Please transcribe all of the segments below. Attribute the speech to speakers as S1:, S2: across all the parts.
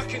S1: Morgan,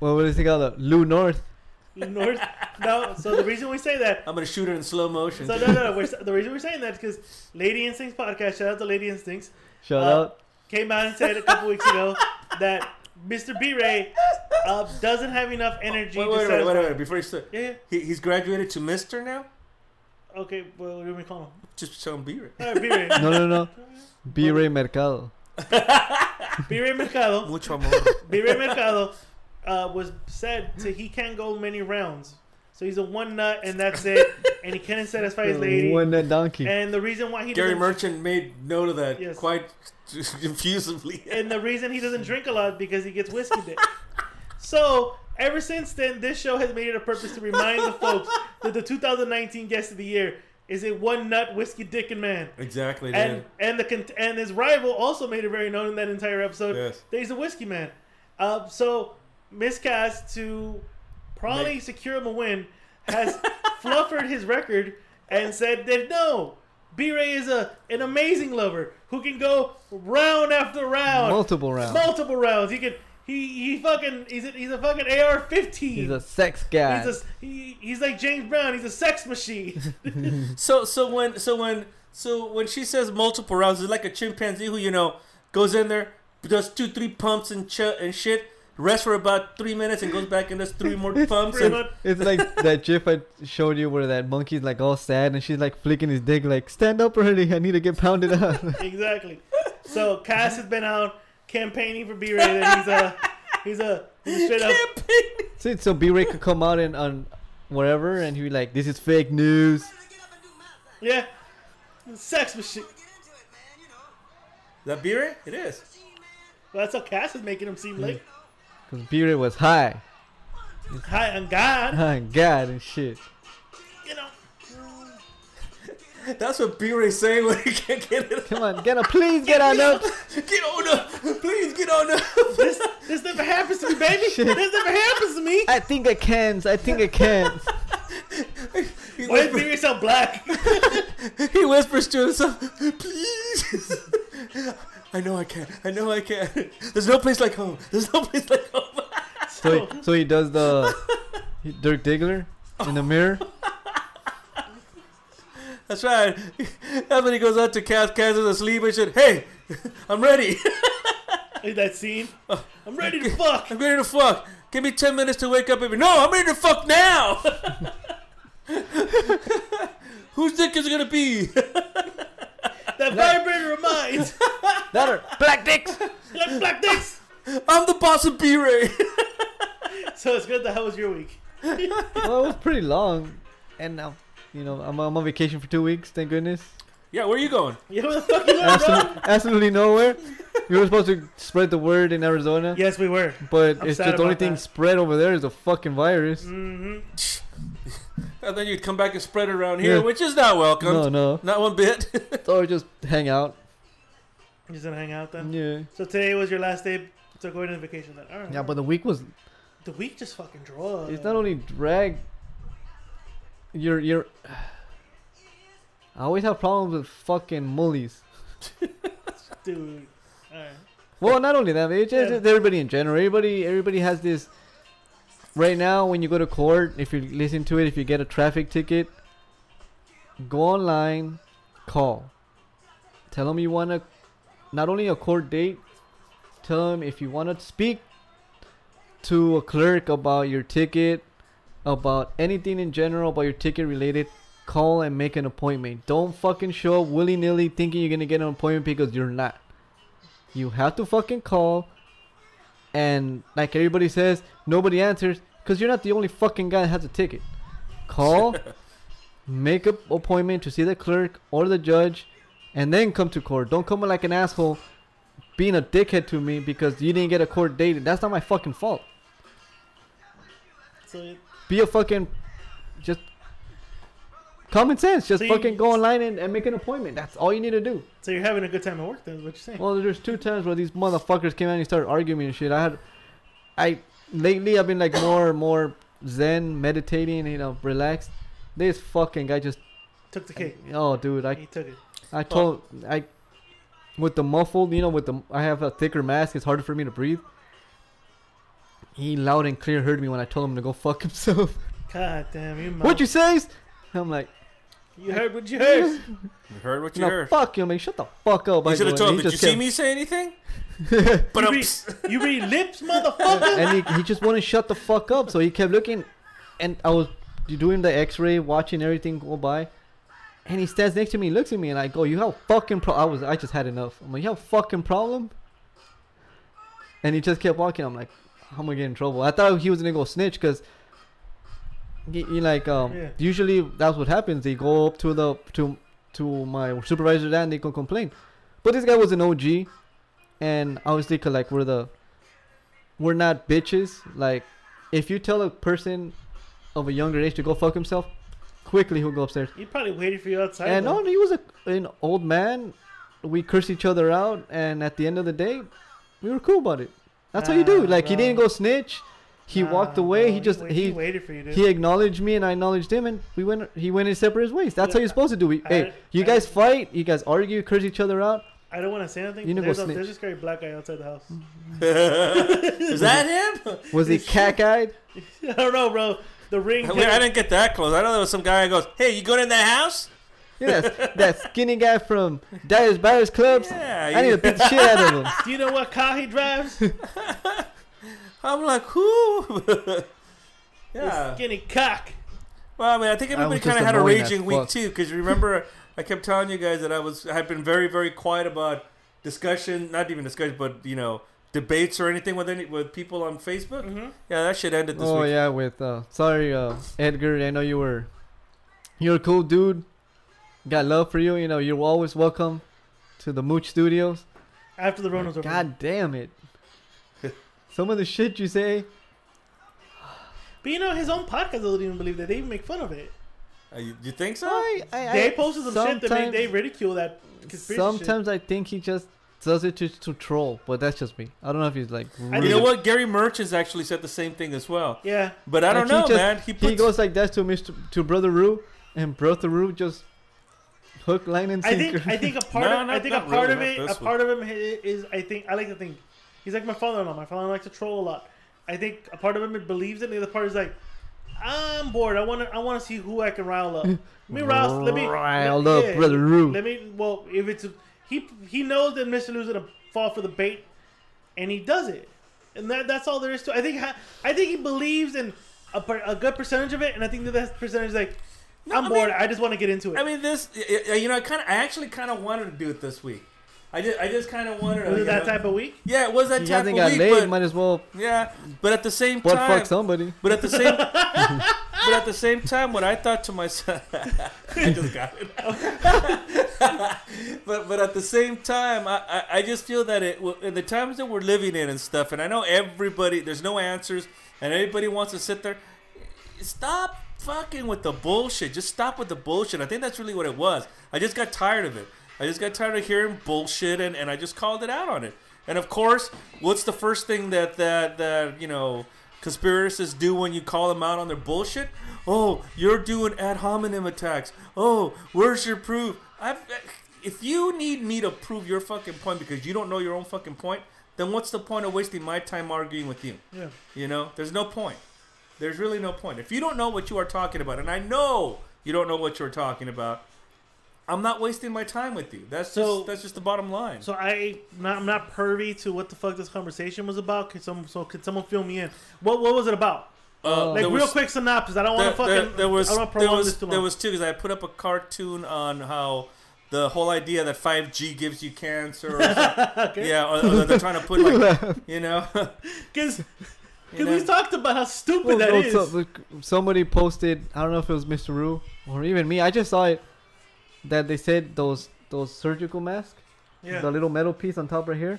S2: well, what is he called? Uh, Lou North.
S3: North. No. So the reason we say that.
S4: I'm gonna shoot her in slow motion.
S3: So no, no. no we're, the reason we're saying that is because Lady Instincts podcast. Shout out to Lady Instincts.
S2: Shout
S3: Uh,
S2: out.
S3: came out and said a couple weeks ago that Mr. B Ray uh, doesn't have enough energy.
S4: wait,
S3: to
S4: wait, wait, wait,
S3: satisfy-
S4: wait, Before you start,
S3: Yeah, yeah.
S4: he, he's graduated to Mister now.
S3: Okay, well, what do we call him?
S4: Just show him B-ray.
S3: All right, B Ray.
S2: No, no, no. B Ray Mercado.
S3: B Ray Mercado.
S4: Mucho amor.
S3: B Ray Mercado uh, was said to he can't go many rounds, so he's a one nut and that's it, and he can't satisfy his lady.
S2: One that donkey.
S3: And the reason why he
S4: Gary
S3: doesn't,
S4: Merchant made note of that
S3: Yes.
S4: quite infusively.
S3: and the reason he doesn't drink a lot is because he gets whiskey dick. so ever since then, this show has made it a purpose to remind the folks that the 2019 guest of the year is a one nut whiskey dick and man.
S4: Exactly.
S3: and
S4: Dude.
S3: and the cont- and his rival also made it very known in that entire episode
S4: Yes.
S3: that he's a whiskey man. Uh, so miscast to probably
S4: Mate.
S3: secure him a win has fluffered his record and said that no, B Ray is a an amazing lover who can go round after round,
S2: Multiple rounds.
S3: multiple rounds. He can he he fucking he's a, he's a fucking AR fifteen.
S2: He's a sex guy.
S3: He's, a, he, he's like James Brown. He's a sex machine.
S4: So so when so when so when she says multiple rounds, it's like a chimpanzee who you know goes in there, does two three pumps and ch- and shit, rests for about three minutes, and goes back and does three more pumps.
S3: Pretty
S4: and,
S3: much.
S2: It's like that GIF I showed you where that monkey's like all sad and she's like flicking his dick like stand up already. I need to get pounded out.
S3: Exactly. So Cass has been out campaigning for B Ray. He's a he's a he's a straight up.
S2: See, so B Ray could come out and on wherever and he'd be like, "This is fake news."
S3: Yeah, sex machine.
S4: Is that beer? It is.
S3: That's how Cass is making him seem like
S2: Cause B Ray was high,
S3: high on God.
S2: high on God and shit.
S3: You know,
S4: That's what B-Ray's saying when he can't get it.
S2: Come on, get up, please get on up.
S4: Get on up, please get on up.
S3: this this never happens to me, baby. This never happens to me.
S2: I think I can. I think I can.
S4: He,
S3: Why is
S4: whispers-
S3: B Ray so black?
S4: he whispers to himself, please. I know I can. I know I can. There's no place like home. There's no place like home.
S2: So he, so he does the he- Dirk Diggler in the mirror.
S4: That's right. That's when he goes out to Cass, Cass is asleep and shit. Hey, I'm ready.
S3: Like that scene. I'm ready to fuck.
S4: I'm ready to fuck. Give me 10 minutes to wake up. And be, no, I'm ready to fuck now. Whose dick is it going to be?
S3: That vibrator reminds.
S2: That are black dicks.
S3: Like black dicks.
S4: I'm the boss of B-Ray.
S3: So it's good. That how was your week?
S2: Well, it was pretty long, and now you know I'm, I'm on vacation for two weeks. Thank goodness.
S4: yeah, where are you going?
S3: Yeah, where the fuck you going, bro?
S2: Absolutely, absolutely nowhere. We were supposed to spread the word in Arizona,
S3: Yes, we were.
S2: but
S3: I'm
S2: it's
S3: sad
S2: just the only
S3: about
S2: thing
S3: that.
S2: spread over there is a fucking virus.
S3: hmm
S4: And then you'd come back and spread it around here,
S2: Yeah.
S4: which is not welcome.
S2: No, no.
S4: Not one bit.
S2: So just hang out.
S3: Just gonna hang out then.
S2: Yeah.
S3: So today was your last day to go on vacation then. All right.
S2: Yeah, but the week was.
S3: the week just fucking draws.
S2: It's not only drag. you're you're. I always have problems with fucking mullies.
S3: dude. All right.
S2: Well, not only that, but it's just
S3: Yeah.
S2: it's everybody in general. Everybody, everybody has this. Right now, when you go to court, if you listen to it, if you get a traffic ticket, go online, call, tell them you want to, not only a court date, tell them if you want to speak to a clerk about your ticket, about anything in general about your ticket related. Call and make an appointment. Don't fucking show up willy nilly thinking you're gonna get an appointment because you're not. You have to fucking call. And like everybody says, nobody answers because you're not the only fucking guy that has a ticket. Call, make an appointment to see the clerk or the judge, and then come to court. Don't come like an asshole being a dickhead to me because you didn't get a court date. That's not my fucking fault.
S3: So, it-
S2: Be a fucking just common sense. Just
S3: See-
S2: fucking go online and, and make an appointment. That's all you need to do.
S3: so you're having a good time at work, then? is What you're saying?
S2: Well, there's two times where these motherfuckers came out and started arguing and shit. I had, I lately I've been like more more zen, meditating, you know, relaxed. This fucking guy just
S3: took the cake.
S2: oh dude, I
S3: He took it.
S2: I told I with the muffled, you know, with the I have a thicker mask. It's harder for me to breathe. He loud and clear heard me when I told him to go fuck himself.
S3: God damn you, mom.
S2: what you say? I'm like,
S3: You heard what you heard.
S4: You heard what you
S2: no,
S4: heard.
S2: fuck you. I'm like, shut the fuck up. by
S4: You
S2: the
S4: should have
S2: way."
S4: told
S2: He
S4: him. Did you
S2: just
S4: see
S2: kept-
S4: me say anything? But
S3: You
S4: I'm.
S3: read, you read lips, motherfucker.
S2: and he, he just wouldn't shut the fuck up. So he kept looking, and I was doing the X-ray, watching everything go by. And he stands next to me, looks at me, and I go, "You have fucking pro." I was, I just had enough. I'm like, "You have fucking problem." And he just kept walking. I'm like, "I'm gonna get in trouble." I thought he was gonna go snitch because. He, he like um
S3: Yeah.
S2: usually that's what happens they go up to the to to my supervisor there and they can complain but this guy was an OG and obviously 'cause, like we're the we're not bitches. Like, if you tell a person of a younger age to go fuck himself, quickly he'll go upstairs.
S3: He probably waited for you outside.
S2: and
S3: though.
S2: no, he was a, an old man. We cursed each other out, and at the end of the day, we were cool about it. That's how you do.
S3: Nah,
S2: Like, he
S3: bro.
S2: didn't go snitch. He
S3: Nah,
S2: walked away.
S3: bro,
S2: he just
S3: wait-
S2: he he,
S3: waited for you, dude.
S2: acknowledged me, and I acknowledged him, and we went. He went in separate ways. That's how
S3: Look,
S2: you're supposed to do. We,
S3: I-
S2: hey, you
S3: I-
S2: guys fight. You guys argue, curse each other out.
S3: I don't want to say anything.
S2: You
S3: but
S2: know
S3: there's,
S2: go
S3: a, there's
S2: snitch. Mm.
S3: a scary black guy outside the house.
S4: Is that him?
S2: Was he cack-eyed?
S3: I don't know, bro. The ring.
S4: Wait, I didn't get that close. I know there was some guy who goes, "Hey, you going in that house?"
S2: Yeah, that, that skinny guy from Dallas Buyers Clubs.
S4: Yeah,
S2: I need
S4: you-
S2: to beat the shit out of him.
S3: Do you know what car he drives?
S4: I'm like, "Who?" yeah.
S3: Skinny cock.
S4: Well, I mean, I think
S2: I was
S4: everybody
S2: just
S4: kind of had a
S2: annoying as
S4: raging week
S2: fuck.
S4: too, because remember I kept telling you guys that I was I had been very very quiet about discussion, not even discussion, but you know debates or anything with any with people on Facebook. Yeah, that shit ended this
S2: Mm-hmm. Oh
S4: week.
S2: yeah, with uh, sorry, uh, Edgar. I know you were, you're a cool dude. Got love for you. You know you're always welcome to the Mooch Studios.
S3: After the Rona's over.
S2: Oh God damn it! Some of the shit you say.
S3: But you know, his own podcast doesn't even believe that. They even make fun of it.
S4: Uh, you, you think so?
S2: I, I,
S3: They
S2: I-
S3: posted some shit that made
S2: sometimes-
S3: they ridicule that conspiracy
S2: Sometimes I think he just does it to, to troll, but that's just me. I don't know if he's like.
S3: think
S4: you know
S3: it-
S4: what? Gary Merchants actually said the same thing as well.
S3: shit. Yeah.
S4: But I don't
S2: Like,
S4: know,
S2: he just-
S4: man. He, puts,
S2: he goes like that to Mr. to Brother Roo, and Brother Roo just hook, line, and
S3: I
S2: sinker.
S3: think I think a part
S4: No,
S3: of
S4: no,
S3: I think a
S4: not
S3: part of
S4: really,
S3: it
S4: not
S3: a
S4: this
S3: part of him hi- is I think I like to think he's like my father-in-law. My father-in-law likes to troll a lot. I think a part of him believes it. and The other part is like, I'm bored. I want to I want to see who I can rile up. Let me rile. uh, Let me
S2: Riled
S3: let-
S2: up, Brother Roo.
S3: Let me. Well, if it's a, he he knows that Mister Lou's gonna fall for the bait, and he does it. And that, that's all there is to. it. I think ha- I think he believes in a, per- a good percentage of it, and I think that that percentage is like, I'm
S4: I
S3: bored.
S4: mean-
S3: I just want to get into it.
S4: I mean, this. y- y- You know, I kind of, I actually kind of wanted to do it this week. I just, I just kind of wanted to.
S3: was
S4: you
S3: it that
S4: know-
S3: type of week?
S4: Yeah, it was that
S2: he
S4: type
S2: hasn't
S4: of
S2: got
S4: week.
S2: laid.
S4: but,
S2: Might as well
S4: yeah, but at the same
S2: butt
S4: time,
S2: fuck somebody.
S4: But at the same, but at the same time, what I thought to myself, I just got it. but but at the same time, I, I, I just feel that it in the times that we're living in and stuff, and I know everybody, there's no answers, and everybody wants to sit there. Stop fucking with the bullshit. Just stop with the bullshit. I think that's really what it was. I just got tired of it. I just got tired of hearing bullshit, and, and I just called it out on it. And of course, what's the first thing that that that you know conspiracists do when you call them out on their bullshit? Oh, you're doing ad hominem attacks. Oh, where's your proof? I've, if you need me to prove your fucking point because you don't know your own fucking point, then what's the point of wasting my time arguing with you?
S3: Yeah.
S4: You know, there's no point. There's really no point. If you don't know what you are talking about, and I know you don't know what you're talking about, I'm not wasting my time with you. That's
S3: So-
S4: just, that's just the bottom line.
S3: So I not, I'm not pervy to what the fuck this conversation was about. Could some so could someone fill me in? What what was it about?
S4: uh,
S3: Like
S4: there
S3: real
S4: was-
S3: quick synopsis. I don't want to
S4: there,
S3: fucking.
S4: there- there was
S3: I don't wanna
S4: there
S3: prolong
S4: was
S3: this too
S4: there
S3: long.
S4: was too because I put up a cartoon on how the whole idea that 5G gives you cancer. Or something. Yeah, or, or that they're trying to put like you know.
S3: because
S4: You
S3: we
S4: know.
S3: talked about how stupid
S2: Well,
S3: that
S2: no,
S3: is.
S2: so- look, somebody posted. I don't know if it was Mr. Rue or even me. I just saw it that they said those those surgical masks,
S3: yeah.
S2: the little metal piece on top right here,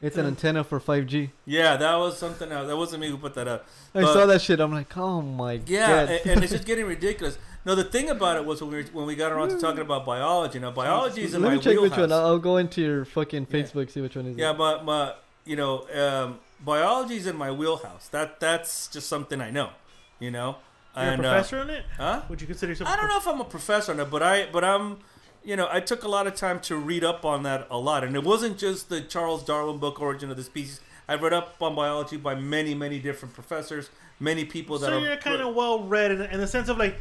S2: it's an
S3: Yeah.
S2: antenna for 5G.
S4: Yeah, that was something else. That wasn't me who put that up.
S2: I
S4: But-
S2: saw that shit. I'm like, oh my
S4: Yeah,
S2: god.
S4: and, and it's just getting ridiculous. No, the thing about it was when we were, when we got around to talking about biology. Now, biology is in
S2: Let
S4: my
S2: me check
S4: wheelhouse.
S2: which one. I'll, I'll go into your fucking
S4: Yeah.
S2: Facebook, see which one is
S4: Yeah,
S2: it.
S4: but my you know, um, biology is in my wheelhouse. That that's just something I know. You know,
S3: You're a
S4: And, uh,
S3: professor in it?
S4: huh?
S3: Would you consider yourself?
S4: I don't know if I'm a professor on it, but I but I'm you know, I took a lot of time to read up on that a lot. And it wasn't just the Charles Darwin book Origin of the Species. I've read up on biology by many, many different professors, many people that
S3: So
S4: are
S3: you're kind of well read in, in the sense of like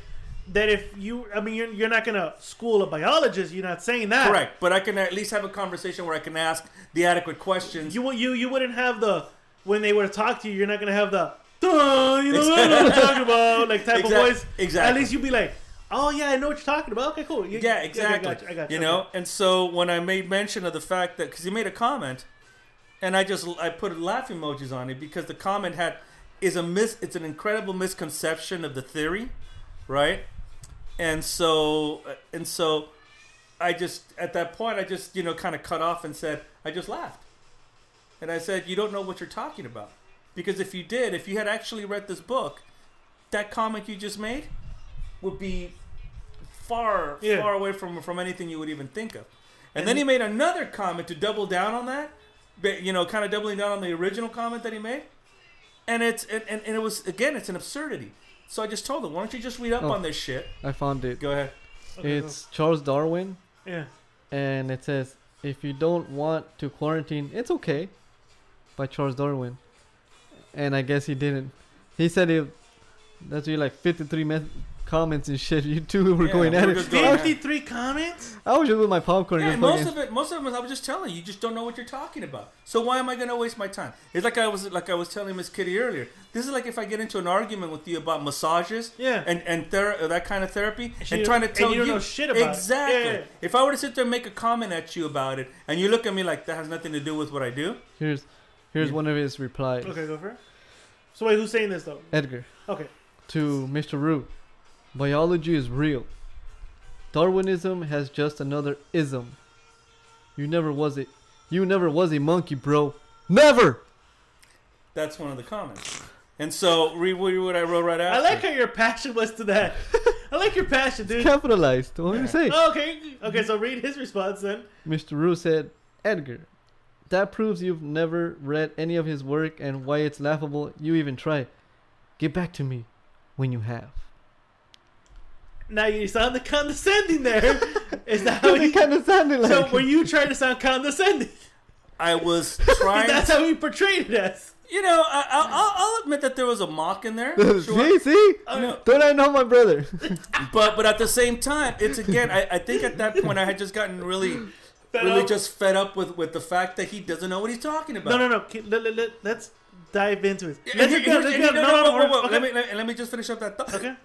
S3: that. If you, I mean, you're, you're not gonna school a biologist. You're not saying that.
S4: correct, but I can at least have a conversation where I can ask the adequate questions.
S3: You wou- you you wouldn't have the when they were to talk to you. You're not gonna have the. "Duh, You know what I'm talking about, like type
S4: Exact-
S3: of voice.
S4: exactly.
S3: At least you'd be like, "Oh yeah, I know what you're talking about. Okay, cool. You-
S4: yeah,
S3: okay,
S4: exactly.
S3: I got you. I got
S4: you know, and so when I made mention of the fact that because he made a comment, and I just I put laugh emojis on it because the comment had is a mis it's an incredible misconception of the theory, right? And so and so, I just at that point I just you know kind of cut off and said I just laughed, and I said you don't know what you're talking about because if you did if you had actually read this book, that comment you just made would be far
S3: Yeah.
S4: far away from from anything you would even think of. And, then he made another comment to double down on that, but, you know, kind of doubling down on the original comment that he made. And it's and, and, and it was again, it's an absurdity. So I just told him, why don't you just read up
S2: Oh.
S4: on this shit?
S2: I found it.
S4: Go ahead.
S3: Okay,
S2: it's Charles Darwin,
S3: Yeah.
S2: and it says, "If you don't want to quarantine, it's okay," by Charles Darwin. And I guess he didn't. He said it. That's where like 53 me- comments and shit. You two were
S4: Yeah,
S2: going at
S4: we're
S2: it.
S4: just going at it.
S3: Fifty-three comments.
S2: I was just with my popcorn.
S4: Yeah,
S2: just
S4: and most
S2: fucking-
S4: of it, most of them, I was just telling you, you just don't know what you're talking about. So why am I going to waste my time? It's like I was, like I was telling Miss Kitty earlier. This is like if I get into an argument with you about massages,
S3: Yeah.
S4: and and thera- that kind of therapy,
S3: And
S4: and
S3: you-
S4: trying to
S3: and
S4: tell
S3: you don't know shit about it.
S4: exactly.
S3: Yeah, yeah, yeah.
S4: If I were to sit there and make a comment at you about it, and you look at me like that has nothing to do with what I do,
S2: here's here's
S4: Yeah.
S2: one of his replies.
S3: Okay, go for it. So wait, who's saying this though?
S2: Edgar
S3: Okay.
S2: to Mr. Rue, biology is real. Darwinism has just another ism. You never was it. You never was a monkey, bro. Never.
S4: that's one of the comments. And so read what what I wrote right
S3: I
S4: after.
S3: like how your passion was to that. I like your passion, dude.
S2: Capitalized. What do you
S4: Yeah.
S2: say?
S3: Oh, okay. Okay, so read his response then.
S2: Mr. Rue said, Edgar, that proves you've never read any of his work and why it's laughable you even try. Get back to me when you have.
S3: Now you sound the condescending there. Is that how
S2: It
S3: you,
S2: kind of sounded like.
S3: So were you trying to sound condescending?
S4: I was
S3: 'Cause
S4: trying.
S3: That's how he portrayed it as.
S4: you know, I, I, I'll, I'll admit that there was a mock in there. Sure.
S2: see, see?
S4: No,
S2: Don't I know my brother?
S4: but but at the same time, it's again. I, I think at that point I had just gotten really,
S3: Fed
S4: really
S3: up.
S4: just fed up with with the fact that he doesn't know what he's talking about.
S3: No, no, no. Ke- Let, us dive into it.
S4: And
S3: Let's
S4: here-
S3: get-
S4: here's-
S3: let's
S4: and
S3: get-
S4: here- no, no, wait, wait,
S3: okay.
S4: Let me let me- let me just finish up that thought.
S3: Okay.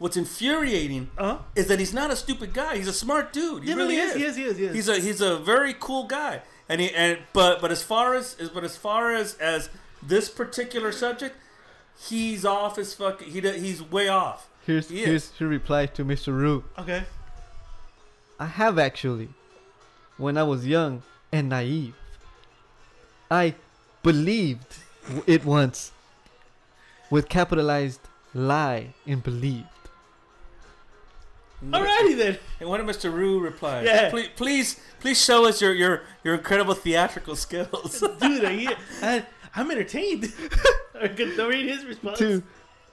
S4: What's infuriating
S3: Uh huh.
S4: is that he's not a stupid guy. He's a smart dude. He
S3: Yeah, no,
S4: really
S3: he
S4: is.
S3: is, he is, he is, he is.
S4: He's a he's a very cool guy. And he and but but as far as as- but as far as as this particular subject, he's off his fuck. He do- he's way off.
S2: Here's,
S4: He is.
S2: here's her reply to Mr. Rue.
S3: Okay.
S2: I have actually. When I was young and naive, I believed w- it once. With capitalized lie in believed.
S4: Mm.
S3: Alrighty then.
S4: And what did Mr. Rue reply?
S3: Yeah.
S4: Please, please, please show us your your your incredible theatrical skills.
S3: Dude, are you, I, I'm entertained. I could read his response.
S2: to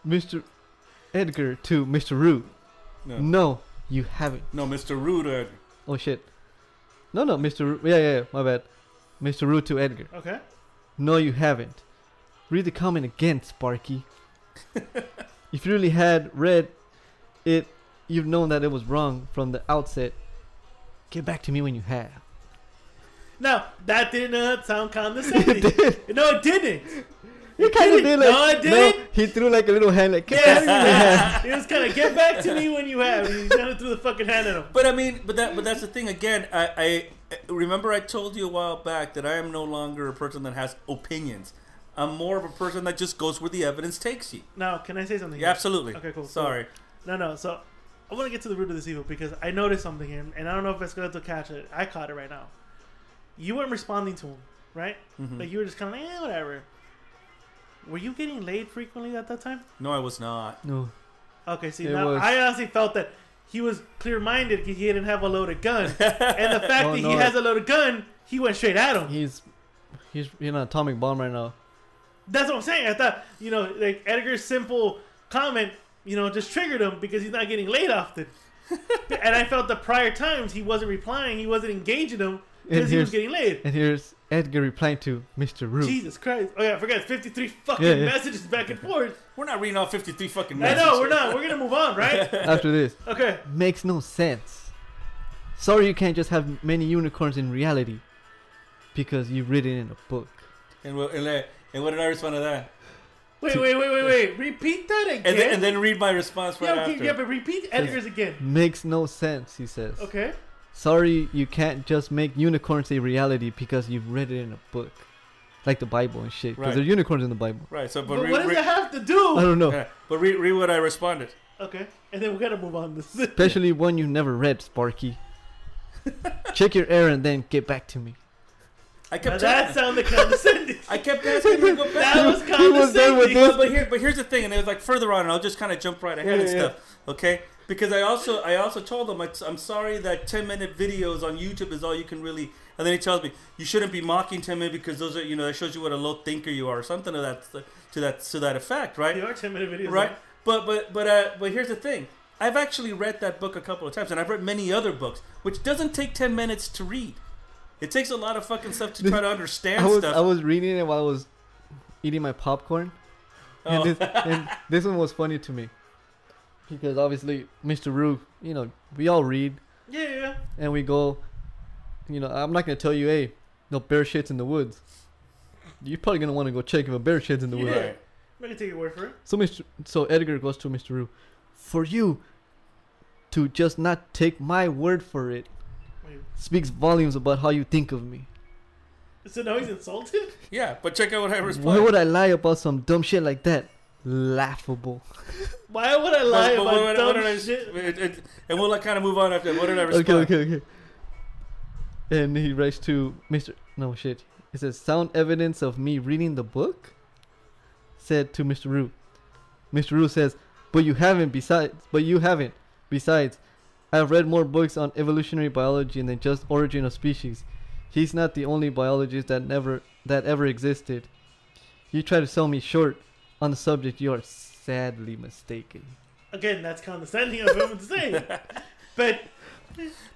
S2: Mr. Edgar to Mr. Root.
S4: No.
S2: No, you haven't.
S4: No, Mr. Rude. uh,
S2: Oh shit. No, no, Mr. Root. Yeah, yeah, yeah, my bad. Mr. Root to Edgar.
S3: Okay.
S2: No, you haven't. Read the comment again, Sparky. if you really had read it, you've known that it was wrong from the outset. Get back to me when you have.
S3: Now that did not sound condescending. No, it didn't.
S2: You kind of
S3: did.
S2: did
S3: No,
S2: like
S3: I didn't.
S2: he threw like a little hand like "Get back to me when you have."
S3: Yes. it was kind of get back to me when you have. He's kind of threw the fucking hand at him.
S4: But I mean, but that, but that's the thing. Again, I, I remember I told you a while back that I am no longer a person that has opinions. I'm more of a person that just goes where the evidence takes you.
S3: Now, can I say something?
S4: Yeah,
S3: here?
S4: absolutely.
S3: Mm-hmm. Okay, cool.
S4: Sorry.
S3: No, no. So I want to get to the root of this evil because I noticed something here, and I don't know if Escalito catch it. I caught it right now. You weren't responding to him, right?
S4: Mm-hmm.
S3: Like you were just kind of eh, whatever. Were you getting laid frequently at that time?
S4: No, I was not.
S2: No,
S3: Okay, see,
S2: It
S3: now
S2: was-
S3: I honestly felt that he was clear-minded because he didn't have a loaded gun, and the fact
S2: Oh,
S3: that he
S2: no.
S3: has a loaded gun, he went straight at him.
S2: he's he's in an atomic bomb right now.
S3: That's what I'm saying. I thought, you know, like Edgar's simple comment, you know, just triggered him because he's not getting laid often. and I felt the prior times he wasn't replying, he wasn't engaging him because
S2: And
S3: he was
S2: here's-
S3: getting laid.
S2: And here's Edgar replying to Mr. Root.
S3: Jesus Christ. Oh, yeah, I forgot. 53 fucking
S2: Yeah, yeah.
S3: messages back and forth.
S4: We're not reading all 53 fucking
S3: I
S4: messages.
S3: know, we're not. We're going to move on, right?
S2: After this,
S3: Okay.
S2: makes no sense. Sorry, you can't just have many unicorns in reality because you've written in a book.
S4: And, we'll, and, uh, and what did I respond to that?
S3: Wait, wait, wait, wait, wait. Repeat that again.
S4: And, then, and then read my response right
S3: yeah, okay,
S4: after.
S3: yeah, but repeat Edgar's again.
S2: Makes no sense, he says.
S3: Okay.
S2: Sorry, you can't just make unicorns a reality because you've read it in a book, like the Bible and shit. Because
S4: Right.
S2: there are unicorns in the Bible.
S4: Right. So, but,
S3: But
S4: read,
S3: what does
S4: read,
S3: that have to
S2: I
S3: do?
S2: don't know,
S4: yeah, but read, read what I responded.
S3: Okay. And then we got to move on. This.
S2: especially one you never read, Sparky. Check your error and then get back to me.
S4: I
S3: Now
S4: kept
S3: that
S4: telling,
S3: sounded condescending.
S4: I kept asking him to go back.
S3: That was
S2: He was done
S3: condescending.
S2: with this.
S4: but, but here, but here's the thing, and it was like further on, and I'll just kind of jump right ahead and
S2: Yeah, yeah.
S4: stuff, okay? Because I also, I also told him, I, am sorry that 10 minute videos on YouTube is all you can really. And then he tells me you shouldn't be mocking 10 minute because those are, you know, that shows you what a low thinker you are, or something to that, to that, to that effect, right?
S3: They are 10 minute videos.
S4: right? But but but uh, but here's the thing. I've actually read that book a couple of times, and I've read many other books, which doesn't take ten minutes to read. It takes a lot of fucking stuff to try to understand
S2: I was
S4: stuff.
S2: I was reading it while I was eating my popcorn, and,
S4: Oh.
S2: this, and this one was funny to me because obviously Mr. Roo, you know, we all read
S3: Yeah, yeah, yeah.
S2: and we go, you know, I'm not gonna tell you, hey, no bear shits in the woods. You're probably gonna want to go check if a bear shits in the
S3: Yeah.
S2: woods.
S4: Right.
S3: I'm not gonna take your word for it.
S2: So Mr. So Edgar goes to Mr. Roo, for you to just not take my word for it
S3: Wait.
S2: speaks volumes about how you think of me.
S3: So now he's insulted?
S4: Yeah, but check out what I responded.
S2: Why would I lie about some dumb shit like that? Laughable.
S3: Why would I lie
S4: But- but
S3: about
S4: what-
S3: dumb
S4: what did I-
S3: shit?
S4: it- it- and we'll like, kind of move on after. What did I respond?
S2: Okay, okay, okay. And he writes to Mr. No shit. It says sound evidence of me reading the book. Said to Mr. Roo. Mr. Roo says, "But you haven't. Besides, but you haven't. Besides, I've read more books on evolutionary biology than just origin of species. He's not the only biologist that never that ever existed. You try to sell me short on the subject. You are sadly mistaken."
S3: Again, that's condescending of him to say. But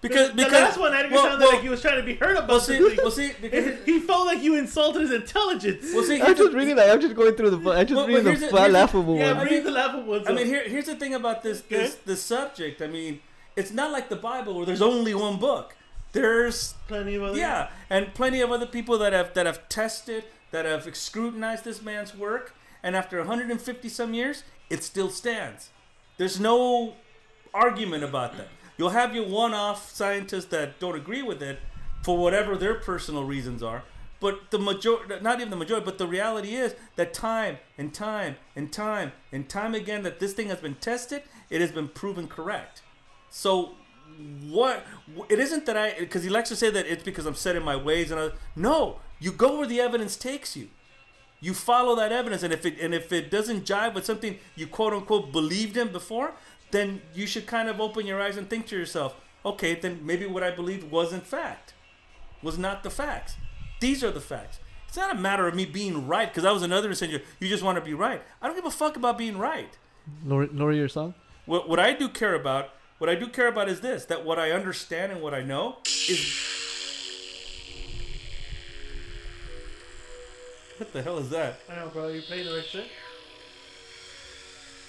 S4: Because
S3: the,
S4: because
S3: the last one, Edgar
S4: well,
S3: sounded
S4: well,
S3: like he was trying to be heard about
S4: We'll see.
S3: something.
S4: We'll see. Because
S3: He felt like you insulted his intelligence.
S4: we'll see.
S2: I'm just reading like I'm just going through the bu- I'm just
S4: Well, but
S2: reading the,
S4: here's the-
S2: fu-
S4: here's the-
S2: laughable
S3: yeah,
S2: one.
S4: I
S3: read
S4: mean-
S3: the laughable ones.
S4: I mean,
S3: up.
S4: here, here's the thing about this this
S3: Okay.
S4: this subject. I mean, it's not like the Bible where there's only one book. There's
S3: plenty of other.
S4: yeah, and plenty of other people that have that have tested, that have scrutinized this man's work, and after 150 some years, it still stands. There's no argument about that. You'll have your one-off scientists that don't agree with it for whatever their personal reasons are, but the majority, not even the majority, but the reality is that time and time and time and time again that this thing has been tested, it has been proven correct. So what? It isn't that I because he likes to say that it's because I'm set in my ways and I, no, you go where the evidence takes you. You follow that evidence, and if it and if it doesn't jive with something you quote unquote believed in before, then you should kind of open your eyes and think to yourself, okay, then maybe what I believed wasn't fact, was not the facts. These are the facts. It's not a matter of me being right because that was another incendiary. You just want to be right. I don't give a fuck about being right.
S2: Lori, Lori your song?
S4: What, what I do care about, what I do care about is this: that what I understand and what I know is. What the hell is that?
S3: I know, bro. You're playing the right shit.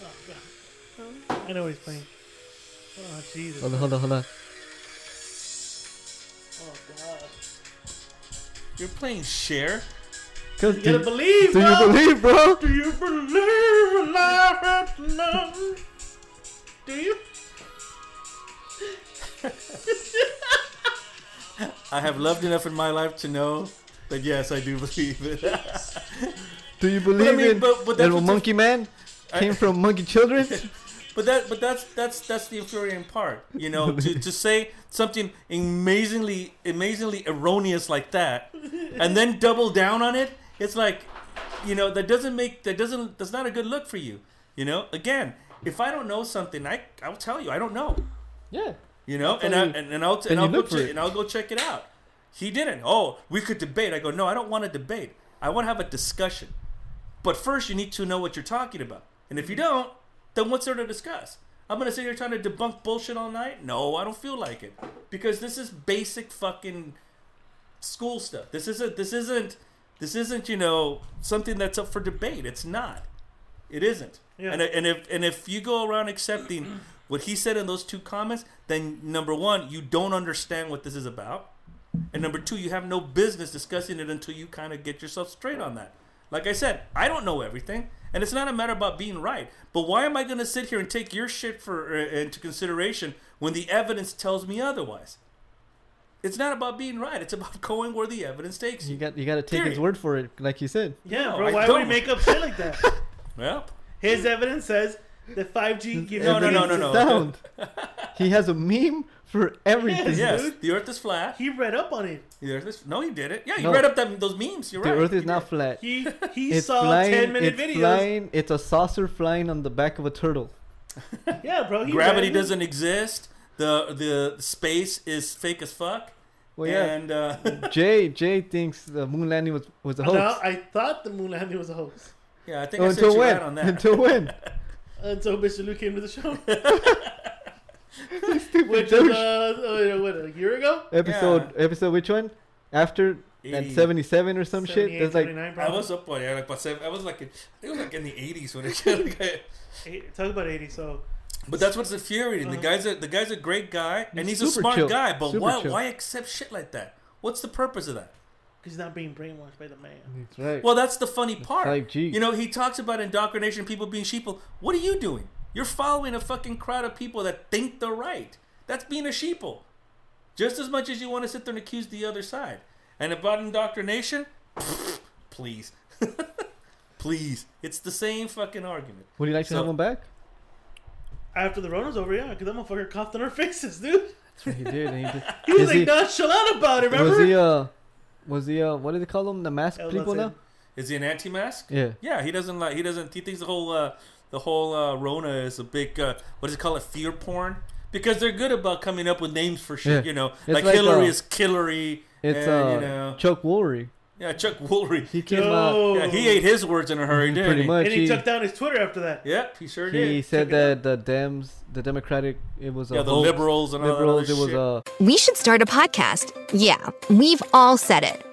S3: Oh, God. I know what he's playing. Oh, Jesus.
S2: Hold on, hold on, hold on.
S3: Oh, God.
S4: You're playing share.
S2: Cause
S3: You
S2: do,
S3: gotta believe,
S2: do you
S3: bro.
S2: believe, bro?
S3: Do you believe in life after love? Do you?
S4: I have loved enough in my life to know that yes, I do believe it.
S2: Do you believe
S4: mean,
S2: in
S4: but- but that's
S2: little
S4: what you-
S2: monkey man came from monkey children?
S4: But that, but that's that's that's the infuriating part, you know. to, to say something amazingly, amazingly erroneous like that, and then double down on it, it's like, you know, that doesn't make that doesn't that's not a good look for you, you know. Again, if I don't know something, I I'll tell you I don't know,
S2: yeah.
S4: you know, and I
S2: you-
S4: and, and I'll
S2: then
S4: and I'll
S2: you
S4: go
S2: look for
S4: check,
S2: it.
S4: and I'll go check it out. He didn't. Oh, we could debate. I go no, I don't want to debate. I want to have a discussion. But first, you need to know what you're talking about. And if you don't, then what's there to discuss? I'm gonna sit here trying to debunk bullshit all night? No, I don't feel like it because this is basic fucking school stuff. This isn't. This isn't. This isn't. You know, something that's up for debate. It's not. It isn't.
S3: Yeah.
S4: And and if and if you go around accepting what he said in those two comments, then number one, you don't understand what this is about. And number two, you have no business discussing it until you kind of get yourself straight on that. Like I said, I don't know everything, and it's not a matter about being right. But why am I going to sit here and take your shit for uh, into consideration when the evidence tells me otherwise? It's not about being right. It's about going where the evidence takes
S2: You
S4: you.
S2: got you got to take his
S4: Period.
S2: word for it, like you said.
S3: Yeah,
S4: No,
S3: bro.
S4: I
S3: Why would he
S4: don't.
S3: make up shit like that?
S4: Well,
S3: His evidence says that 5G gives
S4: No,
S3: you
S4: no, no,
S3: evidence.
S4: no, no.
S2: Sound. he has a meme for everything.
S4: yes,
S3: Dude.
S4: the Earth is flat.
S3: He read up on it.
S4: The Earth is no, you did it. Yeah, you
S2: No.
S4: read up that, those memes. You're
S2: The
S4: right.
S2: Earth is
S4: You
S2: not
S4: did.
S2: flat.
S3: He he
S2: It's
S3: saw
S2: flying.
S3: 10 minute
S2: it's
S3: videos.
S2: flying. It's a saucer flying on the back of a turtle.
S3: Yeah, bro. He
S4: Gravity
S3: read it.
S4: doesn't exist. The the space is fake as fuck.
S2: Well, yeah.
S4: And uh,
S2: Jay Jay thinks the moon landing was was a hoax.
S3: No, I thought the moon landing was a hoax
S4: yeah, I think
S2: Oh,
S4: I said
S2: until
S4: you
S2: when?
S4: right on that.
S2: Until when?
S3: until Mr. Luke came to the show,
S2: Stupid
S3: which
S2: douche.
S3: was uh, oh, yeah, what, a year ago.
S2: episode episode which one? After that
S4: Eighty.
S2: seventy seven or some shit.
S3: 78,
S2: That's like
S3: 79
S4: I
S3: probably.
S4: was up on yeah, like about seven. I was like, in, I think it was like in the eighties when it. Like,
S3: Eight- talk about 80. So
S4: but that's what's infuriating. The
S3: Uh-huh.
S4: guy's a the guy's a great guy and
S2: He's
S4: he's a
S2: super
S4: smart
S2: chill.
S4: guy. But
S2: Super
S4: why
S2: chill.
S4: why accept shit like that? What's the purpose of that?
S3: he's not being brainwashed by the man.
S2: That's right.
S4: Well, that's the funny part.
S2: 5G.
S4: You know, he talks about indoctrination, people being sheeple. What are you doing? You're following a fucking crowd of people that think they're right. That's being a sheeple. Just as much as you want to sit there and accuse the other side. And about indoctrination, please. please. It's the same fucking argument.
S2: Would you like to
S4: So-
S2: have him back?
S3: After the Rona's over, yeah, because that motherfucker coughed in our faces, dude.
S2: That's what he did. and he did.
S3: He was
S2: Is
S3: like
S2: he-
S3: nonchalant about it. Remember?
S2: Was he uh was he uh what do they call them? The mask
S3: Yeah, that's
S2: people
S3: it.
S2: now?
S4: Is he an anti-mask?
S2: Yeah.
S4: Yeah, he doesn't like. He doesn't. He thinks the whole uh, the whole uh, Rona is a big uh, what does it call it? Fear porn. Because they're good about coming up with names for shit.
S2: Yeah.
S4: You know,
S2: It's
S4: like,
S2: like,
S4: Hillary
S2: uh,
S4: is Killary.
S2: It's
S4: and,
S2: uh
S4: you know,
S2: Chuck Woolery.
S4: yeah, Chuck Woolery.
S2: He came out
S3: Yo.
S4: Yeah, he ate his words in a hurry, didn't
S2: pretty
S4: he?
S2: much.
S3: and he
S2: He,
S3: took down his Twitter after that.
S4: Yep, he sure did.
S2: he said
S4: Check it out.
S2: that the Dems the Democratic it was a
S4: Yeah, the
S2: hoax.
S4: liberals and all that
S2: liberals
S4: other
S2: it was uh,
S4: shit.
S2: a
S5: We should start a podcast. Yeah, we've all said it.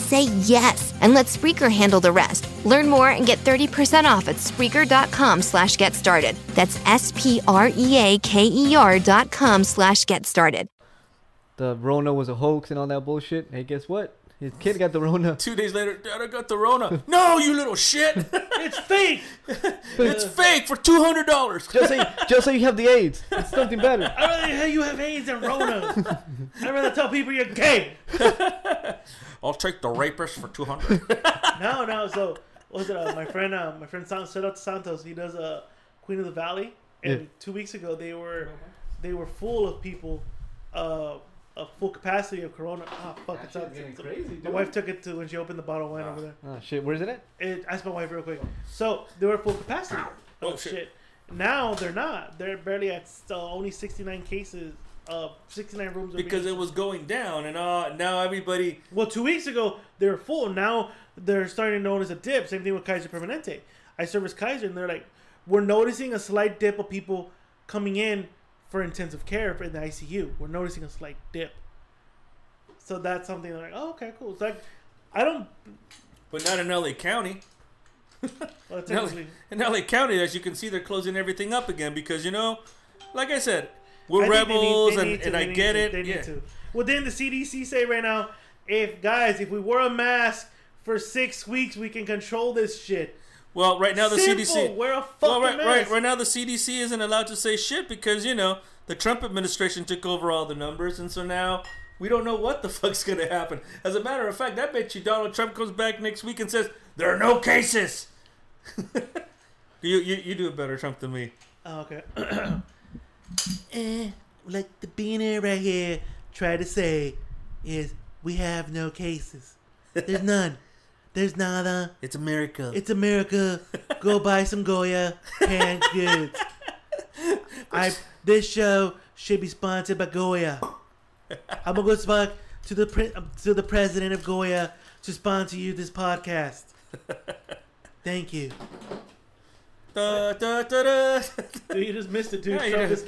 S5: say yes and let Spreaker handle the rest. Learn more and get 30% off at Spreaker.com slash get started. That's S P R E A K E R dot com slash get started.
S2: the Rona was a hoax and all that bullshit. Hey, guess what? His kid got the Rona.
S4: Two days later, Dad, I got the Rona. no, you little shit.
S3: It's fake.
S4: it's fake for two hundred dollars.
S2: Just say, just say you have the AIDS. It's something better.
S3: I'd rather hear you have AIDS than Rona. I'd rather tell people you're gay.
S4: I'll take the rapist for two hundred.
S3: No, no. So what was it uh, my friend? Uh, my friend Santos. Shout out to Santos. He does uh, Queen of the Valley. And
S2: Yeah.
S3: two weeks ago, they were they were full of people, uh, of full capacity of Corona. Ah, fuck! It's,
S2: shit's
S3: out.
S2: getting
S3: it's-
S2: crazy,
S3: my
S2: dude.
S3: wife took it to when she opened the bottle of wine over there.
S2: Oh shit, where is it at?
S3: It, ask my wife real quick. So they were at full capacity. Oh,
S4: Oh,
S3: shit.
S4: shit.
S3: Now they're not. They're barely at uh, only 69 cases. Uh, 69 rooms. are
S4: because
S3: being-
S4: it was going down, and uh, now everybody.
S3: well, two weeks ago they were full. Now they're starting to notice a dip. Same thing with Kaiser Permanente. I service Kaiser, and they're like, we're noticing a slight dip of people coming in for intensive care in the ICU. We're noticing a slight dip. So that's something like, oh, okay, cool. It's like, I don't.
S4: But not in LA County.
S3: Well,
S4: In LA,
S3: technically,
S4: in LA County, as you can see, they're closing everything up again because you know, like I said, we're
S3: I think they need-
S4: rebels,
S3: they
S4: and,
S3: need to,
S4: and
S3: they
S4: I
S3: need
S4: get
S3: to,
S4: it.
S3: They need
S4: yeah.
S3: to. Well, then the CDC say right now, if guys, if we wear a mask for six weeks, we can control this shit.
S4: Well, right now the
S3: Simple,
S4: CDC.
S3: Wear a fucking
S4: Well, right,
S3: mask.
S4: right, right now the CDC isn't allowed to say shit because you know the Trump administration took over all the numbers, and so now we don't know what the fuck's gonna happen. As a matter of fact, I bet you Donald Trump comes back next week and says there are no cases. you, you you do a better Trump than me.
S3: Oh, okay. eh, like the beaner right here tried to say is we have no cases. There's none. There's nada.
S4: It's a miracle.
S3: It's America. Go buy some Goya canned goods. I this show should be sponsored by Goya. I'm gonna go talk to the pre- um, to the president of Goya to sponsor you this podcast. Thank you.
S4: Da, da, da, da.
S3: Dude, you just missed it, dude.
S4: Yeah, yeah. Trump- Trump just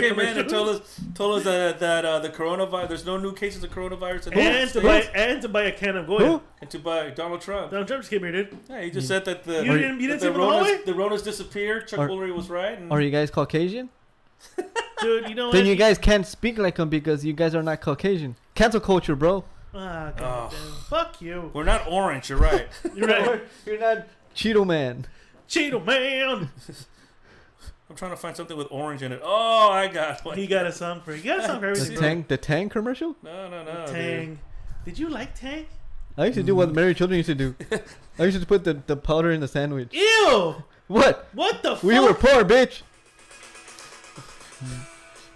S4: came in and told us told us that, that uh, the coronavirus. There's no new cases of coronavirus. In the United
S3: and to
S4: States.
S3: buy and to buy a can of Goya.
S2: Who?
S4: and to buy Donald Trump.
S3: Donald Trump just came here, dude.
S4: Yeah, he just said that the
S3: You didn't- you didn't
S4: that
S3: see him in the hallway?
S4: Ronas, the Ronas disappeared. Chuck
S2: Are-
S4: Woolery was right. And
S2: Are you guys Caucasian?
S3: Dude, you know
S2: Then
S3: what?
S2: you guys can't speak like them because you guys are not Caucasian. Cancel culture, bro.
S3: Ah, God
S4: Oh.
S3: damn. Fuck you.
S4: we're not orange. You're right.
S3: You're right.
S2: You're not Cheeto man.
S3: Cheeto man.
S4: I'm trying to find something with orange in it. Oh, I got one.
S3: He got a song for he got a song for
S2: The
S3: everything. bro.
S2: Tang, the Tang commercial.
S4: No, no,
S3: Oh,
S4: no. dude.
S3: Tang. Did you like Tang?
S2: I used to do what married children used to do. I used to put the, the powder in the sandwich.
S3: Ew!
S2: What?
S3: What the fuck?
S2: We were poor, bitch.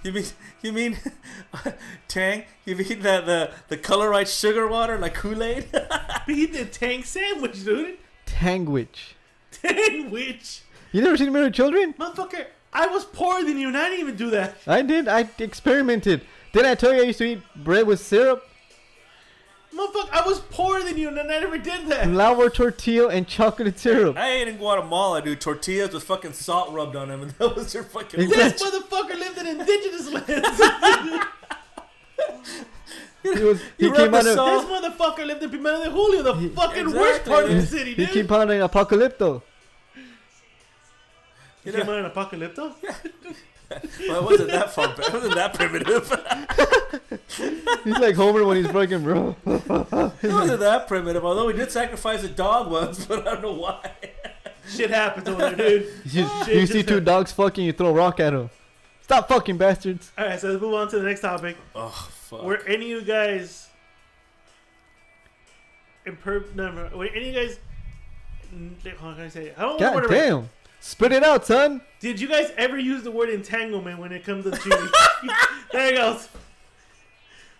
S4: You mean you mean Tang? You mean that the the colorite sugar water like Kool Aid?
S3: He did Tang sandwich, dude.
S2: Tangwich.
S3: Tang witch.
S2: You never seen married children?
S3: Motherfucker, I was poorer than you and I didn't even do that.
S2: I did. I experimented. Did I tell you I used to eat bread with syrup,
S3: Motherfucker, I was poorer than you and I never did that.
S2: flour tortilla, and chocolate syrup?
S4: I ate in Guatemala, dude. Tortillas with fucking salt rubbed on them, and that was their fucking.
S2: Exactly.
S3: This motherfucker lived in indigenous lands.
S2: He, was, he
S4: You
S2: came
S4: rubbed
S2: out
S4: the
S2: of
S4: salt-
S3: This motherfucker lived in Pimenta de Julio, the fucking worst
S4: exactly,
S3: part of the
S4: dude.
S3: city,
S2: he
S3: Oh. dude.
S2: came out of apocalypto.
S3: You came out in Apocalypto?
S4: Well, it wasn't that far back. It wasn't that primitive.
S2: He's like Homer when he's broken, bro.
S4: It wasn't that primitive, although we did sacrifice a dog once, but I don't know why.
S3: Shit happens over there, dude.
S2: You,
S3: Shit
S2: you
S3: just
S2: see two
S3: happened. dogs.
S2: dogs fucking, you throw a rock at them. Stop fucking bastards.
S3: All right, so let's move on to the next topic.
S4: Oh, fuck.
S3: Were any of you guys imper? No, no, were any of you guys? mm, How can I say? It? I don't
S2: God
S3: want to.
S2: damn. Spit it out, son.
S3: Did you guys ever use the word entanglement when it comes to shooting? there it goes.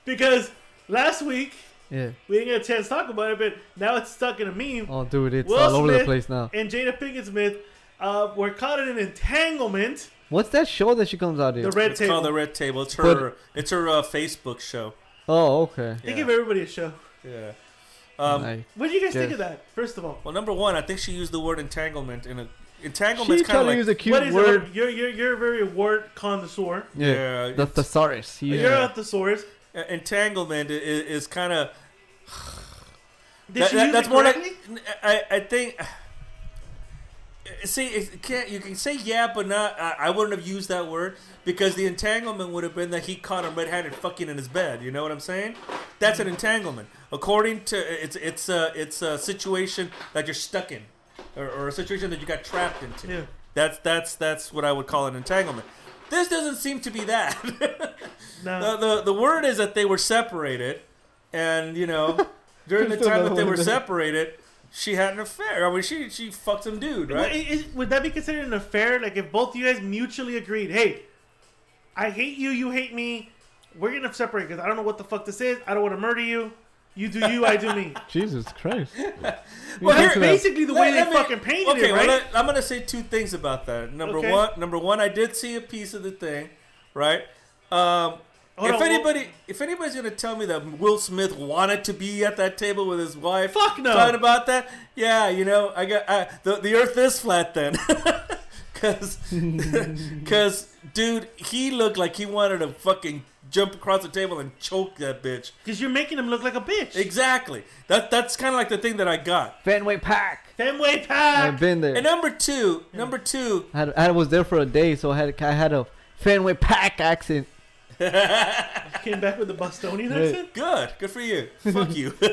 S3: Because last week
S2: Yeah.
S3: we didn't get a chance to talk about it, but now it's stuck in a meme.
S2: Oh, dude, it's
S3: Will
S2: all over the
S3: Smith
S2: place now.
S3: And Jada Pinkett Smith uh, were caught in an entanglement.
S2: What's that show that she comes out in?
S3: The red
S4: it's
S3: table.
S4: called the Red Table. It's her. it's her uh, Facebook show.
S2: oh, okay.
S3: They
S4: Yeah.
S3: give everybody a show.
S4: Yeah. Um,
S2: Like,
S3: What do you guys think
S2: Yes.
S3: of that? First of all,
S4: Well, number one, I think she used the word entanglement in a entanglement's
S2: she's
S4: kind
S2: trying
S4: of
S2: to
S4: like
S2: use a
S3: what
S2: cute
S3: is
S2: word.
S3: it? You're you're you're a very word connoisseur.
S2: Yeah.
S4: Yeah,
S2: The
S4: it's-
S2: thesaurus. Yeah.
S3: You're a thesaurus.
S4: uh, entanglement i- i- is, is kind of
S3: Did she use
S4: that's
S3: it
S4: more like
S3: correctly?
S4: I I think See, it can't, you can say yeah, but not. I, I wouldn't have used that word because the entanglement would have been that he caught him red-handed fucking in his bed. You know what I'm saying? That's an entanglement. According to it's it's a it's a situation that you're stuck in, or, or a situation that you got trapped into.
S3: Yeah.
S4: That's that's that's what I would call an entanglement. This doesn't seem to be that.
S3: No.
S4: the, the the word is that they were separated, and you know, during the
S2: Still
S4: time
S2: not
S4: that they were
S2: one of them.
S4: separated, she had an affair. I mean, she she fucked some dude,
S3: Well,
S4: right?
S3: i- is- would that be considered an affair? Like if both you guys mutually agreed, hey, I hate you, you hate me, we're gonna separate because I don't know what the fuck this is. I don't want to murder you. You do you, I do me.
S2: Jesus Christ. You
S4: Well,
S2: talk
S4: here-
S2: to that-
S3: Basically, the way
S4: Let-
S3: they
S4: let me-
S3: fucking painted
S4: okay,
S3: it,
S4: well,
S3: right?
S4: let- I'm gonna say two things about that. Number
S3: Okay.
S4: one, number one, I did see a piece of the thing, right? Um, if
S3: on, Will-
S4: anybody, if anybody's gonna tell me that Will Smith wanted to be at that table with his wife,
S3: Fuck no.
S4: talking about that, yeah, you know, I got I, the the Earth is flat then, because dude, he looked like he wanted to fucking jump across the table and choke that bitch.
S3: Because you're making him look like a bitch.
S4: Exactly. That that's kind of like the thing that I got.
S2: Fenway Pack.
S3: Fenway
S2: I've
S3: Pack.
S2: been there.
S4: And number two, number two,
S2: I, had, I was there for a day, so I had I had a Fenway Pack accent.
S3: Came back with the Bostonian
S2: Right.
S3: accent.
S4: Good. Good for you. Fuck you.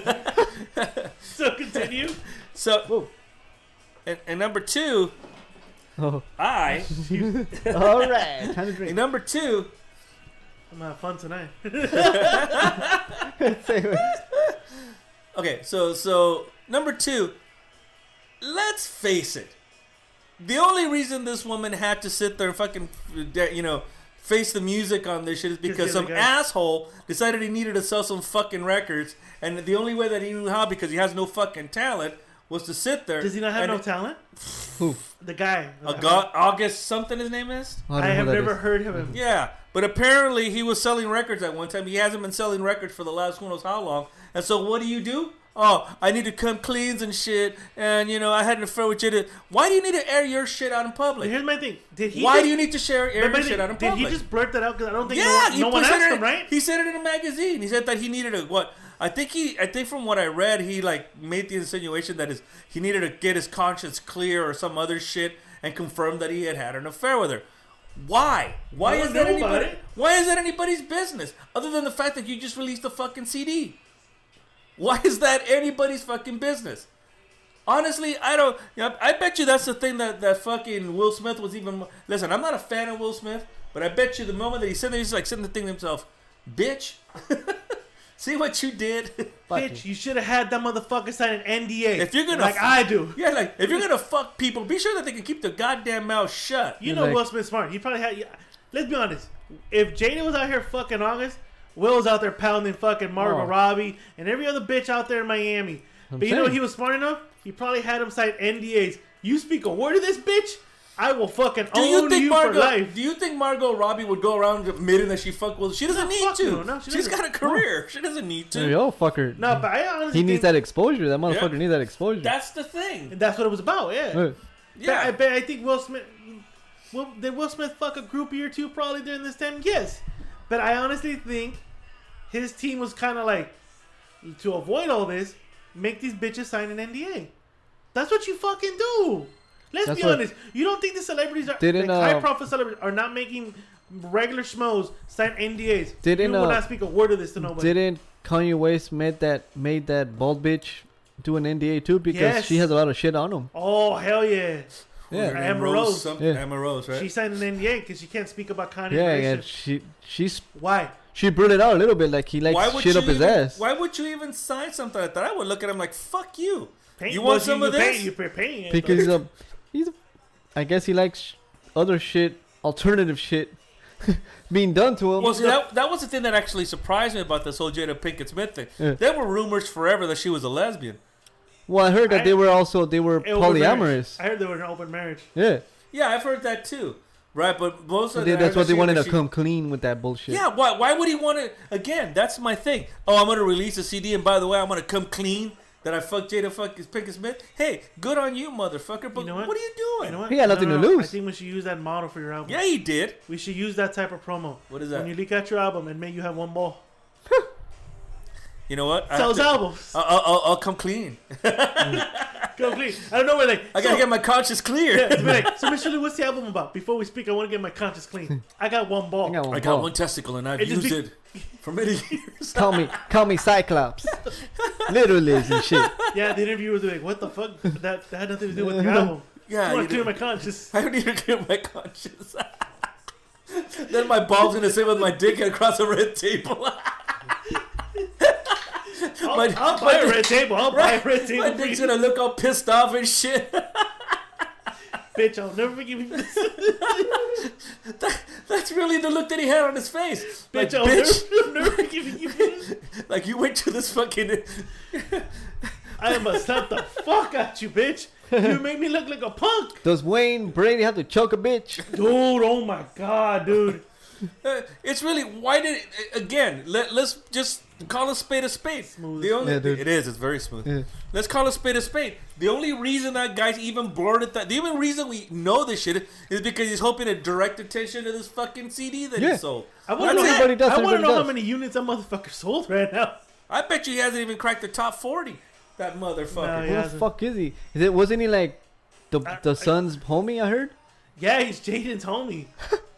S3: So continue.
S4: so, and, and number two,
S2: Oh,
S4: I.
S2: all right, time to
S4: and
S2: drink.
S4: number two,
S3: I'm having fun tonight.
S4: okay. So so number two. Let's face it. The only reason this woman had to sit there and fucking, you know, face the music on this shit is because
S3: the other
S4: some
S3: guy-
S4: asshole decided he needed to sell some fucking records, and the only way that he knew how, because he has no fucking talent, was to sit there.
S3: Does he not have
S4: and-
S3: no talent?
S2: Who?
S3: The guy.
S4: Uh, Ga- August something his name is.
S3: I
S2: I don't know
S3: have
S2: who that
S3: never
S2: is.
S3: heard of him.
S4: Yeah, but apparently he was selling records at one time. He hasn't been selling records for the last who knows how long. And so what do you do? Oh, I need to come cleans and shit. And you know, I had an affair with you. To, why do you need to air your shit out in public?
S3: Here's my thing. Did he?
S4: why
S3: just,
S4: do you need to share air your
S3: Everybody-
S4: shit out in
S3: Did
S4: public?
S3: he just blurt that out? Because I don't think
S4: yeah,
S3: no,
S4: he
S3: one- no one
S4: presented
S3: asked
S4: it-
S3: him, right?
S4: He said it in a magazine. He said that he needed a what? I think he. I think from what I read, he like made the insinuation that his he needed to get his conscience clear or some other shit and confirm that he had had an affair with her. Why? Why
S3: No
S4: is
S3: one
S4: that
S3: knew about
S4: anybody?
S3: it.
S4: Why is that anybody's business other than the fact that you just released a fucking CD? Why is that anybody's fucking business? Honestly, I don't. you know, I bet you that's the thing that, that fucking Will Smith was even. Listen, I'm not a fan of Will Smith, but I bet you the moment that he's sitting there, he's like sitting there thinking to himself, "Bitch, see what you did."
S3: Bitch, you should have had that motherfucker sign an NDA.
S4: If you're gonna-
S3: like I do,
S4: yeah, like if you're gonna fuck people, be sure that they can keep their goddamn mouth shut.
S3: you know
S2: like-
S3: Will Smith's smart. He probably had. yeah, let's be honest. If Jada was out here fucking August, Will was out there pounding fucking Margot
S2: Oh.
S3: Robbie and every other bitch out there in Miami. but you know
S2: saying.
S3: what? He was smart enough. He probably had him sign NDAs. You speak a word of this bitch, I will fucking
S4: Do
S3: own
S4: you think
S3: for
S4: Margot?
S3: life.
S4: Do you think Margot Robbie would go around admitting that she fucked Will? She doesn't need
S3: fuck
S4: to.
S3: no, no, she
S4: She's got
S3: doesn't.
S4: a career. She doesn't need to.
S2: Yo, fucker.
S3: no, but I honestly
S2: he needs
S3: think
S2: that exposure. That motherfucker needs that exposure.
S4: That's the thing.
S3: That's what it was about. Yeah.
S2: Look,
S4: Yeah.
S3: But I bet I think Will Smith. Will, did Will Smith fuck a groupie or two probably during this time? Yes, but I honestly think his team was kind of like to avoid all this, make these bitches sign an NDA. That's what you fucking do. Let's
S2: That's
S3: be
S2: what-
S3: honest. You don't think the celebrities are
S2: Didn't,
S3: like, high
S2: uh,
S3: profile celebrities are not making regular schmoes sign NDAs?
S2: Didn't,
S3: you will
S2: uh,
S3: not speak a word of this to nobody.
S2: didn't Kanye West made that made that bald bitch do an NDA too because
S3: Yes.
S2: she has a lot of shit on him.
S3: oh hell yeah!
S4: Her
S2: Yeah,
S4: name
S3: Amber Rose.
S4: Something.
S2: Yeah.
S4: Amber Rose, right?
S3: She signed an NDA because she can't speak about Kanye.
S2: yeah,
S3: and
S2: yeah.
S3: shit.
S2: She she's
S3: Why?
S2: she blurted out a little bit like he
S4: why
S2: likes
S4: would
S2: shit
S4: you
S2: up his
S4: even,
S2: ass.
S4: Why would you even sign something like that? I would look at him like, "Fuck you."
S3: Paint-
S4: you
S3: well,
S4: want some of
S3: you
S4: this?
S3: Pay, you're paying it,
S2: because he's a, he's a, I guess he likes other shit, alternative shit being done to him.
S4: well, see, that, that was the thing that actually surprised me about this whole Jada Pinkett Smith thing.
S2: Yeah.
S4: There were rumors forever that she was a lesbian.
S2: Well, I heard that
S3: I-
S2: they were also they were
S3: An open
S2: polyamorous.
S3: marriage. I heard they were in an open marriage.
S2: yeah,
S4: Yeah, I've heard that too. Right, but most of
S2: They-
S4: the
S2: that's what they wanted to
S4: she-
S2: come clean with that bullshit.
S4: Yeah, why? Why would he want to? Again, that's my thing. Oh, I'm gonna release a CD, and by the way, I'm gonna come clean that I fucked Jada fucking Pinkett Smith. Hey, good on you, motherfucker. But
S3: You know
S4: what?
S3: what?
S4: are you doing?
S3: You know what?
S2: He had nothing to
S3: I
S2: lose.
S3: think we should use that model for your album.
S4: Yeah, he did.
S3: We should use that type of promo.
S4: What is that?
S3: When you leak out your album and may you have one ball.
S4: You know what? I have
S3: Sells
S4: to-
S3: albums.
S4: I'll, I'll, I'll come clean.
S3: Go please. I don't know where like
S4: I gotta
S3: so-
S4: get my conscience clear.
S3: It's been like, so Mr. Lee, what's the album about? Before we speak, I want to get my conscience clean. I got one ball.
S2: I got one
S4: I got
S2: ball.
S4: one testicle and I've
S3: It just
S4: used
S3: be-
S4: it for many years.
S2: Call me, call me Cyclops. Literalism and shit.
S3: Yeah, the interviewers were like, "What the fuck? That, that had nothing to do with the
S2: Yeah.
S3: album."
S4: Yeah,
S3: I
S4: you
S3: want to clear
S4: did.
S3: my conscience.
S4: I need to clear my conscience. then my ball's gonna sit with my dick across a red table.
S3: I'll,
S4: My-
S3: I'll buy a
S4: my-
S3: red table. I'll buy a red
S4: my
S3: table for you,
S4: dick's gonna look all pissed off and shit.
S3: bitch. I'll never forgive you. for this.
S4: That's really the look that he had on his face. Like,
S3: bitch, I'll
S4: bitch,
S3: Never, I'll never forgive you. for this.
S4: like you went to this fucking.
S3: I am gonna slap the fuck out you, bitch. You make me look like a punk,
S2: Does Wayne Brady have to choke a bitch?
S3: dude. Oh my god, dude.
S4: Uh, it's really why did again? Let, let's just call a spade a spade. The only
S2: Yeah, dude.
S4: it is. It's very smooth.
S2: Yeah.
S4: Let's call a spade a spade. The only reason that guy's even blurted that, the even reason we know this shit is because he's hoping to direct attention to this fucking CD that
S2: Yeah.
S4: he sold.
S3: I want to know,
S4: That's it.
S2: Everybody does,
S3: I wanna
S2: everybody
S3: know how
S2: does.
S3: many units that motherfucker sold right now.
S4: I bet you he hasn't even cracked the top forty. That motherfucker.
S3: Nah,
S2: Who
S3: yeah.
S2: the fuck is he? Is it wasn't he like the
S3: I- I-
S2: the son's homie? I heard.
S3: Yeah, he's Jaden's homie.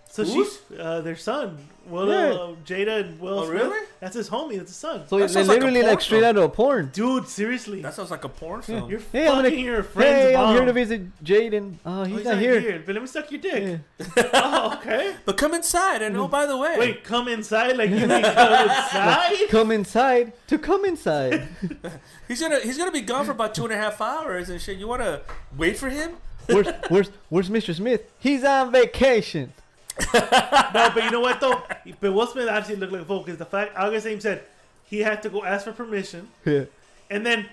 S3: So
S4: Who's?
S3: she's uh, their son. Will, uh, Jada and Will.
S4: Oh,
S3: Smith.
S4: really?
S3: That's his homie. That's his son.
S2: So
S4: That
S2: it's
S4: sounds like a
S2: literally like,
S4: porn
S2: straight
S4: film.
S2: out of a porn.
S3: Dude, seriously,
S4: That sounds like a porn film.
S3: you're
S2: Hey, I'm
S3: fucking
S2: gonna,
S3: your friend's
S2: hey, I'm here
S3: mom.
S2: to visit Jaden. Oh, he's,
S3: Oh, he's
S2: not, here.
S3: But let me suck your dick.
S2: Yeah.
S3: oh, okay.
S4: But come inside. And oh, by the way,
S3: Mm. Wait, come inside. Like you mean come inside?
S2: Come inside to come inside.
S4: he's gonna he's gonna be gone for about two and a half hours and shit. You wanna wait for him?
S2: where's where's where's Mr. Smith? He's on vacation.
S3: no, but you know what though? But Will Smith actually looked like a fool because the fact August Ames said he had to go ask for permission,
S2: Yeah.
S3: and then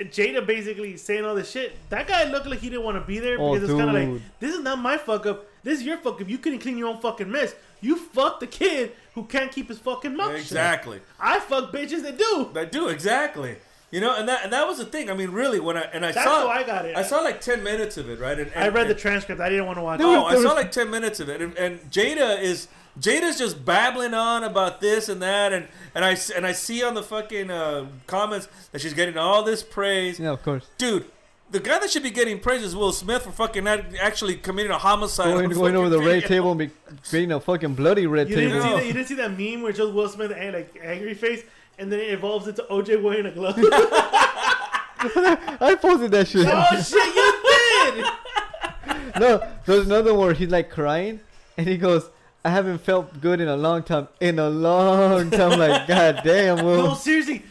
S3: Jada basically saying all this shit. That guy looked like he didn't want to be there
S2: Oh,
S3: because it's kind of
S2: dude.
S3: like this is not my fuck up. This is your fuck up. You couldn't clean your own fucking mess. You fucked the kid who can't keep his fucking mouth shut.
S4: Exactly.
S3: I fuck bitches that do.
S4: I do exactly. You know, and that and that was the thing. I mean, really, when I and I
S3: That's
S4: saw,
S3: how I got it.
S4: I saw like ten minutes of it, right? And, and
S3: I read the
S4: and,
S3: transcript. I didn't want to watch.
S4: no,
S3: it.
S4: I saw like ten minutes of it, and, and Jada is Jada's just babbling on about this and that, and and I s- and I see on the fucking uh, comments that she's getting all this praise,
S2: Yeah, of course.
S4: dude. The guy that should be getting praise is Will Smith for fucking not actually committing a homicide.
S2: Going,
S4: on
S2: going over the
S4: fucking
S2: red
S4: video.
S2: table and be creating a fucking bloody red
S3: You
S2: table.
S3: didn't see
S4: No.
S3: that. You didn't see that meme where Joe Will Smith had like angry face, and then it evolves into OJ wearing a glove.
S2: I posted that shit.
S3: oh shit! You did.
S2: no, there's another one where he's like crying and he goes, I haven't felt good in a long time. In a long time. Like, god damn,
S3: No,
S2: Will.
S3: seriously.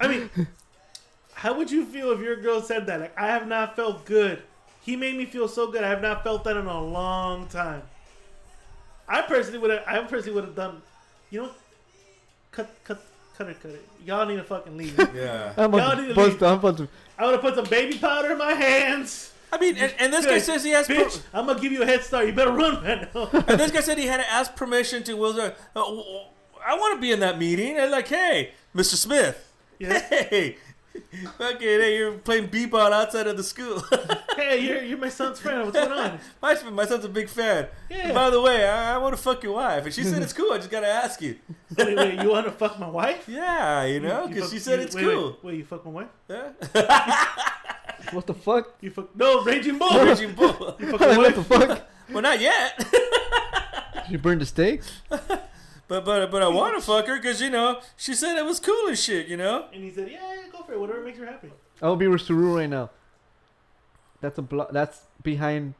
S3: I mean, how would you feel if your girl said that? Like, I have not felt good. He made me feel so good. I have not felt that in a long time. I personally would have. I personally would have done. You know, cut, cut, cut it, cut it. Y'all need to fucking leave.
S4: Yeah.
S2: I'm
S3: Y'all need to
S2: about to bust.
S3: leave.
S2: I'm about to.
S3: I would have put some baby powder in my hands.
S4: I mean, and, and this guy
S3: Like,
S4: says he has. pro-
S3: Bitch, I'm gonna give you a head start. You better run right now.
S4: And this guy said he had to ask permission to Will. Smith. Uh, w- w- I want to be in that meeting. And like, hey, Mr. Smith.
S3: Yeah.
S4: Hey, fucking, hey, you're playing b-ball outside of the school.
S3: hey, you're, you're my son's friend. What's going on?
S4: my, my son's a big fan.
S3: Yeah.
S4: By the way, I, I want to fuck your wife, and she said it's cool. I just gotta ask you.
S3: Wait, wait, you want to fuck my wife?
S4: Yeah, you know, because
S3: fuck-
S4: she said
S3: you-
S4: it's
S3: wait,
S4: cool.
S3: Wait, wait, you fuck my wife?
S4: Yeah.
S2: What the fuck?
S3: You fuck no raging bull.
S4: Raging bull.
S3: You fuck my
S2: Like, what
S3: wife?
S2: the fuck?
S4: well, not yet.
S2: You burned the steaks?
S4: but but but I want to fuck her because you know she said it was cool and shit. You know.
S3: And he said, "Yeah, yeah, go for it. Whatever makes you happy."
S2: I would be with Saru right now. That's a blo- That's behind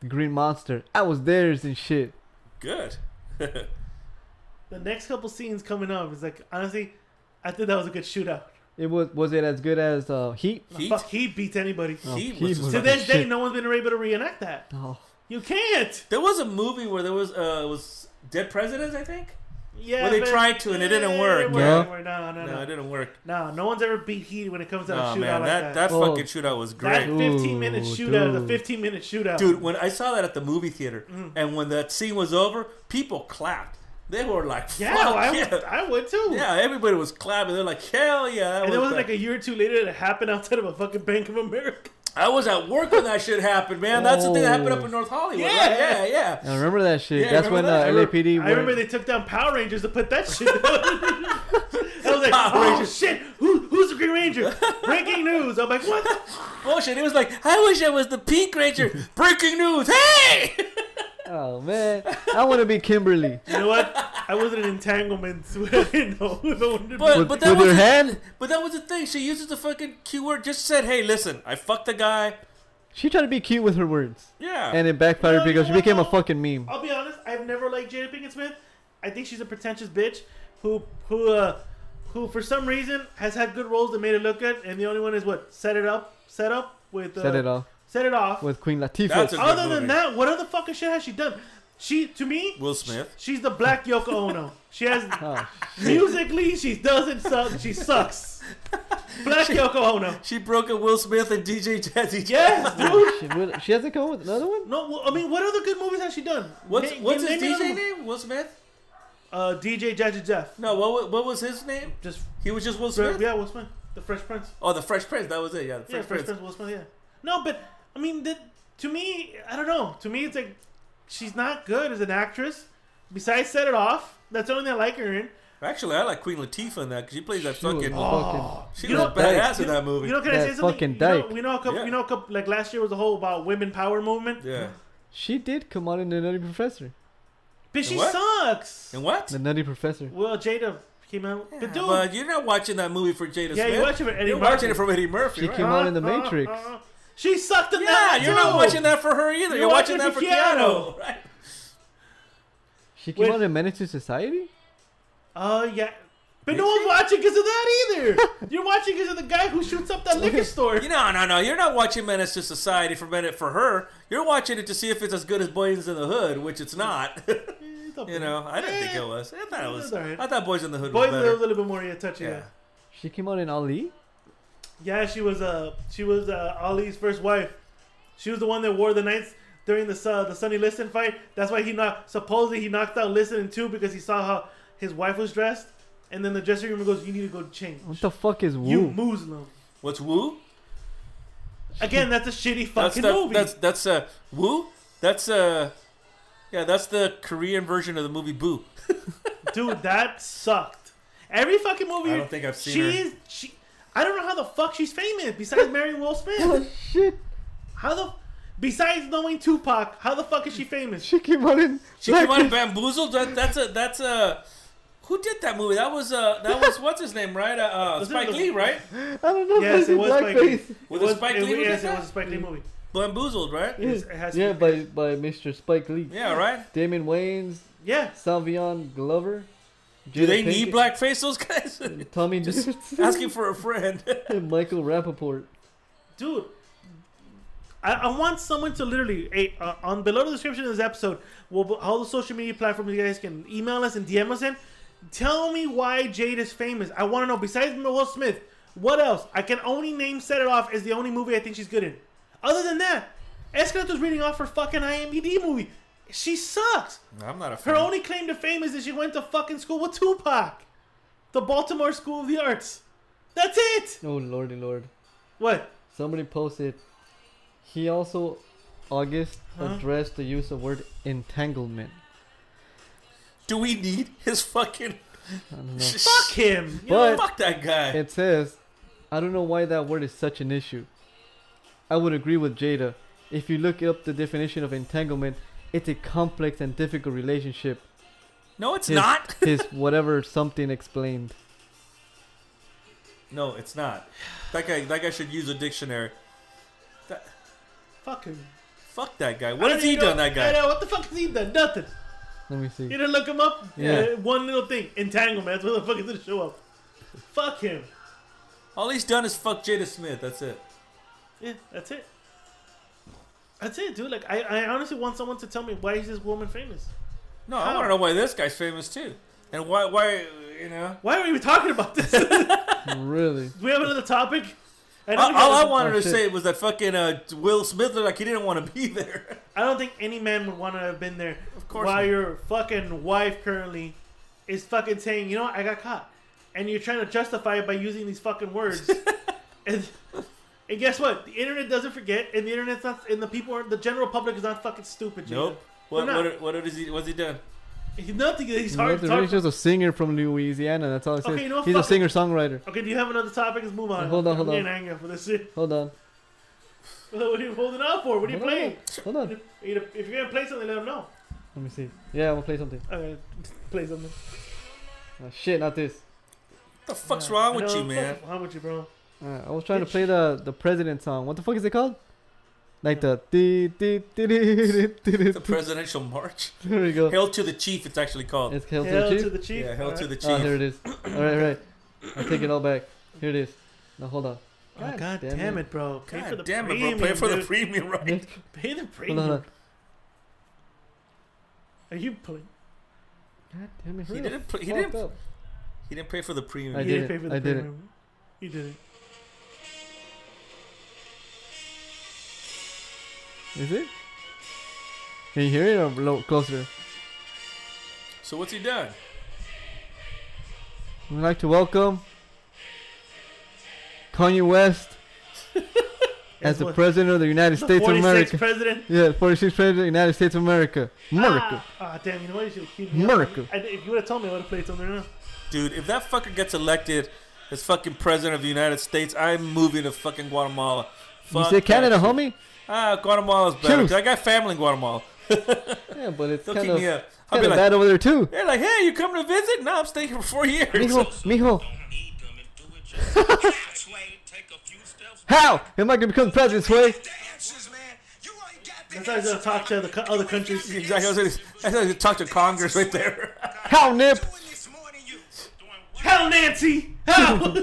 S2: the Green Monster. I was theirs and shit.
S4: Good.
S3: The next couple scenes coming up is like honestly, I think that was a good shootout.
S2: It was was it as good as uh, Heat?
S4: Heat.
S3: Fuck, he beats anybody.
S4: Heat
S2: Heat
S4: was
S2: was-
S3: to this day,
S2: shit.
S3: no one's been able to reenact that.
S2: Oh,
S3: You can't.
S4: There was a movie where there was uh it was Dead Presidents, I think.
S3: Yeah,
S4: Well, they
S3: but-
S4: tried to and it didn't work.
S3: It
S2: Yeah.
S3: didn't work. No, no,
S4: No, it
S3: no,
S4: didn't work.
S3: no. No one's ever beat Heat when it comes to a
S4: Oh
S3: shootout
S4: man,
S3: like
S4: that
S3: that.
S4: that
S2: Oh.
S4: fucking shootout was
S3: That
S4: great.
S3: 15 minute
S2: Ooh,
S3: shootout, the
S2: dude.
S3: 15 minute shootout,
S4: Dude, when I saw that at the movie theater
S3: Mm.
S4: and when that scene was over, people clapped. They were like, Fuck
S3: Yeah, I,
S4: yeah,
S3: Would, I would too.
S4: yeah, everybody was clapping. They're like, hell yeah! That
S3: And it
S4: was
S3: was like a year or two later, it happened outside of a fucking Bank of America.
S4: I was at work when that shit happened, man. That's the thing that happened up
S2: Oh.
S4: in North Hollywood.
S3: Yeah.
S4: right? yeah, yeah.
S2: I remember that shit.
S4: Yeah,
S2: that's when
S4: remember that?
S2: uh,
S4: I
S2: LAPD.
S3: I
S2: went-
S3: remember they took down Power Rangers to put that shit down. I was like,
S4: Power
S3: oh
S4: Rangers.
S3: shit, who, who who's the Green Ranger? Breaking news. I'm like, what? the-
S4: Bullshit. It was like, I wish I was the Pink Ranger. Breaking news. Hey!
S2: Oh man, I want to be Kimberly.
S3: You know what? I was in entanglements. I didn't know. No one did.
S4: But,
S2: With-
S4: but that
S2: with
S4: was
S2: her
S4: the-
S2: hand?
S4: But that was the thing. She uses the fucking Q word. Just said, hey, listen, I fucked the guy.
S2: She tried to be cute with her words,
S4: Yeah.
S2: and it backfired
S3: No, you
S2: because she
S3: know what,
S2: became a
S3: though?
S2: fucking meme.
S3: I'll be honest. I've never liked Jada Pinkett Smith. I think she's a pretentious bitch who who uh, who for some reason has had good roles that made her look good, and the only one is what set it up, set up with uh,
S2: Set it off
S3: set it off.
S2: with Queen Latifah.
S4: That's a-
S3: Other
S4: Good
S3: than
S4: movie.
S3: that, what other fucking shit has she done? She to me,
S4: Will Smith.
S3: she's the black Yoko Ono. She has
S2: Oh,
S3: musically, she doesn't suck. She sucks. Black Yoko Ono.
S4: She broke up Will Smith and DJ Jazzy.
S3: Yes, dude.
S2: she, will- she hasn't come up with another one.
S3: No, well, I mean, what other good movies has she done?
S4: What's,
S3: Na-
S4: what's
S3: name
S4: his
S3: another
S4: DJ
S3: movie.
S4: name? Will Smith?
S3: Uh, DJ Jazzy Jeff.
S4: No, what, wa- what was his name?
S3: Just
S4: He was just Will Smith?
S3: yeah, Will Smith, the Fresh Prince.
S4: Oh, the Fresh Prince. That was it. Yeah, the Fresh
S3: yeah, Fresh
S4: Prince.
S3: Prince, Will Smith. Yeah. No, but I mean, that, to me, I don't know. To me, it's like she's not good as an actress. Besides, set it off. That's the only thing I like her in.
S4: Actually, I like Queen Latifah in that because she plays that
S2: She was
S4: fucking.
S2: a fucking-
S4: she
S3: You
S4: was a
S3: know-
S4: badass
S3: You
S4: in
S3: know-
S4: that movie.
S3: You know, can I
S2: That
S3: say something?
S2: fucking
S3: You know-
S2: dyke.
S3: we know a couple.
S4: Yeah.
S3: You know, a couple. Like last year was the whole about women power movement.
S4: yeah.
S2: She did come out in the Nutty Professor.
S3: But she
S4: what?
S3: sucks.
S4: And what?
S2: The Nutty Professor.
S3: Well, Jada came out. but dude,
S4: But you're not watching that movie for Jada
S3: Yeah,
S4: Smith.
S3: you're watching it for Eddie
S4: You're watching
S3: Murphy.
S4: it from Eddie Murphy.
S2: She
S4: right?
S2: came out in The
S3: Uh,
S2: Matrix.
S3: she sucked in
S4: Yeah,
S3: that.
S4: you're not
S3: too.
S4: watching that for her either. You're, watching, that for Keanu. Right?
S2: She came
S3: With-
S2: out in Menace to Society.
S3: Oh yeah. But no one's watching because of that either. You're watching because of the guy who shoots up that liquor store.
S4: You know, no, no. You're not watching Menace to Society for Menace for her. You're watching it to see if it's as good as Boys in the Hood, which it's not. you know, I didn't think it was. I thought it was.
S3: It's all right.
S4: I thought Boys in the Hood
S3: Boys
S4: was
S3: was a
S4: better.
S3: little bit more yeah, touchy. Yeah.
S4: Yeah.
S2: She came out in Ali.
S3: yeah, she was uh she was uh, Ali's first wife. She was the one that wore the knights during the uh, the Sonny Liston fight. That's why he knocked. Supposedly he knocked out Liston in two because he saw how his wife was dressed. And then the dressing room goes, "You need to go change."
S2: What the fuck is
S3: You
S2: Woo?
S3: Muslim.
S4: What's Woo?
S3: Again, that's a shitty
S4: That's
S3: fucking
S4: the,
S3: movie.
S4: that's that's uh Woo. That's uh yeah. That's the Korean version of the movie Boo.
S3: Dude, that sucked. Every fucking movie.
S4: I don't think I've seen
S3: she
S4: her.
S3: is. She. I don't know how the fuck she's famous besides marrying Will
S2: Oh
S3: Smith.
S2: shit!
S3: How the. Besides knowing Tupac, how the fuck is she famous?
S2: She came out in.
S4: She came out of Bamboozled. That, that's a that's a who did that movie? That was uh that was what's his name right? Uh, uh
S3: Was it
S4: Spike
S3: the-
S4: Lee right?
S2: I don't know.
S3: Yes,
S2: Yes,
S3: it was Spike Lee.
S2: blackface.
S4: Was it Spike Lee Mm-hmm.
S3: It,
S4: who did
S3: yes, it
S4: that?
S3: was a Spike Lee movie.
S4: Bamboozled right?
S3: It has to
S2: Yeah,
S3: be-
S2: by by Mr. Spike Lee.
S4: Yeah, right.
S2: Damon Wayans,
S3: Yeah.
S2: Savion Glover.
S4: Do they need blackface? Those guys.
S2: Tommy
S4: Asking for a friend.
S2: and Michael Rappaport.
S3: Dude. I, I want someone to literally, hey, uh, on below the description of this episode, we'll, put all the social media platforms you guys can email us and DM us in. Tell me why Jade is famous. I want to know, besides Will Smith, what else? I can only name Set It Off as the only movie I think she's good in. Other than that, Escalato's reading off her fucking IMDb movie. She sucks.
S4: I'm not a
S3: Her
S4: friend.
S3: only claim to fame is that she went to fucking school with Tupac, the Baltimore School of the Arts. That's it.
S2: Oh lordy lord!
S3: What?
S2: Somebody posted. He also, August addressed the use of word entanglement.
S4: Do we need his fucking?
S3: Fuck him. You
S2: But-
S4: Fuck that guy.
S2: It says, I don't know why that word is such an issue. I would agree with Jada. If you look up the definition of entanglement, it's a complex and difficult relationship.
S4: No, it's
S2: His-
S4: not.
S2: his whatever something explained.
S4: No, it's not. That guy. That guy should use a dictionary. That,
S3: Fuck him.
S4: fuck that guy. What
S3: I
S4: has
S3: don't
S4: he
S3: even
S4: done?
S3: know-
S4: That
S3: I
S4: guy.
S3: know, what the fuck has he done? Nothing.
S2: Let me see.
S3: You didn't look him up?
S2: Yeah.
S3: Uh, one little thing. Entanglement. That's where the fuck is going to show up. Fuck him.
S4: All he's done is fuck Jada Smith. That's it.
S3: Yeah, that's it. That's it, dude. Like, I, I honestly want someone to tell me why is this woman famous?
S4: No, I
S3: How?
S4: want to know why this guy's famous too, and why why you know.
S3: Why are we even talking about this? Do
S2: Really?
S3: we have another topic? I
S4: All,
S3: don't,
S4: all I
S3: think,
S4: wanted
S2: Oh,
S4: to
S2: shit.
S4: say was that fucking uh, Will Smith looked like he didn't want to be there.
S3: I don't think any man would want to have been there of
S4: course
S3: while
S4: not.
S3: your fucking wife currently is fucking saying, you know what, I got caught. And you're trying to justify it by using these fucking words. and, and guess what? The internet doesn't forget, and the internet's not, and the people, aren't, the general public is not fucking stupid. Jacob.
S4: Nope. What
S3: They're
S4: what
S3: not.
S4: what is he what's he done?
S3: He's nothing. He's
S2: No,
S3: hard to
S2: the
S3: talk.
S2: Rick's just a singer from Louisiana. That's all I said.
S3: Okay, you know,
S2: He's a
S3: fuck it.
S2: singer songwriter.
S3: Okay, do you have another topic? Let's move on.
S2: Hold on, hold
S3: I'm
S2: on.
S3: getting angry for this shit.
S2: Hold on.
S3: What are you holding out for? What are you
S2: Hold on.
S3: playing?
S2: Hold on.
S3: If you're gonna play something, let them know.
S2: Let me see. Yeah, we'll play something.
S3: Okay, play something.
S2: Oh, shit, not this.
S4: What the fuck's wrong with you, man?
S3: How much you, bro?
S2: Uh, I was trying to play the the president song. What the fuck is it called? Like the dee dee dee dee dee dee dee.
S4: The presidential march.
S2: There we go.
S4: Hail to the chief. It's actually called.
S2: It's Hail
S3: Hail
S2: to the
S3: to
S2: Chief.
S3: the chief.
S4: yeah, hail to the chief.
S2: Oh, here it is. All right, all right. I take it all back. Here it is. Now hold on.
S3: Oh, God damn it, bro. Pay for
S4: God
S3: the
S4: damn it,
S3: premium,
S4: bro! Pay for the
S3: dude.
S4: premium, right?
S3: Pay the
S2: Hold on, hold on.
S3: premium. Are you playing?
S2: God damn it.
S4: He
S2: hurry
S4: didn't. pl- He
S2: fuck
S4: didn't.
S2: up.
S4: He didn't pay for the premium.
S2: I
S3: You
S2: did
S3: didn't
S2: it.
S3: pay for the
S2: I did it.
S3: premium. You did it.
S2: Is it? Can you hear it or low, closer?
S4: So what's he done?
S2: We'd like to welcome Kanye West as the
S3: what-
S2: president of the United
S3: The
S2: States of
S3: 46th
S2: America.
S3: president.
S2: Yeah, 46th president of the United States of America. America.
S3: Ah, ah, damn, you know what? You should keep me up.
S2: America.
S3: I, if you would have told me, I would have played something else.
S4: Dude, if that fucker gets elected as fucking president of the United States, I'm moving to fucking Guatemala.
S2: you
S4: Fuck
S2: say Canada,
S4: that shit.
S2: homie?
S4: Ah, Guatemala's better.
S2: Choose.
S4: 'cause I got family in Guatemala.
S2: Yeah, but it's
S4: They'll
S2: kind
S4: keep
S2: of
S4: me up. I'll
S2: kind
S4: be
S2: of
S4: like,
S2: bad over there too.
S4: they're like, hey, you coming to visit? No, I'm staying here for four years.
S2: Mijo, mijo, how am I gonna become president, Sway?
S3: That's how he's going to talk to the co- other countries.
S4: Exactly. I was like, I was like, talk to Congress right there.
S2: How nip?
S3: Hell, Nancy! Hell!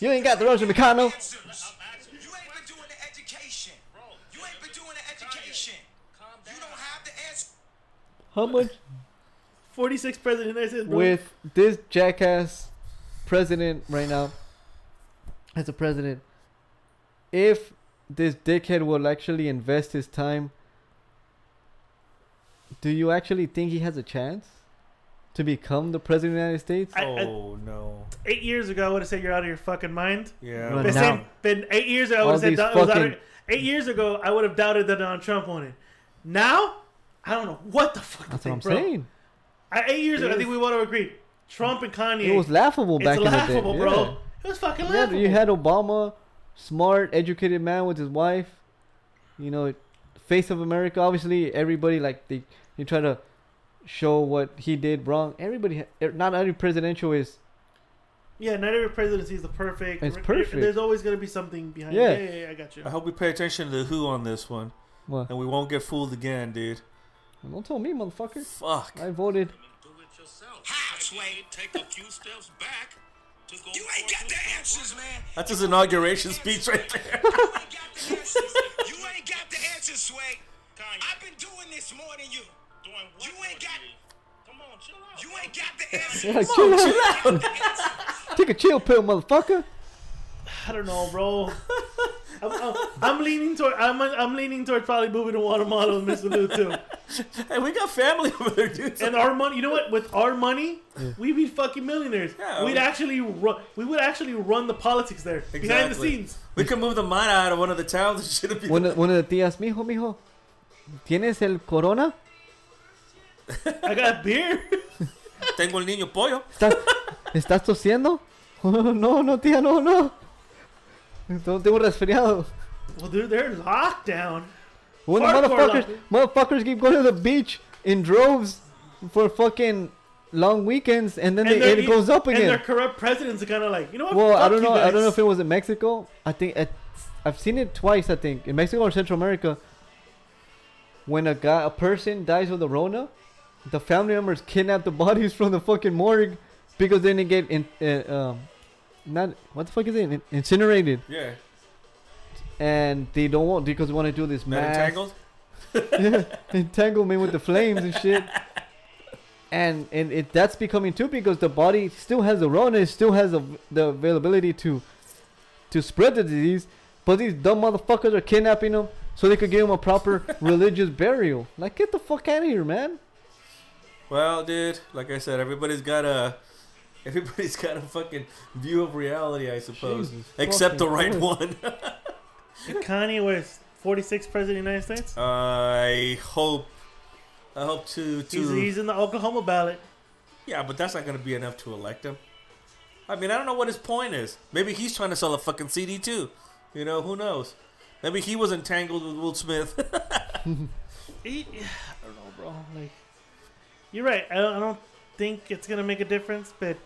S2: You ain't got the Russian Meccano.
S6: You ain't been doing the education. You ain't been doing the education. You don't have the answer.
S2: How much
S3: 46th president of the United States, bro.
S2: with this jackass president right now as a president if this dickhead will actually invest his time do you actually think he has a chance to become the president of the united states
S3: I- I-
S4: Oh no.
S3: eight years ago, I would have said you're out of your fucking mind.
S4: Yeah.
S2: Run.
S3: Been,
S2: Now.
S3: saying- been eight years ago, I
S2: All
S3: would have said
S2: these
S3: Don- it was out of-
S2: fucking-
S3: eight years ago, I would have doubted that Donald Trump won it. Now, I don't know what the fuck. to
S2: that's what
S3: think,
S2: i'm
S3: bro.
S2: saying
S3: I, eight years ago, I
S2: is-
S3: think we would have agreed. Trump and Kanye.
S2: it was laughable
S3: It's
S2: back
S3: laughable,
S2: in the day
S3: bro.
S2: Yeah.
S3: It was fucking
S2: Yeah,
S3: laughable.
S2: you had Obama, smart, educated man with his wife. You know, face of America. Obviously, everybody like they you try to show what he did wrong. Everybody, ha- not every presidential is
S3: Yeah, not every presidency is the perfect.
S2: It's
S3: Re-
S2: perfect.
S3: There's always gonna be something behind.
S2: Yeah.
S3: it. yeah, yeah, yeah, I got you.
S4: I hope we pay attention to who on this one,
S2: well.
S4: and we won't get fooled again, dude.
S2: Don't tell me, motherfucker.
S4: Fuck.
S2: I voted.
S6: You ain't got the answers, man.
S4: That's his inauguration speech right there.
S6: You ain't got the answers. you ain't got the answers, Sway. I've been doing this more than you. you ain't got. Come on, chill out. You ain't got the answers.
S2: Like, chill out. Take a chill pill, motherfucker.
S3: I don't know, bro. I'm, I'm, I'm leaning toward. I'm, I'm leaning toward probably moving to Guatemala with Miss Lou too.
S4: Hey, we got family over there, dude.
S3: And our money, you know what? With our money, we'd be fucking millionaires.
S4: Yeah,
S3: we'd
S4: we-
S3: actually run. We would actually run the politics there behind the
S4: Exactly.
S3: scenes.
S4: we can move the mana out of one of the towns and shit. It'd be-
S2: One of, one of the tías, mijo, mijo. ¿Tienes el corona?
S3: I got beer.
S4: Tengo el niño pollo.
S2: ¿Estás, ¿estás tosiendo? no, no, tía, no, no. No tengo resfriado.
S3: well, dude, they're locked down.
S2: When the
S3: Hardcore
S2: motherfuckers, motherfuckers keep going to the beach in droves for fucking long weekends, and then they,
S3: they're- e,
S2: it goes up
S3: And their
S2: again.
S3: corrupt presidents are kind of like, you know what?
S2: Well, I
S3: Fuck
S2: don't
S3: you
S2: know. I don't know
S3: guys.
S2: if it was in Mexico. I think it, I've seen it twice. I think in Mexico or Central America, when a guy, a person dies with the Rona, the family members kidnap the bodies from the fucking morgue because then they get in, uh, um, not what the fuck is it? In- incinerated,
S4: Yeah.
S2: and they don't want because they want to do this
S4: Not
S2: mass
S4: entangled.
S2: entanglement with the flames and shit. And and it that's becoming too because the body still has the rona, it still has the the availability to to spread the disease. But these dumb motherfuckers are kidnapping them so they could give them a proper religious burial. Like get the fuck out of here, man.
S4: Well, dude, like I said, everybody's got a everybody's got a fucking view of reality, I suppose,
S2: Jesus
S4: except the right
S2: fucking
S4: one. Oh,
S3: Kanye West, 46th president of the United States.
S4: I hope I hope to to
S3: He's, he's in the Oklahoma ballot.
S4: yeah, but that's not gonna be enough to elect him. I mean, I don't know what his point is. Maybe he's trying to sell a fucking CD too. You know, who knows? Maybe he was entangled with Will Smith.
S3: He, I don't know, bro. Like, you're right. I don't, I don't think it's gonna make a difference, but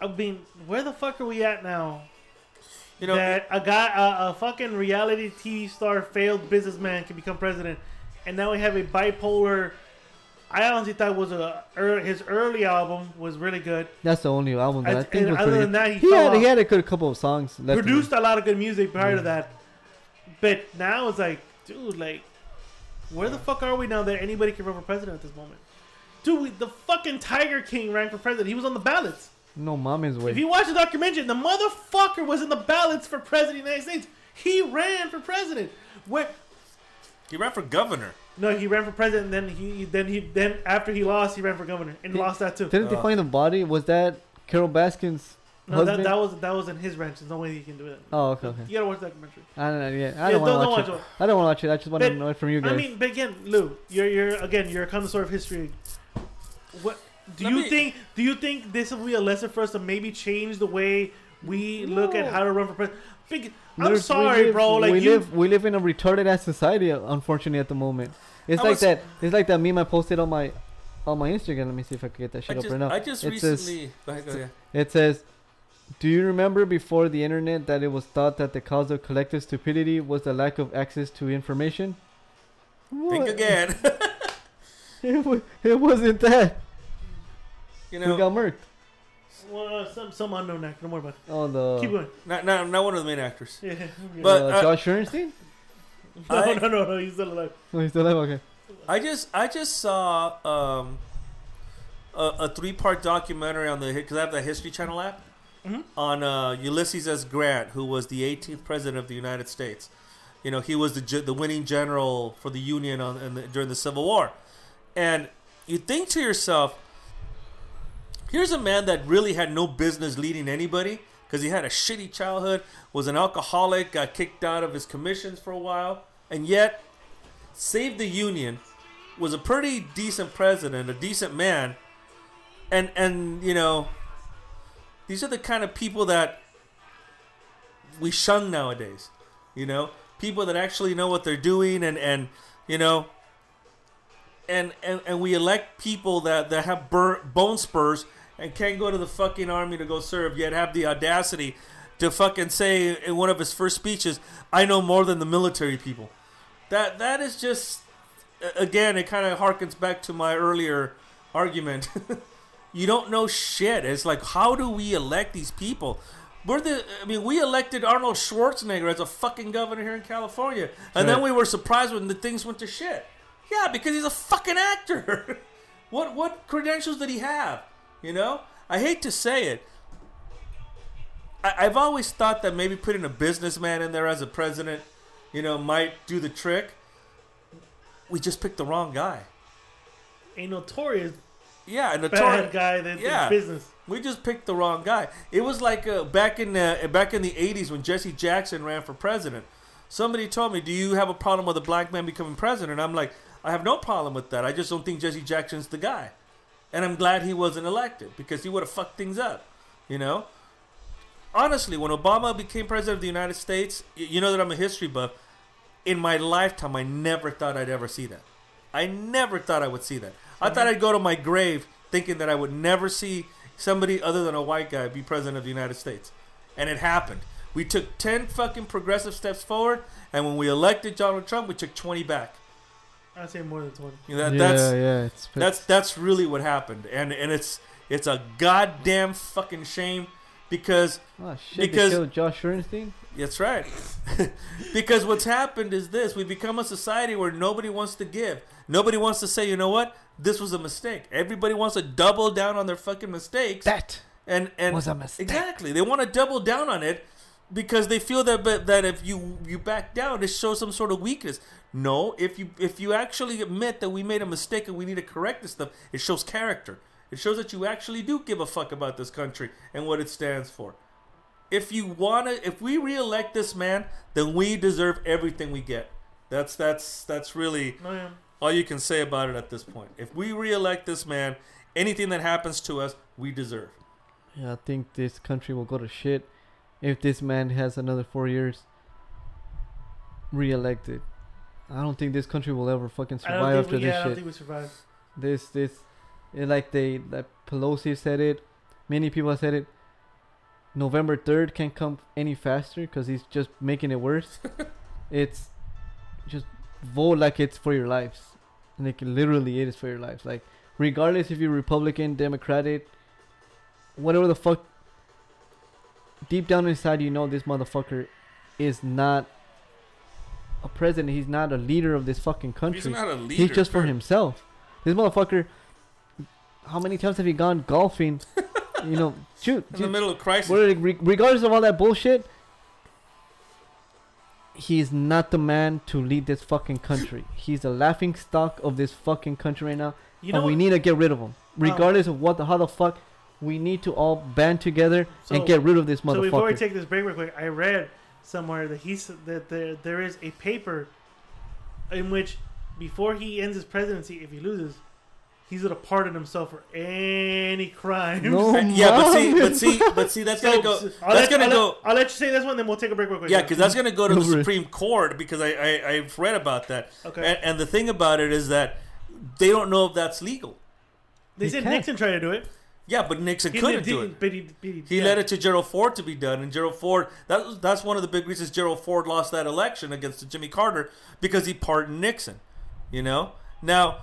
S3: I mean, where the fuck are we at now?
S4: you know,
S3: that a guy, a, a fucking reality TV star, failed businessman can become president, and now we have a bipolar. I honestly thought was a ear his early album was really good.
S2: That's the only album that
S3: I-
S2: I, think
S3: and
S2: was
S3: other
S2: pretty
S3: than
S2: good.
S3: that, he
S2: he
S3: fell
S2: had, he
S3: off.
S2: had a good couple of songs left. in him.
S3: Produced a lot of good music prior to that, but now it's like, dude, like, where the fuck are we now that anybody can run for president at this moment? Dude, we, the fucking Tiger King ran for president. He was on the ballots.
S2: No mommy's way.
S3: If you watch the documentary, the motherfucker was in the ballots for president of the United States. He ran for president. Where,
S4: he ran for governor.
S3: No, he ran for president, and then he then he then after he lost, he ran for governor and lost that too.
S2: Didn't they find the body? Was that Carol Baskin's
S3: Uh. No, that,
S2: husband?
S3: that was that was in his ranch. There's no way he can do that.
S2: oh, okay, okay.
S3: You gotta watch that documentary.
S2: I don't know. Yeah, I don't
S3: don't-
S2: want
S3: don't
S2: to watch,
S3: watch
S2: it. I don't want to watch it. I just want to
S3: But,
S2: know it from you guys.
S3: I mean, but again, Lou, you're you're again you're a connoisseur of history. What do
S4: Let
S3: you
S4: me-
S3: think? Do you think this will be a lesson for us to maybe change the way we look at how to run for president? Big- I'm
S2: There's- we
S3: sorry,
S2: live-
S3: bro. Like
S2: we
S3: you,
S2: live, we live in a retarded ass society, uh, unfortunately, at the moment. It's
S4: I
S2: like
S4: was-
S2: that. It's like that meme I posted on my, on my Instagram. Let me see if I can get that
S4: I
S2: shit
S4: just,
S2: up right now.
S4: I just
S2: it Says,
S4: recently. Go ahead, go ahead.
S2: it says, "Do you remember before the internet that it was thought that the cause of collective stupidity was the lack of access to information?
S4: Think
S2: What?
S4: again.
S2: It, wa- it wasn't that.
S4: you
S2: We
S4: know,
S2: got murked.
S3: well, uh, some some unknown actor. Don't worry about it.
S2: Oh, the
S3: Keep going.
S4: not, not not one of the main actors.
S3: Yeah.
S2: uh,
S4: But uh,
S2: Josh Ernstein.
S3: no,
S4: I-
S3: no, no, no. He's still alive.
S2: Oh, he's still alive. Okay.
S4: I just I just saw um, a, a three part documentary on the because I have the History Channel app on uh, Ulysses S. Grant, who was the 18th president of the United States. You know, he was the ge- the winning general for the Union on, in the, during the Civil War, and you think to yourself, here's a man that really had no business leading anybody because he had a shitty childhood, was an alcoholic, got kicked out of his commissions for a while, and yet saved the Union, was a pretty decent president, a decent man, and and you know, these are the kind of people that we shun nowadays. You know, people that actually know what they're doing, and and you know, and and, and we elect people that that have bur- bone spurs and can't go to the fucking army to go serve, yet have the audacity. To fucking say in one of his first speeches, I know more than the military people that that is just a- again it kind of harkens back to my earlier argument you don't know shit it's like how do we elect these people we're the i mean we elected arnold schwarzenegger as a fucking governor here in california and then we were surprised when the things went to shit yeah because he's a fucking actor what what credentials did he have you know i hate to say it I, I've always thought that maybe putting a businessman in there as a president, you know, might do the trick. We just picked the wrong guy.
S3: A notorious
S4: Yeah, and the
S3: bad
S4: Tor-
S3: guy that
S4: Yeah.
S3: in business.
S4: We just picked the wrong guy. It was like uh, back in the back in the '80s when Jesse Jackson ran for president. Somebody told me, "Do you have a problem with a black man becoming president?" I'm like, "I have no problem with that. I just don't think Jesse Jackson's the guy." And I'm glad he wasn't elected because he would have fucked things up, you know. Honestly, when Obama became president of the United States, y- you know that I'm a history buff. In my lifetime, I never thought I'd ever see that. I never thought I would see that.
S2: Mm-hmm.
S4: I thought I'd go to my grave thinking that I would never see somebody other than a white guy be president of the United States. And it happened. We took 10 fucking progressive steps forward, and when we elected Donald Trump, we took 20 back.
S3: I'd say more than twenty.
S4: You know, that,
S2: yeah,
S4: that's,
S2: yeah. It's,
S4: that's that's really what happened. And and it's it's a goddamn fucking shame because
S2: oh shit.
S4: because-
S2: they killed Josh Ernstein.
S4: that's right. because what's happened is this we've become a society where nobody wants to give. Nobody wants to say, you know what? This was a mistake. Everybody wants to double down on their fucking mistakes.
S2: That
S4: and and
S2: was a mistake.
S4: Exactly. They want to double down on it because they feel that but that if you you back down, it shows some sort of weakness. No, if you if you actually admit that we made a mistake and we need to correct this stuff, it shows character. It shows that you actually do give a fuck about this country and what it stands for. If you wanna, if we reelect this man, then we deserve everything we get. That's that's that's really
S3: No, yeah.
S4: all you can say about it at this point. If we reelect this man, anything that happens to us, we deserve.
S2: Yeah, I think this country will go to shit if this man has another four years reelected. I don't think this country will ever fucking
S3: I
S2: survive
S3: don't
S2: after
S3: think we, yeah, I
S2: this
S3: don't
S2: shit.
S3: think we survive.
S2: This this, it, like they like Pelosi said it, many people have said it. November third can't come any faster because he's just making it worse. it's just vote like it's for your lives, and like literally it is for your lives. Like regardless if you're Republican, Democratic, whatever the fuck. Deep down inside, you know this motherfucker is not a president. He's not a leader of this fucking country.
S4: He's not a leader.
S2: He's just for himself. This motherfucker. How many times have you gone golfing? you know, shoot.
S4: In the
S2: dude,
S4: middle of crisis.
S2: we're- re- regardless of all that bullshit, he's not the man to lead this fucking country. He's the laughing stock of this fucking country right now,
S3: You know
S2: and we
S3: what?
S2: need to get rid of him. Regardless of what the how the fuck, we need to all band together
S3: So-
S2: and get rid of this
S3: So before we
S2: motherfucker.
S3: take this break real quick, I read somewhere that he's that there there is a paper in which before he ends his presidency, if he loses, he's gonna pardon himself for any crimes.
S2: No.
S4: And- yeah, but see,
S2: Mom.
S4: but see, but see, that's gonna
S3: So,
S4: go.
S3: so I'll let-
S4: That's gonna
S3: I'll
S4: go.
S3: Let, I'll let you say this one, then we'll take a break real quick.
S4: Yeah, because that's going to go to the
S2: Over it.
S4: Supreme Court because I, I I've read about that.
S3: Okay.
S4: And, and the thing about it is that they don't know if that's legal.
S3: they
S2: He
S3: said
S2: can't.
S3: Nixon tried to do it.
S4: Yeah, but Nixon
S3: He
S4: couldn't
S3: did-
S4: do it.
S3: But he, but he,
S4: He
S3: yeah.
S4: let it to Gerald Ford to be done, and Gerald Ford. That, that's one of the big reasons Gerald Ford lost that election against Jimmy Carter because he pardoned Nixon. You know. Now,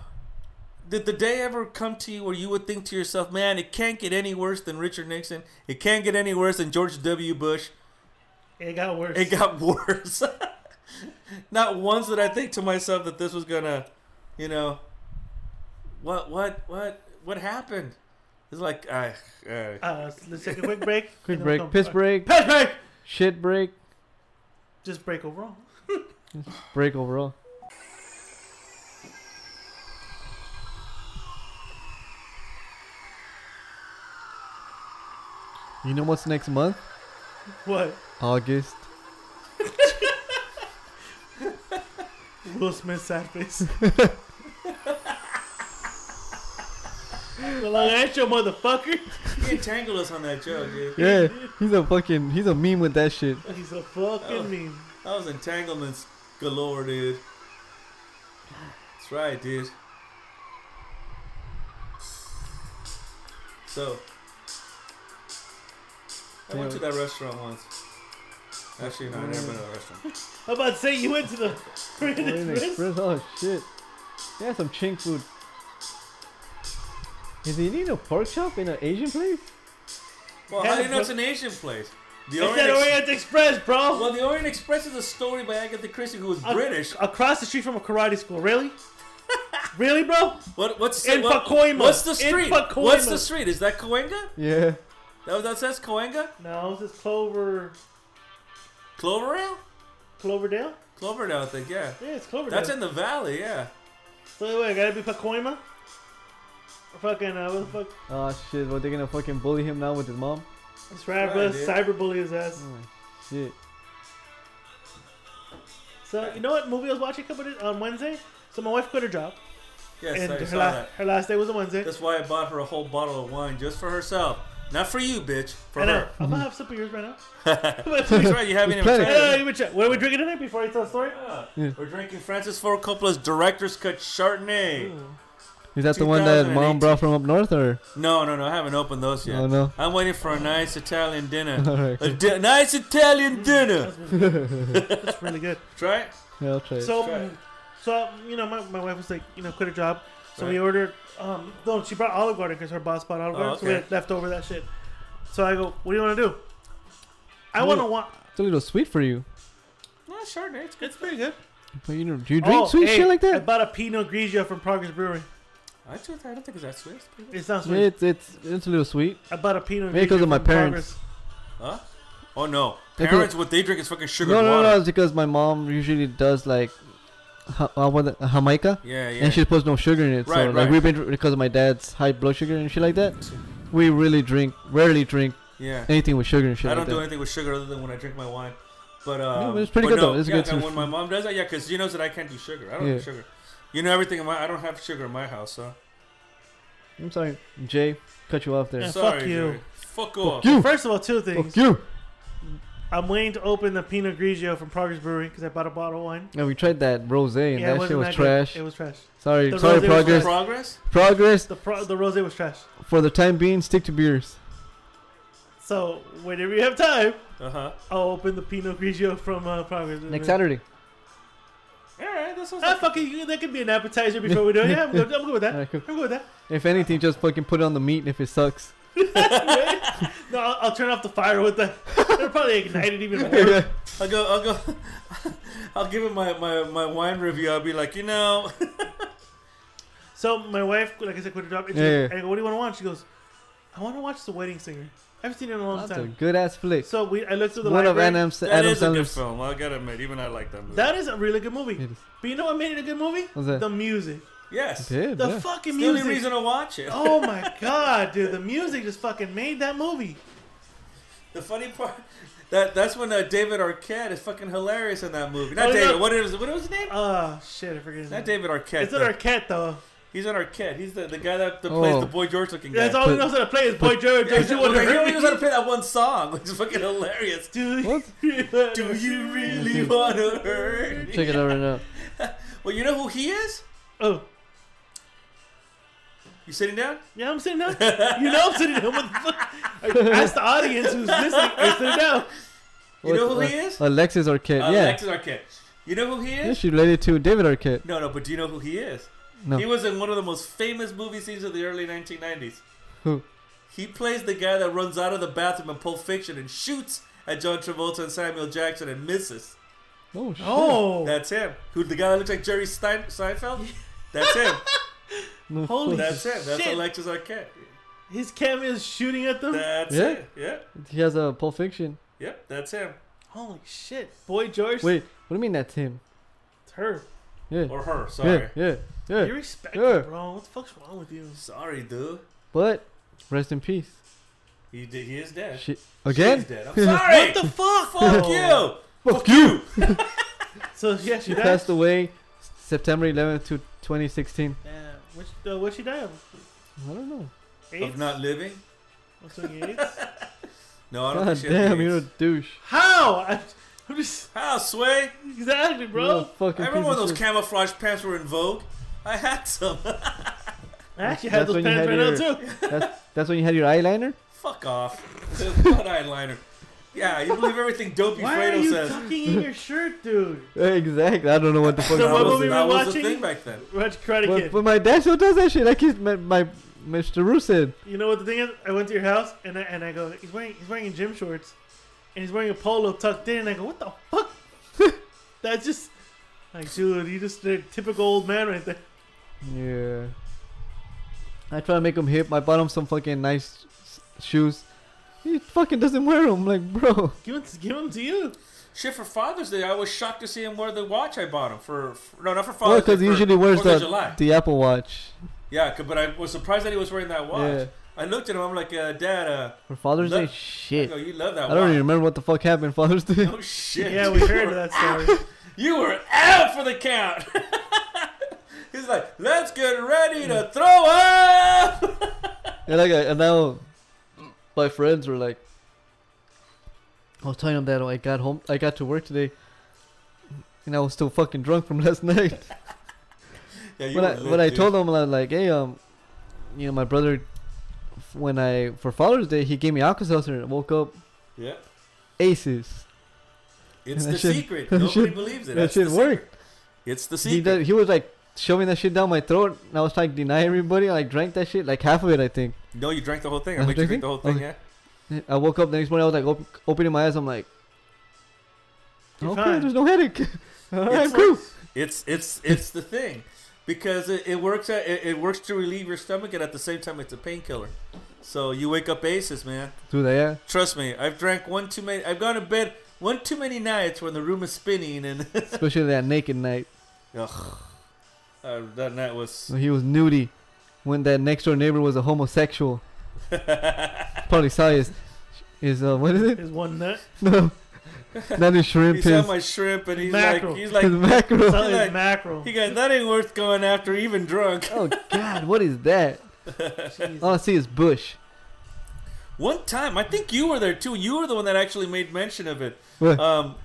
S4: did the day ever come to you where you would think to yourself, "Man, it can't get any worse than Richard Nixon. It can't get any worse than George W. Bush.
S3: It got worse.
S4: It got worse." Not once did I think to myself that this was gonna, you know, what what what what happened. It's like I. Uh,
S3: Uh, so let's take a quick break. and
S2: Quick
S3: then
S2: break,
S3: we'll come-
S2: piss
S3: uh,
S2: break,
S3: Piss break.
S2: shit break,
S3: Just break overall.
S2: break overall. You know what's next month?
S3: What?
S2: August.
S3: Will Smith sad face. well, I ain't your motherfucker.
S4: He entangled us on that joke, dude.
S2: Yeah, he's a fucking he's a meme with that shit.
S3: He's a fucking meme.
S4: That was entanglements galore, dude. That's right, dude. So, I went to that restaurant once. Actually, no, I never been to a restaurant.
S3: I'm about to say you went to the Orient
S2: Orient
S3: Express.
S2: Express, Oh shit. Yeah, some chink food. Is he eating a pork chop in an Asian place?
S4: Well, how do you know it's an Asian place? The
S3: It's
S4: Orient
S3: that
S4: Ex-
S3: Orient Express, bro.
S4: well, the Orient Express is a story by Agatha Christie, who was
S3: Ac-
S4: British.
S3: Across the street from a karate school. Really? really, bro?
S4: What, what's
S3: In
S4: what-
S3: Pacoima.
S4: What's the
S3: In
S4: street?
S3: Pacoima.
S4: What's the street? Is that Coenga?
S2: Yeah.
S4: That that says Coenga?
S3: No, this is Clover.
S4: Cloverdale?
S3: Cloverdale?
S4: Cloverdale, I think. Yeah.
S3: Yeah, it's Cloverdale.
S4: That's in the valley, yeah.
S3: So anyway, gotta be Pacoima. Or Fucking, uh, what the fuck?
S2: Oh shit, well they're gonna fucking bully him now with his mom?
S3: That's right,
S4: Right,
S3: bro.
S4: dude.
S3: Cyberbully his ass.
S2: Shit.
S3: So you know what movie I was watching a couple days- on Wednesday? So my wife quit her job,
S4: Yes,
S3: and
S4: I
S3: her,
S4: saw
S3: la-
S4: that.
S3: her last day was on Wednesday.
S4: That's why I bought her a whole bottle of wine just for herself. Not for you, bitch. For
S3: I know.
S4: her.
S3: I'm gonna have some of yours right now.
S4: That's right, you haven't even
S2: There's
S4: tried
S3: Hey,
S4: it.
S3: you would check. What are we drinking tonight? Before I tell the story,
S4: Yeah. We're drinking Francis Ford Coppola's Director's Cut Chardonnay.
S2: Hmm. Is that the one that
S4: 2018.
S2: mom brought from up north or
S4: No, no, no. I haven't opened those yet.
S2: Oh, no.
S4: I'm waiting for a nice Italian dinner.
S2: All right,
S4: A di- nice Italian dinner.
S3: it's really good.
S4: Try it.
S2: yeah, I'll try it.
S3: So, mm,
S4: Try it.
S3: so you know, my, my wife was like, you know, quit her job, so we
S4: Right.
S3: ordered. Um, no, she brought Olive Garden because her boss bought Olive
S4: Oh,
S3: Garden, so we
S4: okay.
S3: had left over that shit. So I go, what do you want to do? I want to
S2: Ooh.
S3: want.
S2: it's a little sweet for you.
S4: No, Chardonnay. It's good.
S3: It's pretty good.
S2: But you know, do you drink
S3: Oh,
S2: sweet
S3: hey,
S2: shit like
S3: I
S2: that?
S3: bought a Pinot Grigio from Progress Brewery.
S4: I don't think it's that sweet. It's pretty good.
S3: It's not
S2: Yeah,
S3: sweet.
S2: it's it's it's a little sweet.
S3: I bought a Pinot
S2: Maybe 'cause
S3: Grigio
S2: of my
S3: from
S2: parents.
S3: Progress.
S4: Huh? Oh, no.
S2: Because-
S4: Parents, what they drink is fucking sugar
S2: No,
S4: water.
S2: no, no. It's because my mom usually does like, ha- uh, what the- Jamaica,
S4: Yeah, yeah.
S2: and she puts no sugar in it. so
S4: Right,
S2: like
S4: right.
S2: we've been because of my dad's high blood sugar and shit like that. We really drink, rarely drink
S4: yeah.
S2: anything with sugar and shit
S4: I don't
S2: like
S4: do
S2: that.
S4: anything with sugar other than when I drink my wine. But uh,
S2: but it's pretty
S4: but
S2: good, though. It's
S4: yeah,
S2: good
S4: and
S2: to-
S4: when my mom does that, yeah, because she knows that I can't do sugar. I don't
S2: Yeah.
S4: do sugar. You know everything. In my, I don't have sugar in my house, huh?
S2: I'm sorry, Jay, cut you off there.
S3: Yeah, Oh, fuck
S4: Sorry,
S3: you.
S4: Jerry. Fuck off.
S2: you.
S3: First of all, two things.
S2: Fuck you.
S3: I'm waiting to open the Pinot Grigio from Progress Brewery because I bought a bottle of wine.
S2: Yeah, we tried that rose and
S3: it
S2: that shit
S3: wasn't
S2: was
S3: that good.
S2: trash.
S3: It was trash.
S2: sorry,
S3: the rosé
S2: sorry,
S3: was
S2: progress.
S4: Progress.
S2: Progress
S3: The pro- the rosé was trash.
S2: for the time being. Stick to beers.
S3: So whenever you have time,
S4: Uh huh.
S3: I'll open the Pinot Grigio from uh, Progress. Brewery.
S2: Next Saturday.
S4: All right. That sounds.
S3: Ah,
S4: Like,
S3: fuck it. you- That could be an appetizer before we do it. Yeah, I'm good. I'm good with that.
S2: Alright, cool.
S3: I'm good with that.
S2: If anything, just fucking put it on the meat. And if it sucks,
S3: No, I'll, I'll turn off the fire with that. They're probably ignited even more.
S2: yeah,
S4: I'll go. I'll go. I'll give it my, my, my wine review. I'll be like, you know,
S3: So my wife, like I said, quit her job. And she
S2: Yeah,
S3: goes-
S2: yeah.
S3: and I go, "What do you want to watch?" She goes, "I want to watch The Wedding Singer. I haven't seen it in a long
S2: that's a
S3: time."
S2: good ass flick.
S3: So we, I looked through the
S2: One of
S3: library.
S2: Adam,
S4: that
S2: Adam
S4: is a good
S2: Sandler's.
S4: film. I gotta admit, even I like that movie.
S3: That is a really good movie.
S2: It is.
S3: But you know what made it a good movie?
S2: What's that?
S3: The music.
S4: yes.
S2: Yeah,
S3: The
S2: yeah.
S3: fucking
S4: It's the only
S3: music.
S4: reason to watch it.
S3: oh my god, dude! The music just fucking made that movie.
S4: The funny part that that's when uh, David Arquette is fucking hilarious in that movie. Not
S3: Oh,
S4: David.
S3: no.
S4: What is what was his name?
S3: Oh shit, I forget his
S4: Not
S3: name.
S4: David Arquette.
S3: It's an
S4: though.
S3: Arquette though.
S4: He's an Arquette. He's the, the guy that, that plays
S2: Oh.
S4: the boy George looking guy.
S3: That's all he knows how to play is Boy George.
S4: Yeah,
S3: Don't you want to
S4: he
S3: hurt
S4: only knows how to
S3: me?
S4: play that one song, which is fucking hilarious.
S3: Do
S2: What?
S3: you-
S4: Do you really want to hurt? me?
S2: Check it out right now.
S4: Well, you know who he is.
S3: Oh,
S4: You sitting down?
S3: yeah, I'm sitting down. You know I'm sitting down. What the fuck? I- Ask the audience who's listening. I'm sitting down.
S4: You know who he is?
S2: Alexis Arquette.
S4: Uh,
S2: yeah.
S4: Alexis Arquette. You know who he
S2: yeah,
S4: is?
S2: she related to David Arquette.
S4: No, no, but do you know who he is?
S2: No.
S4: He was in one of the most famous movie scenes of the early 1990s.
S2: Who?
S4: He plays the guy that runs out of the bathroom in Pulp Fiction and shoots at John Travolta and Samuel Jackson and misses.
S2: Oh shit.
S3: Oh,
S4: That's him. Who the guy that looks like Jerry Stein- Seinfeld? That's him.
S2: No,
S3: holy
S4: That's him. That's
S3: Shit.
S4: Alexis Arquette.
S3: his camera is shooting at them.
S4: That's
S2: Yeah.
S4: it. Yeah.
S2: He has a Pulp Fiction.
S4: Yep. That's him.
S3: Holy shit, Boy George.
S2: Wait, what do you mean that's him?
S3: it's her.
S2: Yeah.
S4: Or her. Sorry.
S2: Yeah, yeah, yeah.
S3: You respect
S2: Yeah.
S3: her, bro. What the fuck's wrong with you?
S4: Sorry, dude.
S2: But rest in peace.
S4: He did. He is dead.
S2: She again.
S4: He's dead. I'm sorry.
S3: What the fuck? Oh.
S4: Fuck you. Fuck you.
S3: So yeah, she
S2: She
S3: died.
S2: passed away September 11th to 2016.
S3: Yeah. Which uh, what she died of?
S2: I don't know.
S4: Of
S3: AIDS.
S4: not living.
S3: I'm assuming AIDS.
S4: No, I don't
S2: God
S4: think she had
S2: damn,
S4: AIDS.
S2: you're a douche.
S3: How? I'm, I'm just
S4: How sway?
S3: exactly,
S2: You're a
S3: bro.
S2: fucking
S4: I
S2: piece
S4: remember when
S2: of
S4: those
S2: shit.
S4: camouflage pants were in vogue. I had some.
S3: I actually had
S2: That's
S3: those
S2: when you
S3: pants right
S2: had
S3: now
S2: your-
S3: too.
S2: that's, that's when you had your eyeliner.
S4: Fuck off. Blood eyeliner. Yeah, you believe everything Dopey
S3: Why are
S4: Fredo
S3: you
S4: says.
S3: tucking in your shirt, dude?
S2: Exactly. I don't know what the fuck.
S3: So
S4: That
S3: what
S4: was-
S3: movie
S4: that
S3: we
S4: was the
S3: watching?
S4: thing back then.
S3: Watch Karate
S2: but,
S3: Kid.
S2: but my dad still does that shit. I keep my, my Mr. Rusin.
S3: You know what the thing is? I went to your house and I, and I go, he's wearing he's wearing gym shorts, and he's wearing a polo tucked in. And I go, what the fuck? That's just like, dude, you just a typical old man right there.
S2: Yeah. I try to make him hip. I bought him some fucking nice s- shoes. He fucking doesn't wear them. Like, bro.
S3: Give him give him to you.
S4: Shit, for Father's Day, I was shocked to see him wear the watch I bought him for. for no, not for
S2: Well,
S4: Father's Day.
S2: because he
S4: for
S2: usually wears
S4: Fourth of
S2: the,
S4: July.
S2: the Apple Watch
S4: Yeah, 'cause- but I was surprised that he was wearing that watch.
S2: Yeah.
S4: I looked at him. I'm like, uh, Dad, uh,
S2: for Father's
S4: No.
S2: Day.
S4: I
S2: Shit.
S4: go, you love that
S2: I don't
S4: watch.
S2: even remember what the fuck happened Father's Day.
S4: Oh shit!
S3: Yeah, we
S4: You
S3: heard
S4: were
S3: that story.
S4: You were out for the count. He's like, let's get ready to throw up.
S2: And like, I, and now my friends were like, I was telling them that when I got home, I got to work today, and I was still fucking drunk from last night.
S4: yeah, you
S2: But
S4: were
S2: I,
S4: lit,
S2: but I
S4: dude.
S2: told them, I was like, hey, um, you know, my brother, f- when I for Father's Day, he gave me Alka Seltzer, and I woke up
S4: yeah,
S2: aces.
S4: it's
S2: That
S4: the
S2: shit-
S4: secret.
S2: that
S4: Nobody
S2: shit-
S4: believes it.
S2: that
S4: That's
S2: shit
S4: the
S2: worked.
S4: secret. It's the
S2: He,
S4: secret.
S2: did, he was like shoving that shit down my throat, and I was like denying everybody. I like, drank that shit, like half of it, I think.
S4: No, you drank the whole thing. I
S2: I
S4: made you
S2: drank
S4: drink the whole
S2: it?
S4: thing.
S2: Okay.
S4: Yeah.
S2: I woke up the next morning. I was like op- opening my eyes. I'm like,
S3: You're
S2: okay,
S3: fine.
S2: there's no headache. All right,
S4: It's
S2: cool.
S4: like- It's it's it's the thing, because it, it works. At, it, it works to relieve your stomach, and at the same time, it's a painkiller. So you wake up aces, man.
S2: Dude, yeah.
S4: Trust me, I've drank one too many. I've gone to bed one too many nights when the room is spinning, and
S2: Especially that naked night.
S4: Ugh. Uh, that night was.
S2: So he was nudie when that next door neighbor was a homosexual. Probably saw his, his uh, what is it?
S3: Is one nut.
S2: No, Not his shrimp
S4: He
S2: his,
S4: saw my shrimp and he's
S3: Mackerel.
S4: like, he's
S2: his
S4: like,
S2: mackerel.
S3: Sell his
S4: like-
S3: mackerel.
S4: he goes, that ain't worth going after even drunk.
S2: oh God, what is that? All I see is bush.
S4: One time, I think you were there too. You were the one that actually made mention of it.
S2: What?
S4: Um,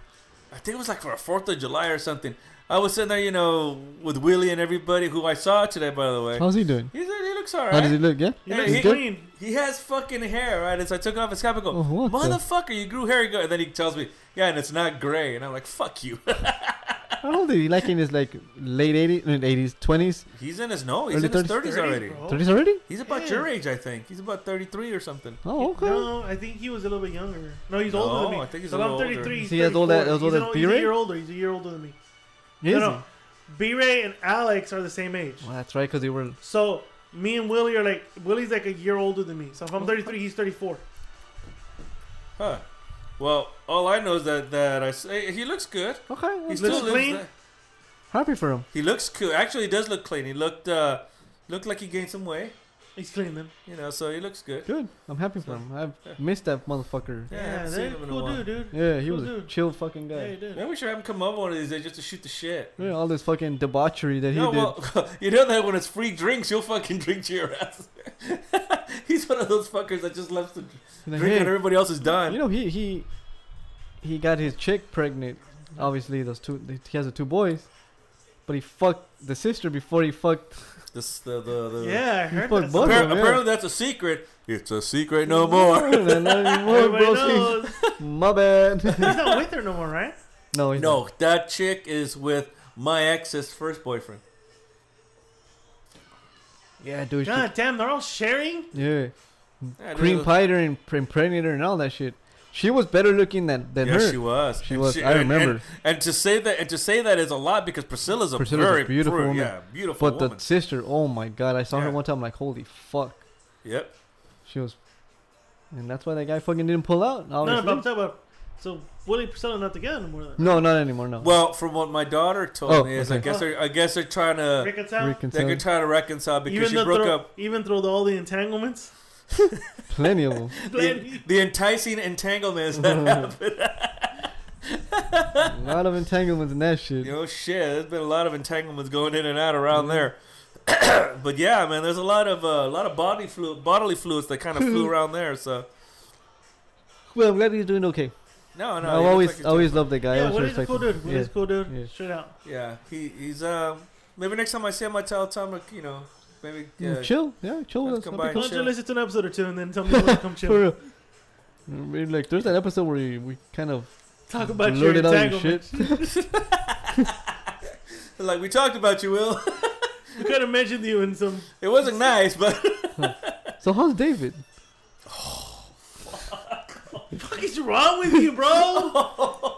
S4: I think it was like for a Fourth of July or something. I was sitting there, you know, with Willie and everybody who I saw today, by the way.
S2: How's he doing?
S4: He's, he looks alright.
S2: How does he look? Yeah,
S3: He
S4: Hey,
S3: looks
S4: he-
S3: clean.
S4: He has fucking hair, right? And so I took off his cap and go,
S2: Oh, what the-
S4: motherfucker, you grew hair. He go- And then he tells me, yeah, and it's not gray. And I'm like, fuck you.
S2: How old is he? Like in his like late 80s, no, 80s, 20s,
S4: he's in his, no, he's
S2: Early
S4: in his
S2: 30s?
S4: 30s, already.
S3: 30s, bro.
S2: 30s already?
S4: He's about
S3: Yeah.
S4: your age, I think. He's about 33 or something.
S2: Oh, okay.
S3: No, I think he was a little bit younger. No, he's
S4: No,
S3: older than me.
S4: I think he's
S3: so
S4: a
S3: I'm
S4: little older.
S3: 33.
S2: Is
S3: He's
S2: he as old as-
S3: 34.
S2: as old
S3: He's an
S2: as
S3: ol- He's a
S2: B-Ray?
S3: year older. He's a year older than me.
S2: Is
S3: no, no.
S2: he?
S3: B-Ray and Alex are the same age.
S2: Well, that's right, cause they were.
S3: So me and Willie are like Willie's like a year older than me. So if I'm 33, he's 34.
S4: Huh. Well, all I know is that, that I s- hey, he looks good.
S2: Okay,
S4: He
S2: he's
S4: still
S3: Looks
S4: lives
S3: clean.
S4: there.
S2: happy for him.
S4: He looks cool. Actually, he does look clean. He looked uh, looked like he gained some weight.
S3: He's clean then.
S4: You know, so he looks good.
S2: Good, I'm happy for him. I've missed that motherfucker.
S4: Yeah, I
S3: Yeah,
S4: haven't seen
S3: they're
S4: him in a
S3: cool
S4: while.
S3: dude, dude.
S2: Yeah, he
S3: Cool
S2: was a
S3: dude.
S2: chill fucking
S3: Yeah, he
S2: guy.
S3: did.
S4: Maybe we should have him come over one of these days just to shoot the shit.
S2: Yeah, all this fucking debauchery that he
S4: No,
S2: did.
S4: well, you know that when it's free drinks, you'll fucking drink to your ass. He's one of those fuckers that just loves to drink
S2: He's like,
S4: when
S2: "Hey,
S4: everybody else is done.
S2: You know he he he got his chick pregnant. Obviously, those two he has the two boys, but he fucked the sister before he fucked.
S4: This, the, the, the,
S3: Yeah, I heard
S2: fucked
S3: that.
S2: both
S4: Appar-
S2: of them, yeah.
S4: Apparently, that's a secret. It's a secret no more.
S2: Not anymore,
S3: Everybody
S2: bro.
S3: knows.
S2: My bad.
S3: He's not with her no more, right?
S2: no, he's
S4: No, that chick is with my ex's first boyfriend.
S2: not. Yeah, dude. she-
S3: God damn, they're all sharing.
S2: Yeah,
S4: Yeah,
S2: cream
S4: dude.
S2: pie her and pre- impregnate her and all that shit. She was better looking than than
S4: Yeah,
S2: her.
S4: she was.
S2: She
S4: And
S2: was. I
S4: and-
S2: remember.
S4: And, and to say that, and to say that is a lot because Priscilla's a
S2: Priscilla's a
S4: very
S2: beautiful
S4: pru-
S2: woman.
S4: Yeah, beautiful
S2: But
S4: woman.
S2: the sister, oh my god, I saw her
S4: Yeah.
S2: one time. like, holy fuck,
S4: yep.
S2: she was. And that's why that guy fucking didn't pull out.
S3: No,
S2: Obviously.
S3: no, but I'm talking about. So Willie and Priscilla not together anymore. Then.
S2: no, not anymore. No.
S4: Well, from what my daughter told
S2: Oh,
S4: me is, I
S2: okay.
S4: guess they're, I guess they're trying to,
S3: Reconcile.
S2: Reconcile.
S4: they're trying to reconcile because
S3: even
S4: she
S3: though
S4: broke
S3: through,
S4: up.
S3: even through the, all the entanglements.
S2: Plenty of them.
S4: The, the enticing entanglements that happened.
S2: A lot of entanglements in that shit.
S4: You know, shit. There's been a lot of entanglements going in and out
S2: Mm-hmm.
S4: around there. but yeah, man, there's a lot of uh, a lot of body fluid, bodily fluids that kind of flew around there. So
S2: Well, I'm glad he's doing okay.
S4: no, no. he
S2: I've
S4: looks
S2: always
S4: like he's
S2: always loved the guy. I
S3: yeah,
S2: always
S3: Willie's a
S2: respect
S3: cool
S2: him.
S3: dude. Willie's
S2: Yeah.
S3: a cool dude.
S2: Yeah.
S3: Straight out.
S4: Yeah, he, he's um maybe next time I see him I tell Tom like, you know, maybe
S2: Mm,
S4: uh,
S2: Chill, yeah, chill.
S4: Let's
S2: That's
S4: come
S2: that'd be
S4: by.
S3: Why
S2: cool.
S3: don't you
S4: Chill.
S3: listen to an episode or two and then tell me when to come
S2: For
S3: chill.
S2: real. Maybe, Like there's that episode where we, we kind of
S3: Talk about your
S2: blurted out your
S3: entanglement.
S2: shit.
S4: like we talked about you, Will.
S3: We could have mentioned you in some.
S4: It wasn't nice, but
S2: so how's David?
S3: What is wrong with you, bro?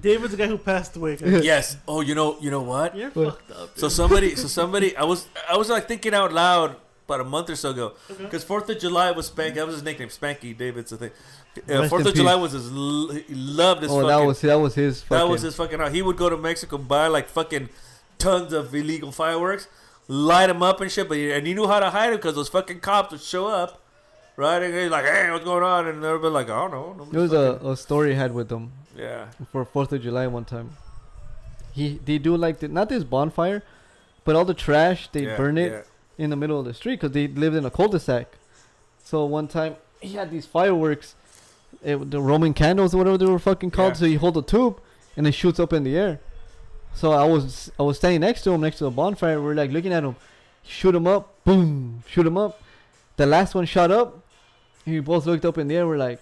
S3: David's the guy who passed away. guys.
S4: yes. Oh, you know, you know what?
S3: You're
S2: What?
S3: fucked up.
S4: So somebody, so somebody, I was, I was like thinking out loud about a month or so ago, because Fourth of July was Spanky. That was his nickname, Spanky David's the thing. Uh,
S2: Rest
S4: Fourth
S2: in
S4: of July
S2: peace.
S4: was his. L- he loved his.
S2: Oh,
S4: fucking,
S2: that was that was his. Fucking,
S4: That was his fucking. He would go to Mexico, buy like fucking tons of illegal fireworks, light them up and shit. But he, and he knew how to hide it because those fucking cops would show up, right? And he's like, "Hey, what's going on?" And everybody like, "I don't know."
S2: It was a, a story I had with them
S4: yeah.
S2: for Fourth of July one time. He they do like the, not this bonfire, but all the trash they
S4: yeah,
S2: burn it in the middle of the street because they lived in a cul-de-sac. So one time he had these fireworks, it, the Roman candles or whatever they were fucking called.
S4: Yeah.
S2: So you hold a tube and it shoots up in the air. So I was I was standing next to him next to the bonfire. We're like looking at him, shoot him up, boom, shoot him up. The last one shot up. We both looked up in the air. We're like,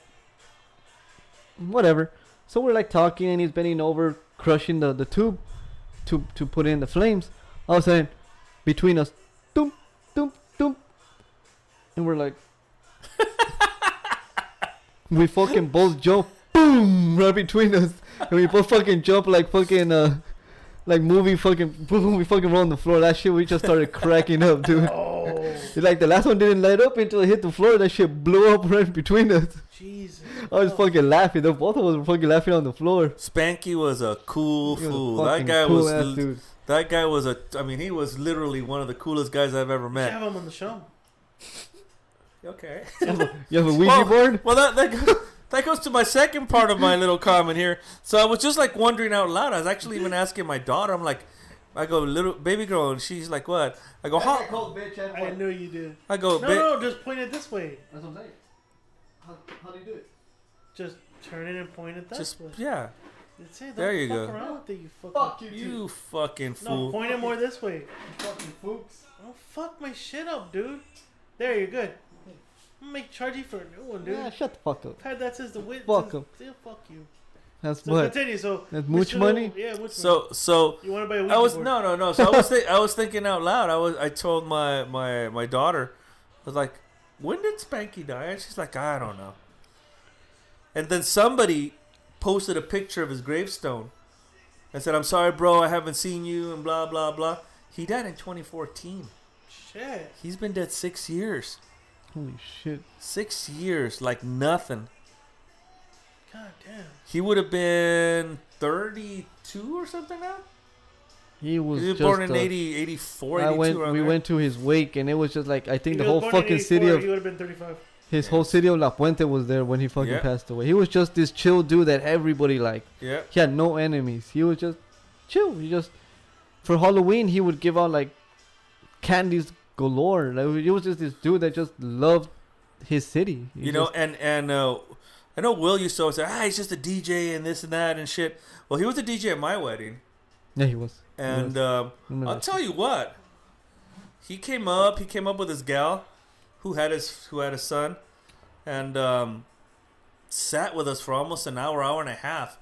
S2: whatever. So we're like talking, and he's bending over, crushing the, the tube to to put in the flames. All of a sudden, between us, doom, doom, doom, and we're like, we fucking both jump, boom, right between us, and we both fucking jump like fucking uh, like movie fucking, boom, we fucking roll on the floor. That shit, we just started cracking up, dude.
S3: Oh,
S2: Like the last one didn't light up until it hit the floor. That shit blew up right between us.
S3: Jesus.
S2: I was fucking laughing. The both of us were fucking laughing on the floor.
S4: Spanky was a cool
S2: He was a
S4: fool.
S2: fucking
S4: that guy
S2: cool
S4: was.
S2: ass
S4: l-
S2: dude.
S4: That guy was a. I mean, he was literally one of the coolest guys I've ever
S3: Should
S4: met.
S3: Have him on the show.
S4: Okay.
S2: You have a Ouija
S4: Well,
S2: board?
S4: Well, that that guy, that goes to my second part of my little comment here. So I was just like wondering out loud. I was actually even asking my daughter. I'm like, I go little baby girl, and she's like, what? I go, how?
S2: bitch.
S3: I knew you did.
S4: I go,
S3: No,
S4: "Ba-
S3: no, just point it this way.
S2: That's what I'm saying. How, how do you do it?
S3: Just turn it and point it that
S4: just
S3: way.
S4: yeah.
S3: That's it. Don't
S4: there you
S3: fuck
S4: go.
S3: around with it, you fucking.
S2: Fuck you,
S4: You fucking
S3: No,
S4: fool.
S3: point it more this way.
S2: fucking fooks.
S3: Don't fuck my shit up, dude. There, you're good. I'm gonna make charge you for a new one, dude.
S2: Yeah, shut the fuck up.
S3: I've had that since the wit.
S2: Fuck
S3: since-
S2: him.
S3: Yeah, fuck you.
S2: That's
S3: So
S2: what.
S3: continue. So
S2: That's much
S3: Mr. Lil-
S2: money?
S3: Yeah, much money.
S4: So so
S3: you want to buy a Ouija
S4: I was
S3: board?
S4: no no no. So I was think, I was thinking out loud. I was I told my my my daughter, I was like, when did Spanky die? And she's like, I don't know. And then somebody posted a picture of his gravestone, and said, I'm sorry, bro, I haven't seen you, and blah blah blah. He died in 2014.
S3: Shit.
S4: He's been dead six years.
S2: Holy shit.
S4: Six years, like nothing.
S3: God damn.
S4: He would have been 32 or something now.
S2: He was
S4: He was
S2: just.
S4: born in
S2: a-
S4: 80, 84,
S2: I
S4: 82
S2: went.
S4: around
S2: We
S4: there.
S2: went to his wake, and it was just like I think the
S3: He was
S2: whole
S3: born in
S2: fucking city
S3: 84,
S2: of
S3: He would have been 35.
S4: Oh,
S2: his whole city of La Puente was there when he fucking
S4: Yeah.
S2: passed away. He was just this chill dude that everybody liked.
S4: Yeah.
S2: He had no enemies. He was just chill. He just for Halloween he would give out like candies galore. Like he was just this dude that just loved his city. He
S4: you know,
S2: just-
S4: and and uh, I know Will used to always say, "Ah, he's just a DJ and this and that and shit." Well, he was a DJ at my wedding,
S2: yeah, he was. He
S4: and
S2: was.
S4: um,
S2: Remember
S4: I'll
S2: that
S4: tell you what, he came up. He came up with his gal, who had his who had a son, and um, sat with us for almost an hour, hour and a half,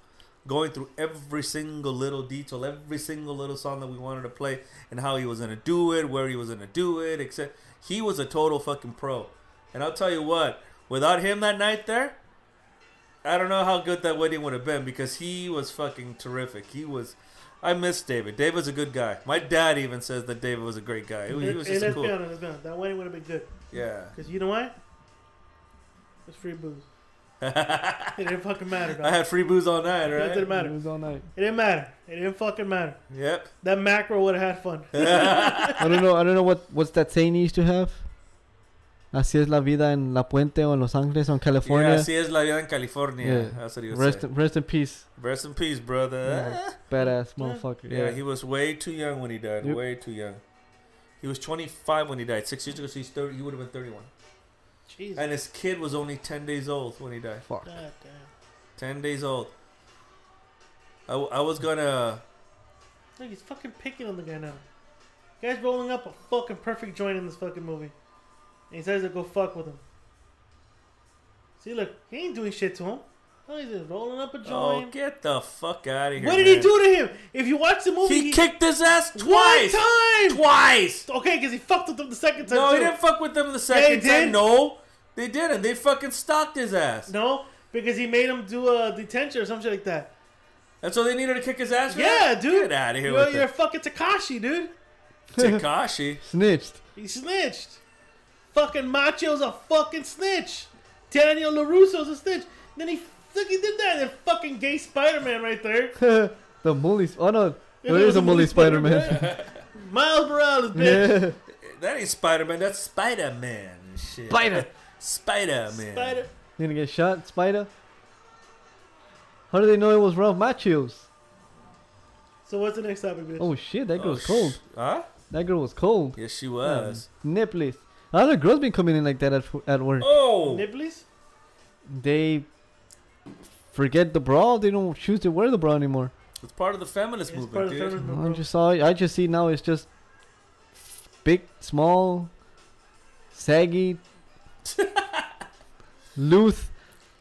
S4: going through every single little detail, every single little song that we wanted to play, and how he was gonna do it, where he was gonna do it, except he was a total fucking pro. And I'll tell you what, without him that night there, I don't know how good that wedding would have been because he was fucking terrific. He was. I miss David. David's a good guy. My dad even says that David was a great guy. He was, he was
S3: And
S4: just a
S3: let's be
S4: cool.
S3: honest, let's be honest. That wedding would have been good.
S4: Yeah.
S3: Because you know what? It's free booze.
S4: I
S3: It didn't fucking matter, dog.
S4: had free booze all night,
S3: It didn't
S4: right?
S2: It
S3: matter.
S2: was all night.
S3: It didn't matter. It didn't fucking matter.
S4: Yep.
S3: That macro would have had fun.
S2: I don't know. I don't know what what's that saying he used to have. Así es la vida en La Puente o en Los Ángeles o en
S4: Yeah,
S2: California.
S4: así es la vida en California.
S2: Yeah.
S4: That's what he was
S2: rest,
S4: saying.
S2: rest in peace,
S4: Rest in peace, brother.
S2: Yeah. badass motherfucker.
S4: Yeah. he was way too young when he died.
S2: Yep.
S4: Way too young. He was 25 when he died. Six years ago, so he's 30. He would have been 31.
S3: Jesus.
S4: And his kid was only 10 days old when he died.
S2: Fuck.
S3: God damn.
S4: 10 days old. I, w- I was gonna.
S3: Look, he's fucking picking on the guy now. Guy's rolling up a fucking perfect joint in this fucking movie. And he says to go fuck with him. See, look, he ain't doing shit to him. No, he's just rolling up a
S4: Oh,
S3: joint.
S4: get the fuck out of here.
S3: what did he
S4: man.
S3: do to him? If you watch the movie,
S4: He, kicked his ass
S3: one
S4: twice!
S3: time.
S4: Twice!
S3: Okay, because he fucked with them the second time.
S4: No,
S3: too.
S4: he didn't fuck with them the
S3: he
S4: second time.
S3: did.
S4: No, they didn't. They fucking stalked his ass.
S3: No, because he made him do a detention or some shit like that.
S4: And so they needed to kick his ass. for
S3: Yeah,
S4: that?
S3: dude.
S4: Get out of here
S3: You're,
S4: with
S3: you're
S4: that.
S3: fucking Takashi, dude.
S4: Takashi.
S2: Snitched.
S3: He snitched. Fucking Macho's a fucking snitch. Daniel LaRusso's a snitch. Then he look he did that. And fucking gay Spider Man right there.
S2: the Mully. Oh no,
S3: Yeah,
S2: there is a Mully Spider Man.
S3: Spider-Man. Miles Morales, bitch.
S2: Yeah.
S4: That ain't Spider Man. That's Spider Man. Shit.
S2: Spider.
S4: Spider Man.
S3: Spider.
S2: You gonna get shot, Spider? How do they know it was Ralph Macchio's?
S3: So what's the next topic, bitch?
S2: Oh shit, that girl was cold.
S4: Huh?
S2: That girl was cold.
S4: Yes, she was.
S2: Nipples. A lot of girls been coming in like that at, at work.
S4: Oh.
S3: Niblies?
S2: They forget the bra. They don't choose to wear the bra anymore.
S4: It's part of the feminist
S3: It's
S4: movement,
S3: part of the
S4: dude.
S3: feminist
S2: I
S3: movement. bro.
S2: just saw. I just see now. It's just big, small, saggy, loose,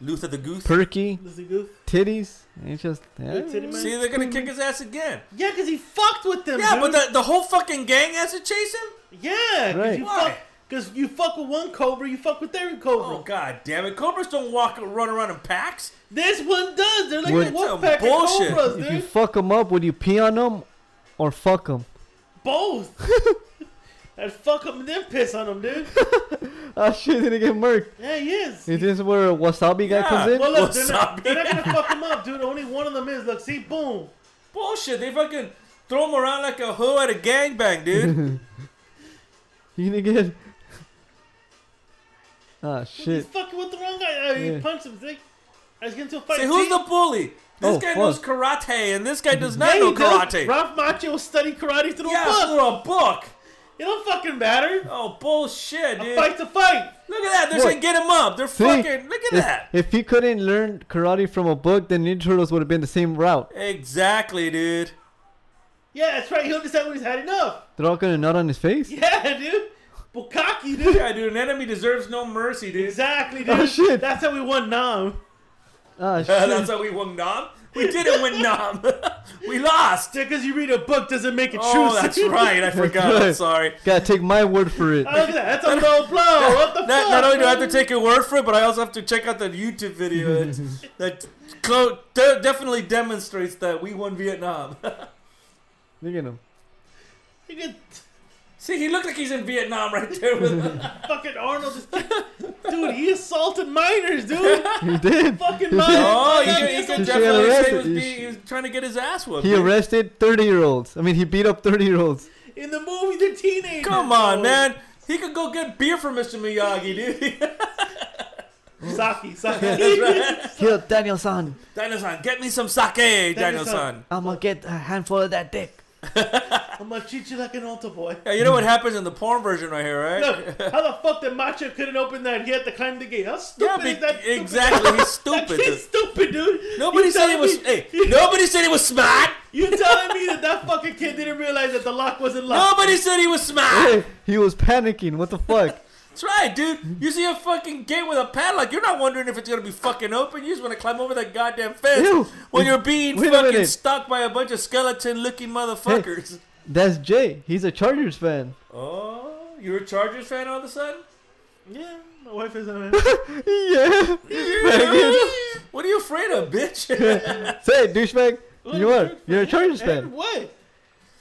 S4: Luther the Goose.
S2: perky
S3: This is goof.
S2: titties. It's just eh.
S3: Good titty man.
S4: See, they're gonna kick his ass again.
S3: Yeah, because he fucked with them.
S4: Yeah, but
S3: dude.
S4: the, the whole fucking gang has to chase him.
S3: yeah, because
S2: Right.
S3: you
S4: Why?
S3: fuck. Because you fuck with one cobra, you fuck with every cobra.
S4: Oh god damn it! Cobras don't walk run around in packs.
S3: This one does. They're like
S2: Would-
S3: a wolf pack of
S4: Bullshit.
S3: cobras,
S2: if
S3: dude.
S2: you fuck them up, would you pee on them or fuck them?
S3: Both. I'd fuck him and then piss on him, dude.
S2: Oh shit! Did it get murked?
S3: Yeah, he is.
S2: Is this where a wasabi guy
S4: Yeah.
S2: comes in?
S3: Well, look, they're
S4: What's
S3: not,
S4: up,
S3: they're not gonna fuck him up, dude. Only one of them is. Look, see, boom.
S4: Bullshit. They fucking throw him around like a hoe at a gangbang, dude.
S2: You gonna get? Ah
S3: He's
S2: shit!
S3: fucking with the wrong guy. Uh,
S2: Yeah.
S3: He punched him. See? I was getting to a fight.
S4: Say, who's
S3: See?
S4: the bully? This
S2: Oh,
S4: guy
S2: fuck.
S4: knows karate, and this guy does not
S3: Yeah, he
S4: know
S3: does.
S4: karate.
S3: Ralph Macchio studied karate through
S4: yeah,
S3: a book.
S4: through a book.
S3: It don't fucking matter.
S4: Oh bullshit, dude!
S3: Fight to fight.
S4: Look at that. They're
S2: Look.
S4: saying get him up. They're
S2: See?
S4: fucking. Look at
S2: if,
S4: that.
S2: If he couldn't learn karate from a book, then Ninja Turtles would have been the same route.
S4: Exactly, dude.
S3: Yeah, that's right. He understand when he's had enough.
S2: They're all gonna nut on his face.
S3: Yeah, dude. Bukaki, dude.
S4: Yeah, dude. An enemy deserves no mercy, dude.
S3: Exactly, dude.
S2: Oh, shit.
S3: That's how we won Nam.
S2: Ah,
S4: Uh,
S2: shit.
S4: that's how we won Nam. We didn't win Nam. we lost.
S3: Because you read a book doesn't make it true.
S4: Oh, that's right. I forgot. I'm
S2: right.
S4: sorry.
S2: Gotta take my word for it.
S3: Oh, look at that. That's a low blow. What the
S4: Not,
S3: fuck?
S4: not only do I have to
S3: man?
S4: take your word for it, but I also have to check out that YouTube video that, that clo- de- definitely demonstrates that we won Vietnam.
S2: Look at him.
S3: You get
S4: See, he looked like he's in Vietnam right there. With,
S3: fucking Arnold. Just, dude, he assaulted minors, dude.
S2: He did.
S3: fucking minors.
S4: oh, he
S3: Like,
S4: could, he could
S2: He should
S4: definitely
S2: arrest
S4: say he
S2: it.
S4: was,
S2: He
S4: being,
S2: should-
S4: he was trying to get his ass whooped.
S2: He
S4: dude.
S2: arrested 30 year olds. I mean, he beat up 30 year olds.
S3: In the movie, they're teenagers. Oh,
S4: Come on, man. He could go get beer from Mr. Miyagi, dude.
S3: Saki, Saki.
S2: Kill Daniel san.
S4: Dino-san, get me some sake, Dino-san.
S3: Dino-san.
S2: I'm gonna get a handful of that dick.
S3: I'm gonna treat you like an altar boy.
S4: Yeah, you know what happens in the porn version right here, right?
S3: Look, how the fuck that Macho couldn't open that? He had to climb the gate. How
S4: yeah,
S3: stupid
S4: be-
S3: is that? Stupid?
S4: exactly. He's
S3: That
S4: stupid.
S3: kid's stupid, dude.
S4: Nobody
S3: You
S4: said he
S3: telling
S4: was.
S3: me-
S4: Hey, nobody said he was smart.
S3: You telling me that that fucking kid didn't realize that the lock wasn't locked?
S4: Nobody said he was smart.
S2: Hey, he was panicking. What the fuck?
S4: That's right, dude. You see a fucking gate with a padlock, you're not wondering if it's gonna be fucking open. You just want to climb over that goddamn fence
S2: Ew.
S4: when you're being
S2: Wait a
S4: fucking
S2: minute.
S4: stuck by a bunch of skeleton-looking motherfuckers.
S2: That's Jay. He's a Chargers fan.
S4: Oh, you're a Chargers fan all of a sudden?
S3: Yeah, my wife is a
S2: Yeah.
S4: What are you afraid of, bitch?
S2: Say, douchebag, you are. You're a Chargers
S3: And
S2: fan.
S3: what?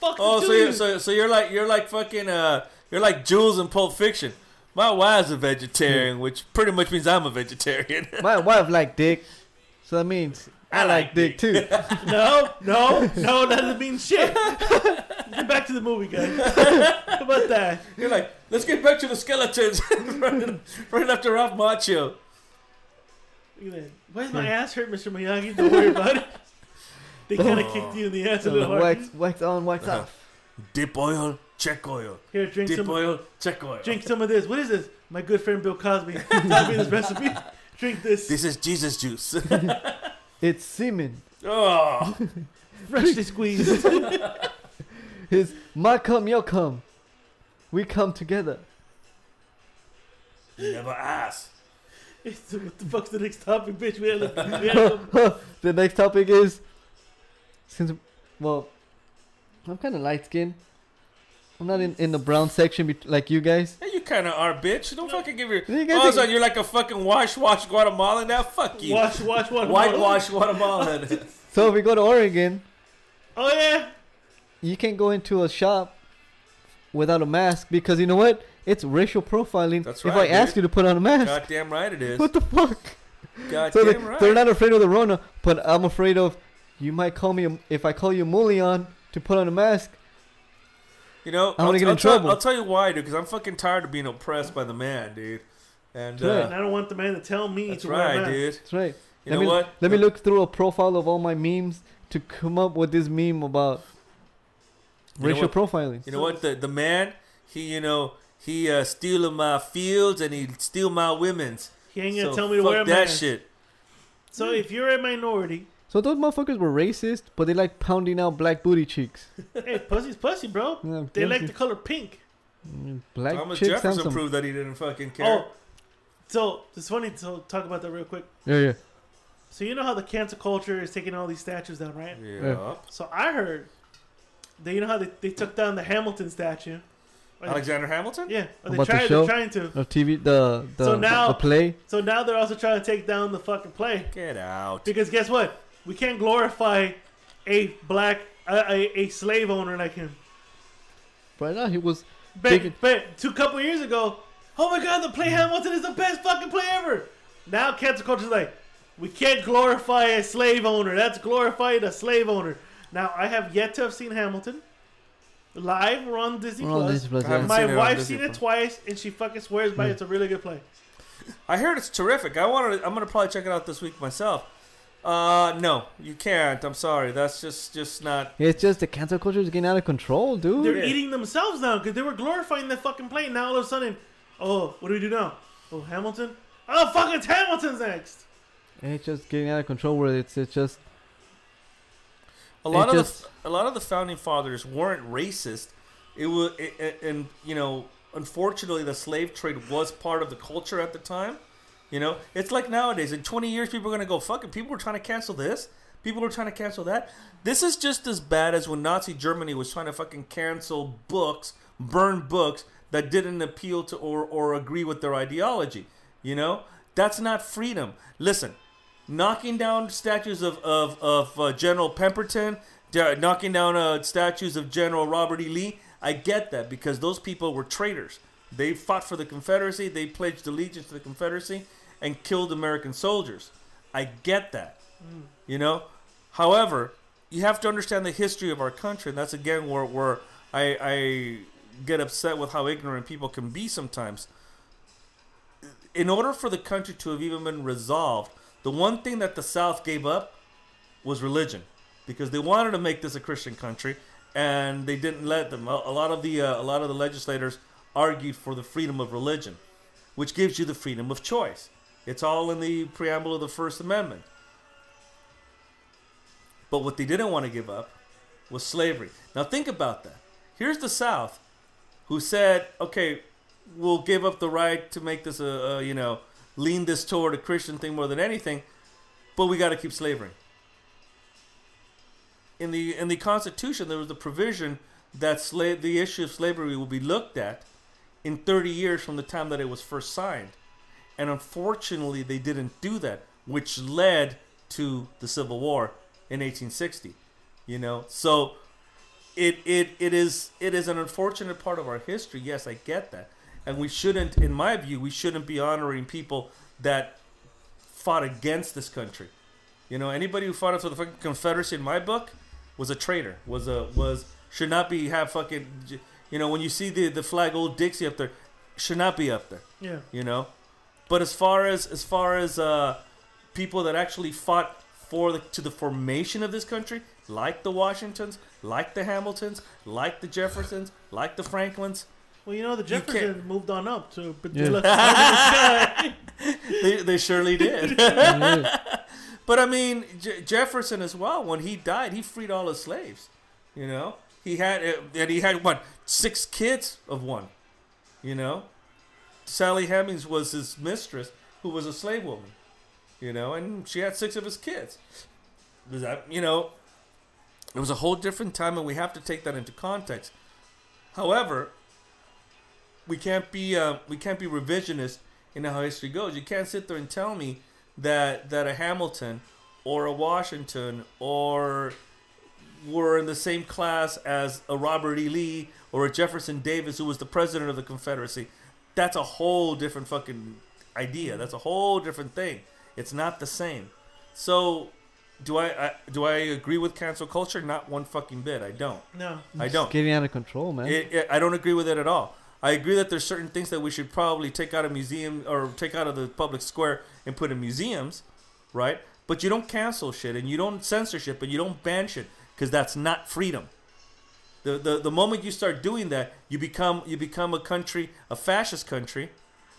S3: Fuck
S4: Oh,
S3: the
S4: so you're,
S3: dude.
S4: so, so you're like you're like fucking uh you're like Jules in Pulp Fiction. My wife's a vegetarian, which pretty much means I'm a vegetarian.
S2: My wife like dick, so that means I like dick too.
S3: No, no, no, that doesn't mean shit. Get back to the movie, guys. How about that?
S4: you're like, let's get back to the skeletons right, right after Ralph Macho.
S3: Look at that. Why is my ass hurt, Mr. Miyagi? Don't worry about it. They kind of kicked you in the ass a little hard.
S2: Wax, wax on, wax off.
S4: Dip oil, check oil.
S3: Here, drink
S4: Dip
S3: some.
S4: oil, check oil.
S3: Drink some of this. What is this? My good friend Bill Cosby taught me this recipe. Drink this.
S4: This is Jesus juice.
S2: It's semen.
S4: oh,
S3: Freshly squeezed.
S2: It's my cum, your cum. We come together.
S4: never ass.
S3: It's- what the fuck's the next topic, bitch? We had a, we had a,
S2: the next topic is since well i'm kind of light skinned i'm not in, in the brown section bet- like you guys
S4: Hey, you kind of are, bitch. Don't fucking give your.
S2: You guys
S4: Oh,
S2: think-
S4: so you're like a fucking wash, wash Guatemalan now. Fuck you.
S3: wash, wash, wash.
S4: Whitewash Guatemalan.
S2: so if we go to oregon
S3: Oh, yeah.
S2: you can't go into a shop without a mask because you know what it's racial profiling
S4: That's
S2: if i
S4: right,
S2: ask you
S4: dude.
S2: to put on a mask
S4: Goddamn right it is.
S2: what the fuck so
S4: Goddamn
S2: they,
S4: right.
S2: they're not afraid of the rona but i'm afraid of you might call me a- if i call you Mulion to put on a mask
S4: You know,
S2: I wanna
S4: I'll-
S2: get in
S4: I'll tell-
S2: trouble.
S4: I'll tell you why, dude. Because I'm fucking tired of being oppressed by the man, dude. And
S3: And
S4: uh,
S3: I don't want the man to tell me
S4: that's
S3: to wear a
S4: right,
S3: mask.
S4: dude.
S2: that's right
S4: You
S2: let
S4: know
S2: me
S4: what?
S2: let me look through a profile of all my memes to come up with this meme about
S4: You know
S2: racial
S4: what?
S2: profiling.
S4: You know what? The the man, he you know he uh, stealing my fields and he steal my women's.
S3: He ain't gonna
S4: So
S3: tell me to
S4: fuck
S3: wear a
S4: that
S3: mask.
S4: shit.
S3: So if you're a minority,
S2: So those motherfuckers were racist, but they like pounding out black booty cheeks.
S3: hey, pussy's pussy, bro.
S2: Yeah,
S3: they
S2: pussy.
S3: like the color pink.
S2: Black
S4: Thomas
S2: chicks
S4: Jefferson
S2: handsome.
S4: proved that he didn't fucking care.
S3: Oh, so it's funny to talk about that real quick.
S2: Yeah, yeah.
S3: So you know how the cancer culture is taking all these statues down, right?
S4: yeah.
S3: So I heard that you know how they, they took down the Hamilton statue. Or they-
S4: Alexander Hamilton.
S3: Yeah, or they
S2: About the
S3: tried,
S2: show?
S3: they're trying to.
S2: The TV, the the,
S3: So
S2: the-
S3: now-
S2: the play.
S3: So now they're also trying to take down the fucking play
S4: Get out.
S3: because guess what? We can't glorify a black a, a, a slave owner like him.
S2: Right now he was. Big-
S3: But, but two couple years ago, oh my god, the play Hamilton is the best fucking play ever. Now cancel culture is like, we can't glorify a slave owner. That's glorifying a slave owner. Now I have yet to have seen Hamilton live. We're on Disney
S2: We're on
S3: Plus.
S2: Disney Plus,
S4: I haven't
S2: yeah.
S4: seen
S3: My
S4: it on
S3: wife's
S4: Disney
S3: seen it
S4: Plus.
S3: twice, and she fucking swears by it. it's a really good play.
S4: I heard it's terrific. I wanted. I'm gonna probably check it out this week myself. Uh, no, you can't. I'm sorry. That's just just not.
S2: It's just the cancel culture is getting out of control, dude.
S3: They're
S4: Yeah.
S3: eating themselves now because they were glorifying that fucking plane. Now all of a sudden, oh, what do we do now? Oh, Hamilton. Oh, fuck, it's Hamilton's next.
S2: It's just getting out of control where it's it's just
S4: A lot
S2: It
S4: of
S2: just-
S4: the, a lot of the founding fathers weren't racist. It was it, it- and you know, unfortunately, the slave trade was part of the culture at the time. You know, it's like nowadays. In 20 years, people are gonna go fucking. People were trying to cancel this. People were trying to cancel that. This is just as bad as when Nazi Germany was trying to fucking cancel books, burn books that didn't appeal to or or agree with their ideology. You know, that's not freedom. Listen, knocking down statues of of, of uh, General Pemberton, da- knocking down uh, statues of General Robert E. Lee. I get that because those people were traitors. They fought for the Confederacy. They pledged allegiance to the Confederacy and killed American soldiers. I get that. You know, however, you have to understand the history of our country, and that's again where where I, I get upset with how ignorant people can be sometimes in order for the country to have even been resolved, the one thing that the South gave up was religion, because they wanted to make this a Christian country, and they didn't let them. A, a lot of the uh, a lot of the legislators argued for the freedom of religion, which gives you the freedom of choice. It's all in the preamble of the First Amendment. But what they didn't want to give up was slavery. Now think about that. Here's the South who said, "Okay, we'll give up the right to make this a, a you know lean this toward a Christian thing more than anything, but we got to keep slavery." In the in the Constitution, there was the provision that slave the issue of slavery will be looked at in 30 years from the time that it was first signed, and unfortunately, they didn't do that, which led to the Civil War in 1860. You know, so it, it it is it is an unfortunate part of our history. Yes, I get that, and we shouldn't, in my view, we shouldn't be honoring people that fought against this country. You know, anybody who fought for the fucking Confederacy, in my book, was a traitor. Was a was should not be have fucking. You know, when you see the the flag old Dixie up there, should not be up there
S3: Yeah.
S4: you know but as far as as far as uh, people that actually fought for the, to the formation of this country like the washingtons like the hamiltons like the jeffersons like the franklins
S3: Well, you know, the
S4: can't-
S3: Jefferson moved on up to
S2: Yeah.
S3: Padilla. Yeah.
S4: they, they surely did but i mean J- jefferson as well when he died he freed all his slaves you know he had uh, and he had what six kids of one you know sally hemings was his mistress who was a slave woman you know, and she had six of his kids. Does that, you know, it was a whole different time, and we have to take that into context. However, we can't be uh, we can't be revisionist in how history goes. You can't sit there and tell me that that a Hamilton or a Washington or were in the same class as a Robert E. Lee or a Jefferson Davis, who was the president of the Confederacy. That's a whole different fucking idea. That's a whole different thing. It's not the same. So, do I, I do I agree with cancel culture? Not one fucking bit. I don't.
S3: no.
S4: I
S2: it's
S4: don't.
S2: getting out of control, man.
S4: It, it, I don't agree with it at all. I agree that there's certain things that we should probably take out of museum or take out of the public square and put in museums, right? But you don't cancel shit and you don't censorship and you don't ban shit because that's not freedom. The, the the moment you start doing that, you become you become a country, a fascist country.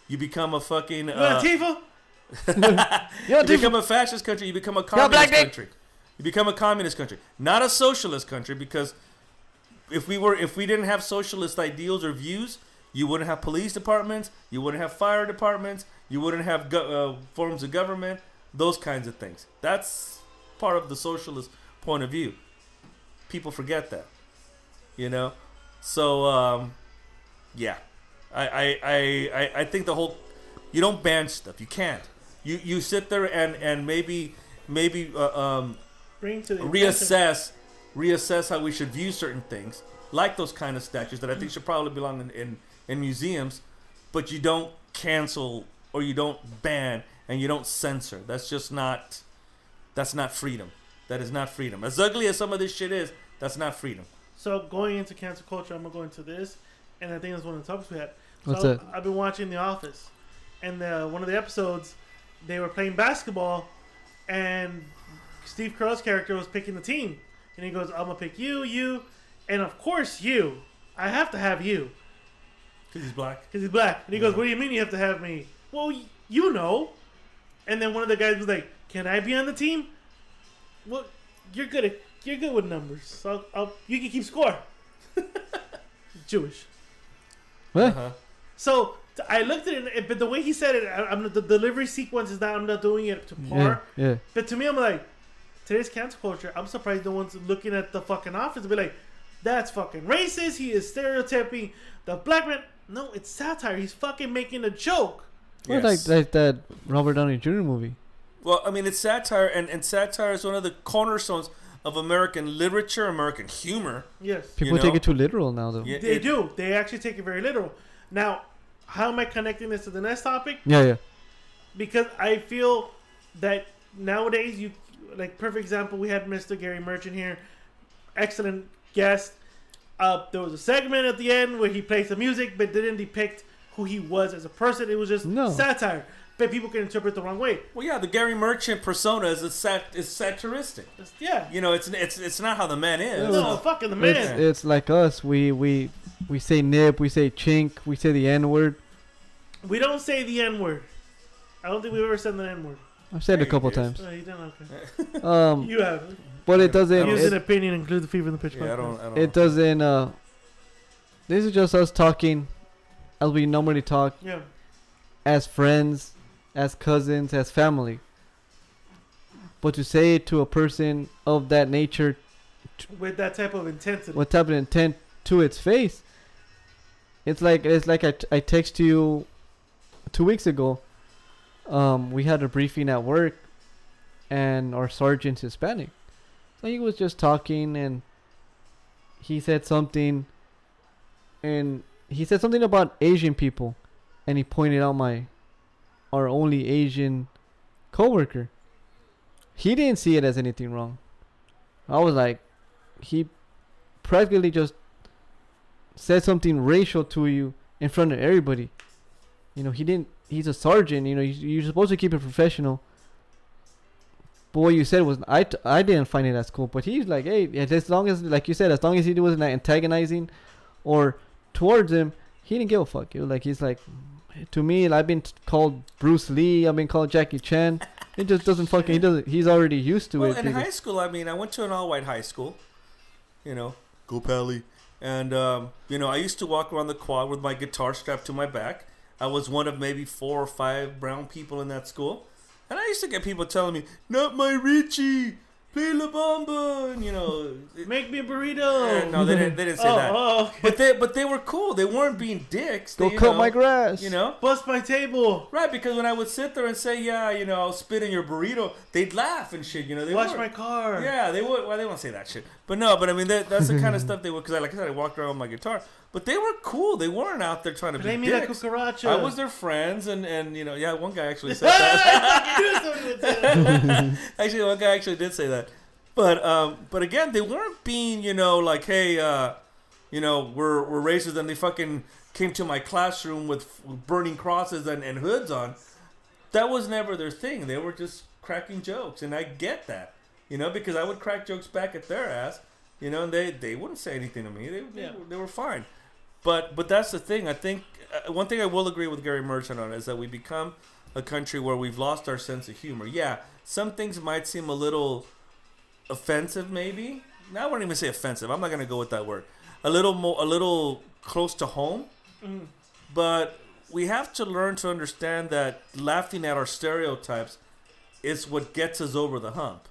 S4: You become a fucking uh,
S3: Latifah?
S2: Yo,
S4: you
S2: dude,
S4: become a fascist country. You become a communist
S2: Black Dick.
S4: country. You become a communist country, not a socialist country. Because if we were, if we didn't have socialist ideals or views, you wouldn't have police departments. You wouldn't have fire departments. You wouldn't have go- uh, forms of government. Those kinds of things. That's part of the socialist point of view. People forget that, you know. So um, yeah, I, I, I, I, I think the whole you don't ban stuff. You can't. You you sit there and and maybe maybe uh, um,
S3: Bring to the
S4: reassess reassess how we should view certain things, like those kind of statues that I think should probably belong in in, in museums, but you don't cancel or you don't ban and you don't censor. That's just not that's not freedom. That is not freedom. As ugly as some of this shit is, that's not freedom.
S3: So going into cancel culture, I'm gonna go into this, and I think that's one of the topics we had. So
S2: What's that?
S3: I've been watching The Office, and the, one of the episodes, they were playing basketball, and Steve Carell's character was picking the team, and he goes, "I'm gonna pick you, you, and of course you. I have to have you
S4: Because he's black.
S3: because he's black." And he goes, "What do you mean you have to have me? Well, y- you know." And then one of the guys was like, "Can I be on the team? Well, you're good at you're good with numbers, so I'll, I'll, you can keep score." Jewish.
S2: What?
S4: Uh-huh.
S3: So t- I looked at it, but the way he said it, I, I'm the delivery sequence is that I'm not doing it to
S2: Yeah,
S3: par.
S2: yeah.
S3: But to me, I'm like, today's cancel culture. I'm surprised no one's looking at the fucking office and be like, that's fucking racist. He is stereotyping the black man. No, it's satire. He's fucking making a joke.
S2: Well,
S4: Yes.
S2: like, like that Robert Downey Jr. movie.
S4: Well, I mean, it's satire, and, and satire is one of the cornerstones of American literature, American humor.
S3: Yes,
S2: People
S4: know?
S2: take it too literal now, though.
S4: Yeah,
S3: they
S4: it-
S3: do. They actually take it very literal. Now, how am I connecting this to the next topic?
S2: yeah. yeah.
S3: because I feel that nowadays you like perfect example we had Mr. Gary Merchant here, excellent guest. Uh, there was a segment at the end where he played some music but didn't depict who he was as a person. It was just
S2: No.
S3: satire, but people can interpret the wrong way.
S4: Well, yeah, the Gary Merchant persona is a sat is satiristic.
S3: It's- yeah,
S4: You know, it's it's it's not how the man is.
S3: no, fucking the man.
S2: It's, it's like us. We we we say nip. We say chink. We say the N word.
S3: we don't say the N word. I don't think we've ever said the N word.
S2: I've said it a
S4: Hey,
S2: couple
S4: yes.
S2: times.
S3: No, you don't. Okay.
S2: Um,
S3: You have.
S2: but it doesn't.
S3: Use an
S2: It,
S3: opinion include the fever in the pitch.
S4: Yeah, I
S3: podcast.
S4: don't. I don't.
S2: it
S4: know.
S2: doesn't. Uh, this is just us talking, as we normally talk,
S3: Yeah.
S2: as friends, as cousins, as family. But to say it to a person of that nature,
S3: With that type of intensity.
S2: what type of intent to its face, it's like it's like I, I text you two weeks ago. Um, we had a briefing at work, and our sergeant's Hispanic, so he was just talking, and he said something, and he said something about Asian people, and he pointed out my our only Asian coworker. He didn't see it as anything wrong. I was like, he practically just said something racial to you in front of everybody. You know, he didn't. He's a sergeant. You know, you, you're supposed to keep it professional. But what you said was, I, t- I didn't find it as cool. But he's like, hey, yeah, as long as, like you said, as long as he wasn't like, antagonizing or towards him, he didn't give a fuck. You know, like he's like, to me, I've been t- called Bruce Lee. I've been called Jackie Chan. It just doesn't fucking. He doesn't. He's already used to
S4: Well,
S2: it.
S4: in
S2: because-
S4: high school, I mean, I went to an all-white high school. You know, go Pally. And um, you know, I used to walk around the quad with my guitar strapped to my back. I was one of maybe four or five brown people in that school, and I used to get people telling me, "Not my Richie, play La Bamba," and you know, it-
S3: Make me a burrito.
S4: no, they didn't, they didn't say
S3: oh,
S4: that.
S3: oh, okay.
S4: But they but they were cool. They weren't being dicks.
S2: Go
S4: They, you
S2: cut
S4: know-
S2: my grass.
S4: You know,
S3: Bust my table.
S4: right? Because when I would sit there and say, "Yeah, you know, I'll spit in your burrito," they'd laugh and shit. You know, they
S3: Wash
S4: were-
S3: my car.
S4: Yeah, they would. Well, they won't say that shit. But no, but I mean, that, that's the kind of stuff they would. Because I, like I said, I walked around with my guitar. But they were cool. They weren't out there trying to
S3: Play
S4: be
S3: me that uh,
S4: dicks.
S3: cucaracha.
S4: I was their friends, and and you know, yeah, one guy actually said that.
S3: there.
S4: actually, one guy actually did say that. But um, but again, they weren't being you know like, hey, uh, you know, we're we're racist, and they fucking came to my classroom with burning crosses and, and hoods on. That was never their thing. They were just cracking jokes, and I get that, you know, because I would crack jokes back at their ass, you know, and they they wouldn't say anything to me. They they,
S3: Yeah.
S4: were, they were fine. But but that's the thing. I think uh, one thing I will agree with Gary Merchant on is that we become a country where we've lost our sense of humor. Yeah, some things might seem a little offensive, maybe. No, I wouldn't even say offensive. I'm not gonna go with that word. A little more, a little close to home. But we have to learn to understand that laughing at our stereotypes is what gets us over the hump.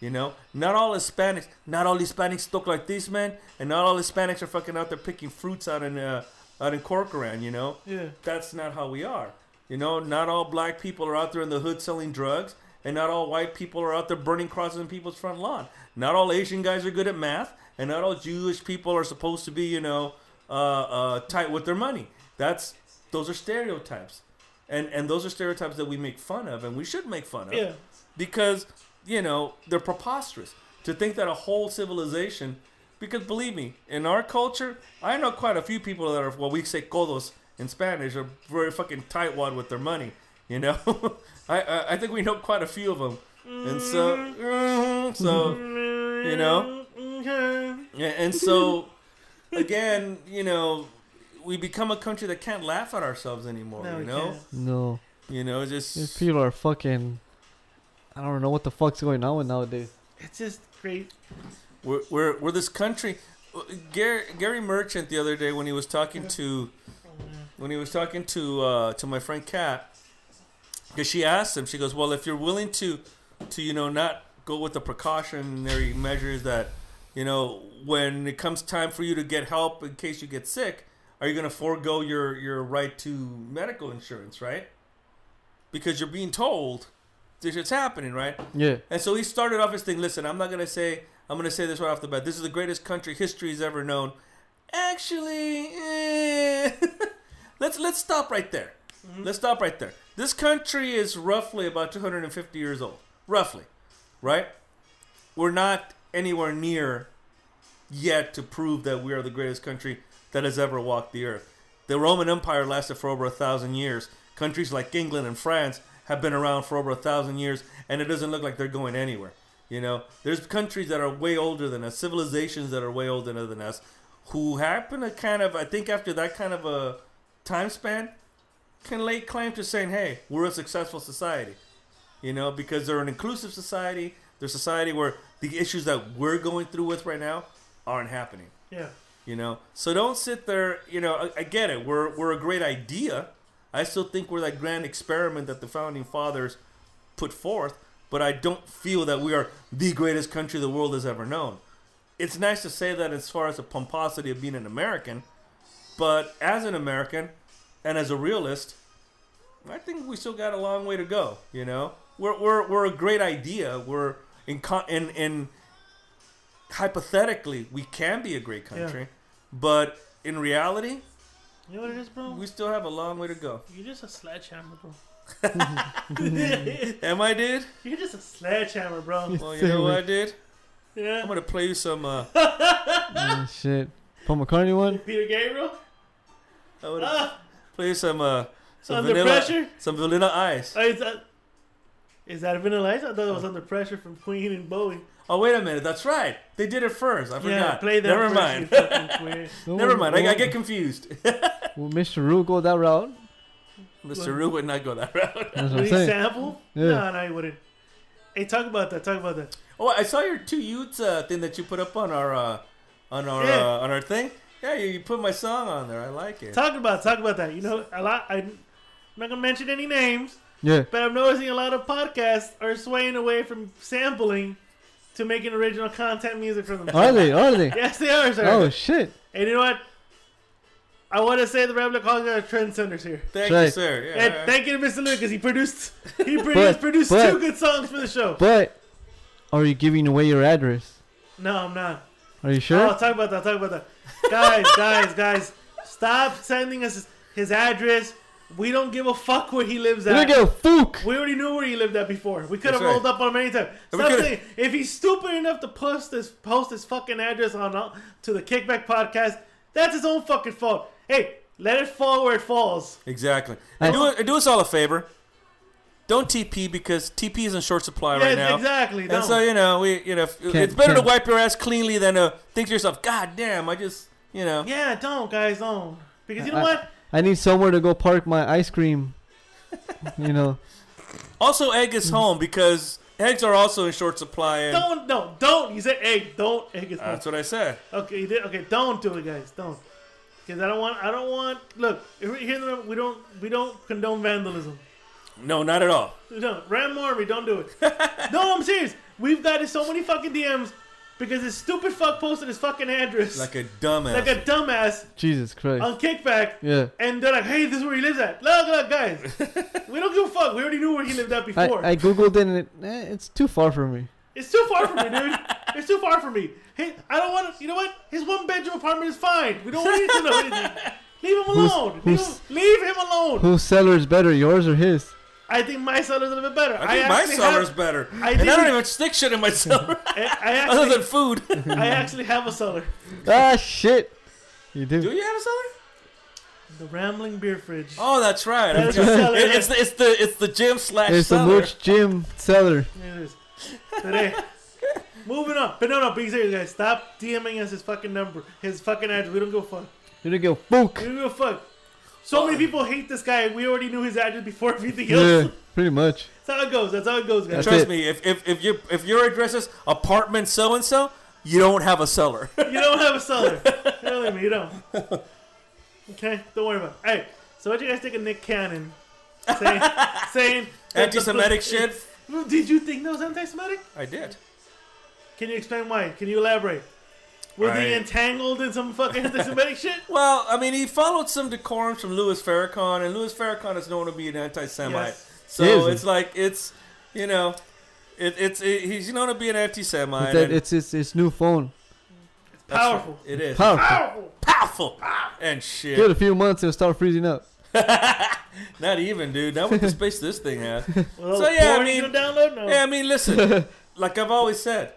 S4: You know, not all Hispanics, not all Hispanics look like this, man, and not all Hispanics are fucking out there picking fruits out in uh, out in Corcoran. You know,
S3: Yeah.
S4: that's not how we are. You know, not all black people are out there in the hood selling drugs, and not all white people are out there burning crosses in people's front lawn. Not all Asian guys are good at math, and not all Jewish people are supposed to be, you know, uh, uh, tight with their money. That's those are stereotypes, and and those are stereotypes that we make fun of, and we should make fun of
S3: Yeah.
S4: because you know they're preposterous to think that a whole civilization because believe me in our culture i know quite a few people that are well we say codos in Spanish are very fucking tightwad with their money. You know, I, I I think we know quite a few of them, and so mhm,
S3: Mm-hmm.
S4: so you know, yeah, and so again, you know, we become a country that can't laugh at ourselves anymore.
S3: No,
S4: you
S3: we
S4: know,
S3: can't.
S2: No,
S4: you know, just
S2: these people are fucking. I don't know what the fuck's going on with nowadays.
S3: It's just great.
S4: we're, we're, we're this country. Gary, Gary Merchant the other day when he was talking to when he was talking to uh, to my friend Kat, because she asked him, she goes, "Well, if you're willing to to you know not go with the precautionary measures that you know when it comes time for you to get help in case you get sick, are you going to forego your your right to medical insurance, right? Because you're being told this shit's happening, right?
S2: Yeah.
S4: And so he started off his thing. Listen, I'm not gonna say. I'm gonna say this right off the bat. This is the greatest country history's ever known. Actually, eh. let's let's stop right there. Let's stop right there. This country is roughly about 250 years old, roughly, right? We're not anywhere near yet to prove that we are the greatest country that has ever walked the earth. The Roman Empire lasted for over a thousand years. Countries like England and France have been around for over a thousand years, and it doesn't look like they're going anywhere. You know, there's countries that are way older than us, civilizations that are way older than us, who happen to kind of, I think, after that kind of a time span, can lay claim to saying, "Hey, we're a successful society." you know, because they're an inclusive society. They're a society where the issues that we're going through with right now aren't happening,
S3: Yeah.
S4: you know. So don't sit there, you know. I, I get it. We're we're a great idea. I still think we're that grand experiment that the founding fathers put forth, but I don't feel that we are the greatest country the world has ever known. It's nice to say that as far as the pomposity of being an American, but as an American and as a realist, I think we still got a long way to go. You know, we're we're, we're a great idea. We're in co- in in hypothetically we can be a great country,
S3: Yeah.
S4: but in reality,
S3: You know what it is, bro?
S4: we still have a long way to go.
S3: You're just a sledgehammer, bro.
S4: Am I, dude?
S3: You're just a sledgehammer, bro.
S4: Well, you know what, dude?
S3: Yeah.
S4: I'm gonna play you some. Uh,
S2: Mm, shit. Paul McCartney one.
S3: Peter Gabriel?
S4: I'm gonna play you some. Uh, some
S3: Ah. Under
S4: vanilla,
S3: pressure?
S4: some vanilla ice.
S3: Oh, is that, is that Vanilla Ice? I thought it was under pressure from Queen and Bowie.
S4: Oh wait a minute, that's right. They did it first. I forgot.
S3: Yeah, play that.
S4: Never
S3: first,
S4: mind.
S3: you fucking queer.
S4: Never mind. I, I
S2: Won't-
S4: get confused.
S2: won't Mr. Rule go that route?
S4: Mr. Rue would not go that route.
S2: That's what
S3: Would
S2: I'm
S3: he
S2: saying.
S3: sample?
S2: Yeah.
S3: No, no, he wouldn't. Hey, talk about that. Talk about that.
S4: Oh, I saw your two youths uh, thing that you put up on our uh, on our
S3: Yeah.
S4: uh, on our thing. Yeah, you, you put my song on there. I like it.
S3: Talk about talk about that. You know, a lot. I, I'm not gonna mention any names,
S2: Yeah.
S3: but I'm noticing a lot of podcasts are swaying away from sampling to making original content music for themselves.
S2: Are they? Are they?
S3: Yes, they are, sir.
S2: Oh shit.
S3: And you know what? I want to say the Rebel Calls are trendsetters here.
S4: Thank
S2: Right.
S4: you, sir. Yeah,
S3: And
S4: all right.
S3: thank you to Mr. Lucas. He produced he produced,
S2: But-
S3: produced
S2: but-
S3: two good songs for the show.
S2: But are you giving away your address?
S3: no, I'm not.
S2: Are you sure?
S3: Oh, talk about that. Talk about that. Guys, guys, guys, stop sending us his, his address. We don't give a fuck where he lives
S2: you
S3: at.
S2: don't get a fook.
S3: we already knew where he lived at before. We could
S4: That's
S3: have
S4: right.
S3: rolled up on him anytime.
S4: we
S3: Stop
S4: could've-
S3: saying if he's stupid enough to post his post his fucking address on uh, to the Kickback Podcast, that's his own fucking fault. Hey, let it fall where it falls.
S4: exactly. And do, and do us all a favor. Don't TP because TP is in short supply
S3: Yes,
S4: right now.
S3: exactly,
S4: And so
S3: don't.
S4: you know we you know if- it's better
S2: can't.
S4: to wipe your ass cleanly than to think to yourself, God damn, I just you know.
S3: Yeah, don't guys, don't because you know
S2: I-
S3: what?
S2: I need somewhere to go park my ice cream. you know.
S4: Also, egg is home because eggs are also in short supply. And
S3: Don't no, don't. You said hey, don't. Hey, it's
S4: that's what I said.
S3: Okay, you did, okay, don't do it, guys. Don't, because I don't want. I don't want. Look, here here in the we don't we don't condone vandalism.
S4: No, not at all.
S3: We don't. Ram Army, don't do it. no, I'm serious. We've gotten so many fucking DMs because this stupid fuck posted his fucking address
S4: Like a dumbass.
S3: like a dumbass
S2: Jesus Christ.
S3: on kickback.
S2: Yeah.
S3: And they're like, hey, this is where he lives at. Look, look, guys. we don't give a fuck. We already knew where he lived at
S2: I,
S3: before.
S2: I googled it and it, eh, it's too far from me.
S3: It's too far from me, dude. It's too far from me. Hey, I don't want to. You know what? His one bedroom apartment is fine. We don't need to know anything. Leave him alone. Leave
S2: who's-
S3: him, leave him alone.
S2: Whose cellar is better, yours or his?
S3: I think my cellar's a little bit better.
S4: I think my
S3: actually
S4: cellar's
S3: have,
S4: better.
S3: I
S4: and I
S3: didn't-
S4: don't even stick shit in my cellar
S3: I, I
S4: other
S3: actually,
S4: than food. Do
S3: I actually have a cellar.
S2: Ah shit. You do.
S4: you have a cellar?
S3: The Rambling Beer Fridge.
S4: Oh, that's right. I
S3: That's
S4: forgot.
S3: a seller.
S4: It- it's, the, it's the it's the gym slash
S2: It's the
S4: seller.
S2: Mooch Gym seller.
S3: There it is. Today. Moving on. But no, no, be serious, guys. Stop DMing us his fucking number, his fucking address. We don't give a fuck.
S2: You don't give a fuck.
S3: We don't give a fuck. So many people hate this guy. We already knew his address before everything else.
S2: Yeah, pretty much.
S3: That's how it goes. That's how it goes, guys.
S2: That's
S4: Trust
S2: it.
S4: me, if if if your if your address is apartment so and so, you don't have a seller.
S3: You don't have a seller. Really, me, you don't. Okay, don't worry about it. Hey, so what you guys think of Nick Cannon saying, saying that the-
S4: Anti-Semitic shit.
S3: Did you think that was anti-Semitic?
S4: I did.
S3: Can you explain why? Can you elaborate? Was
S4: Right.
S3: he entangled in some fucking anti-Semitic shit?
S4: Well, I mean, he followed some decorums from Louis Farrakhan, and Louis Farrakhan is known to be an anti-Semite.
S3: Yes.
S4: So
S2: Yes.
S4: it's like it's, you know, it, it's it, he's known to be an anti-Semite.
S2: It's that
S4: and
S2: it's his, his new phone.
S4: that's right.
S3: Powerful.
S4: It is
S2: Powerful.
S4: powerful and shit.
S2: Give it a few months and start freezing up.
S4: Not even, dude. Not with the space this thing has.
S3: Well,
S4: So, yeah, I
S3: porn you
S4: mean-
S3: gonna download? No.
S4: Yeah, I mean, listen, like I've always said,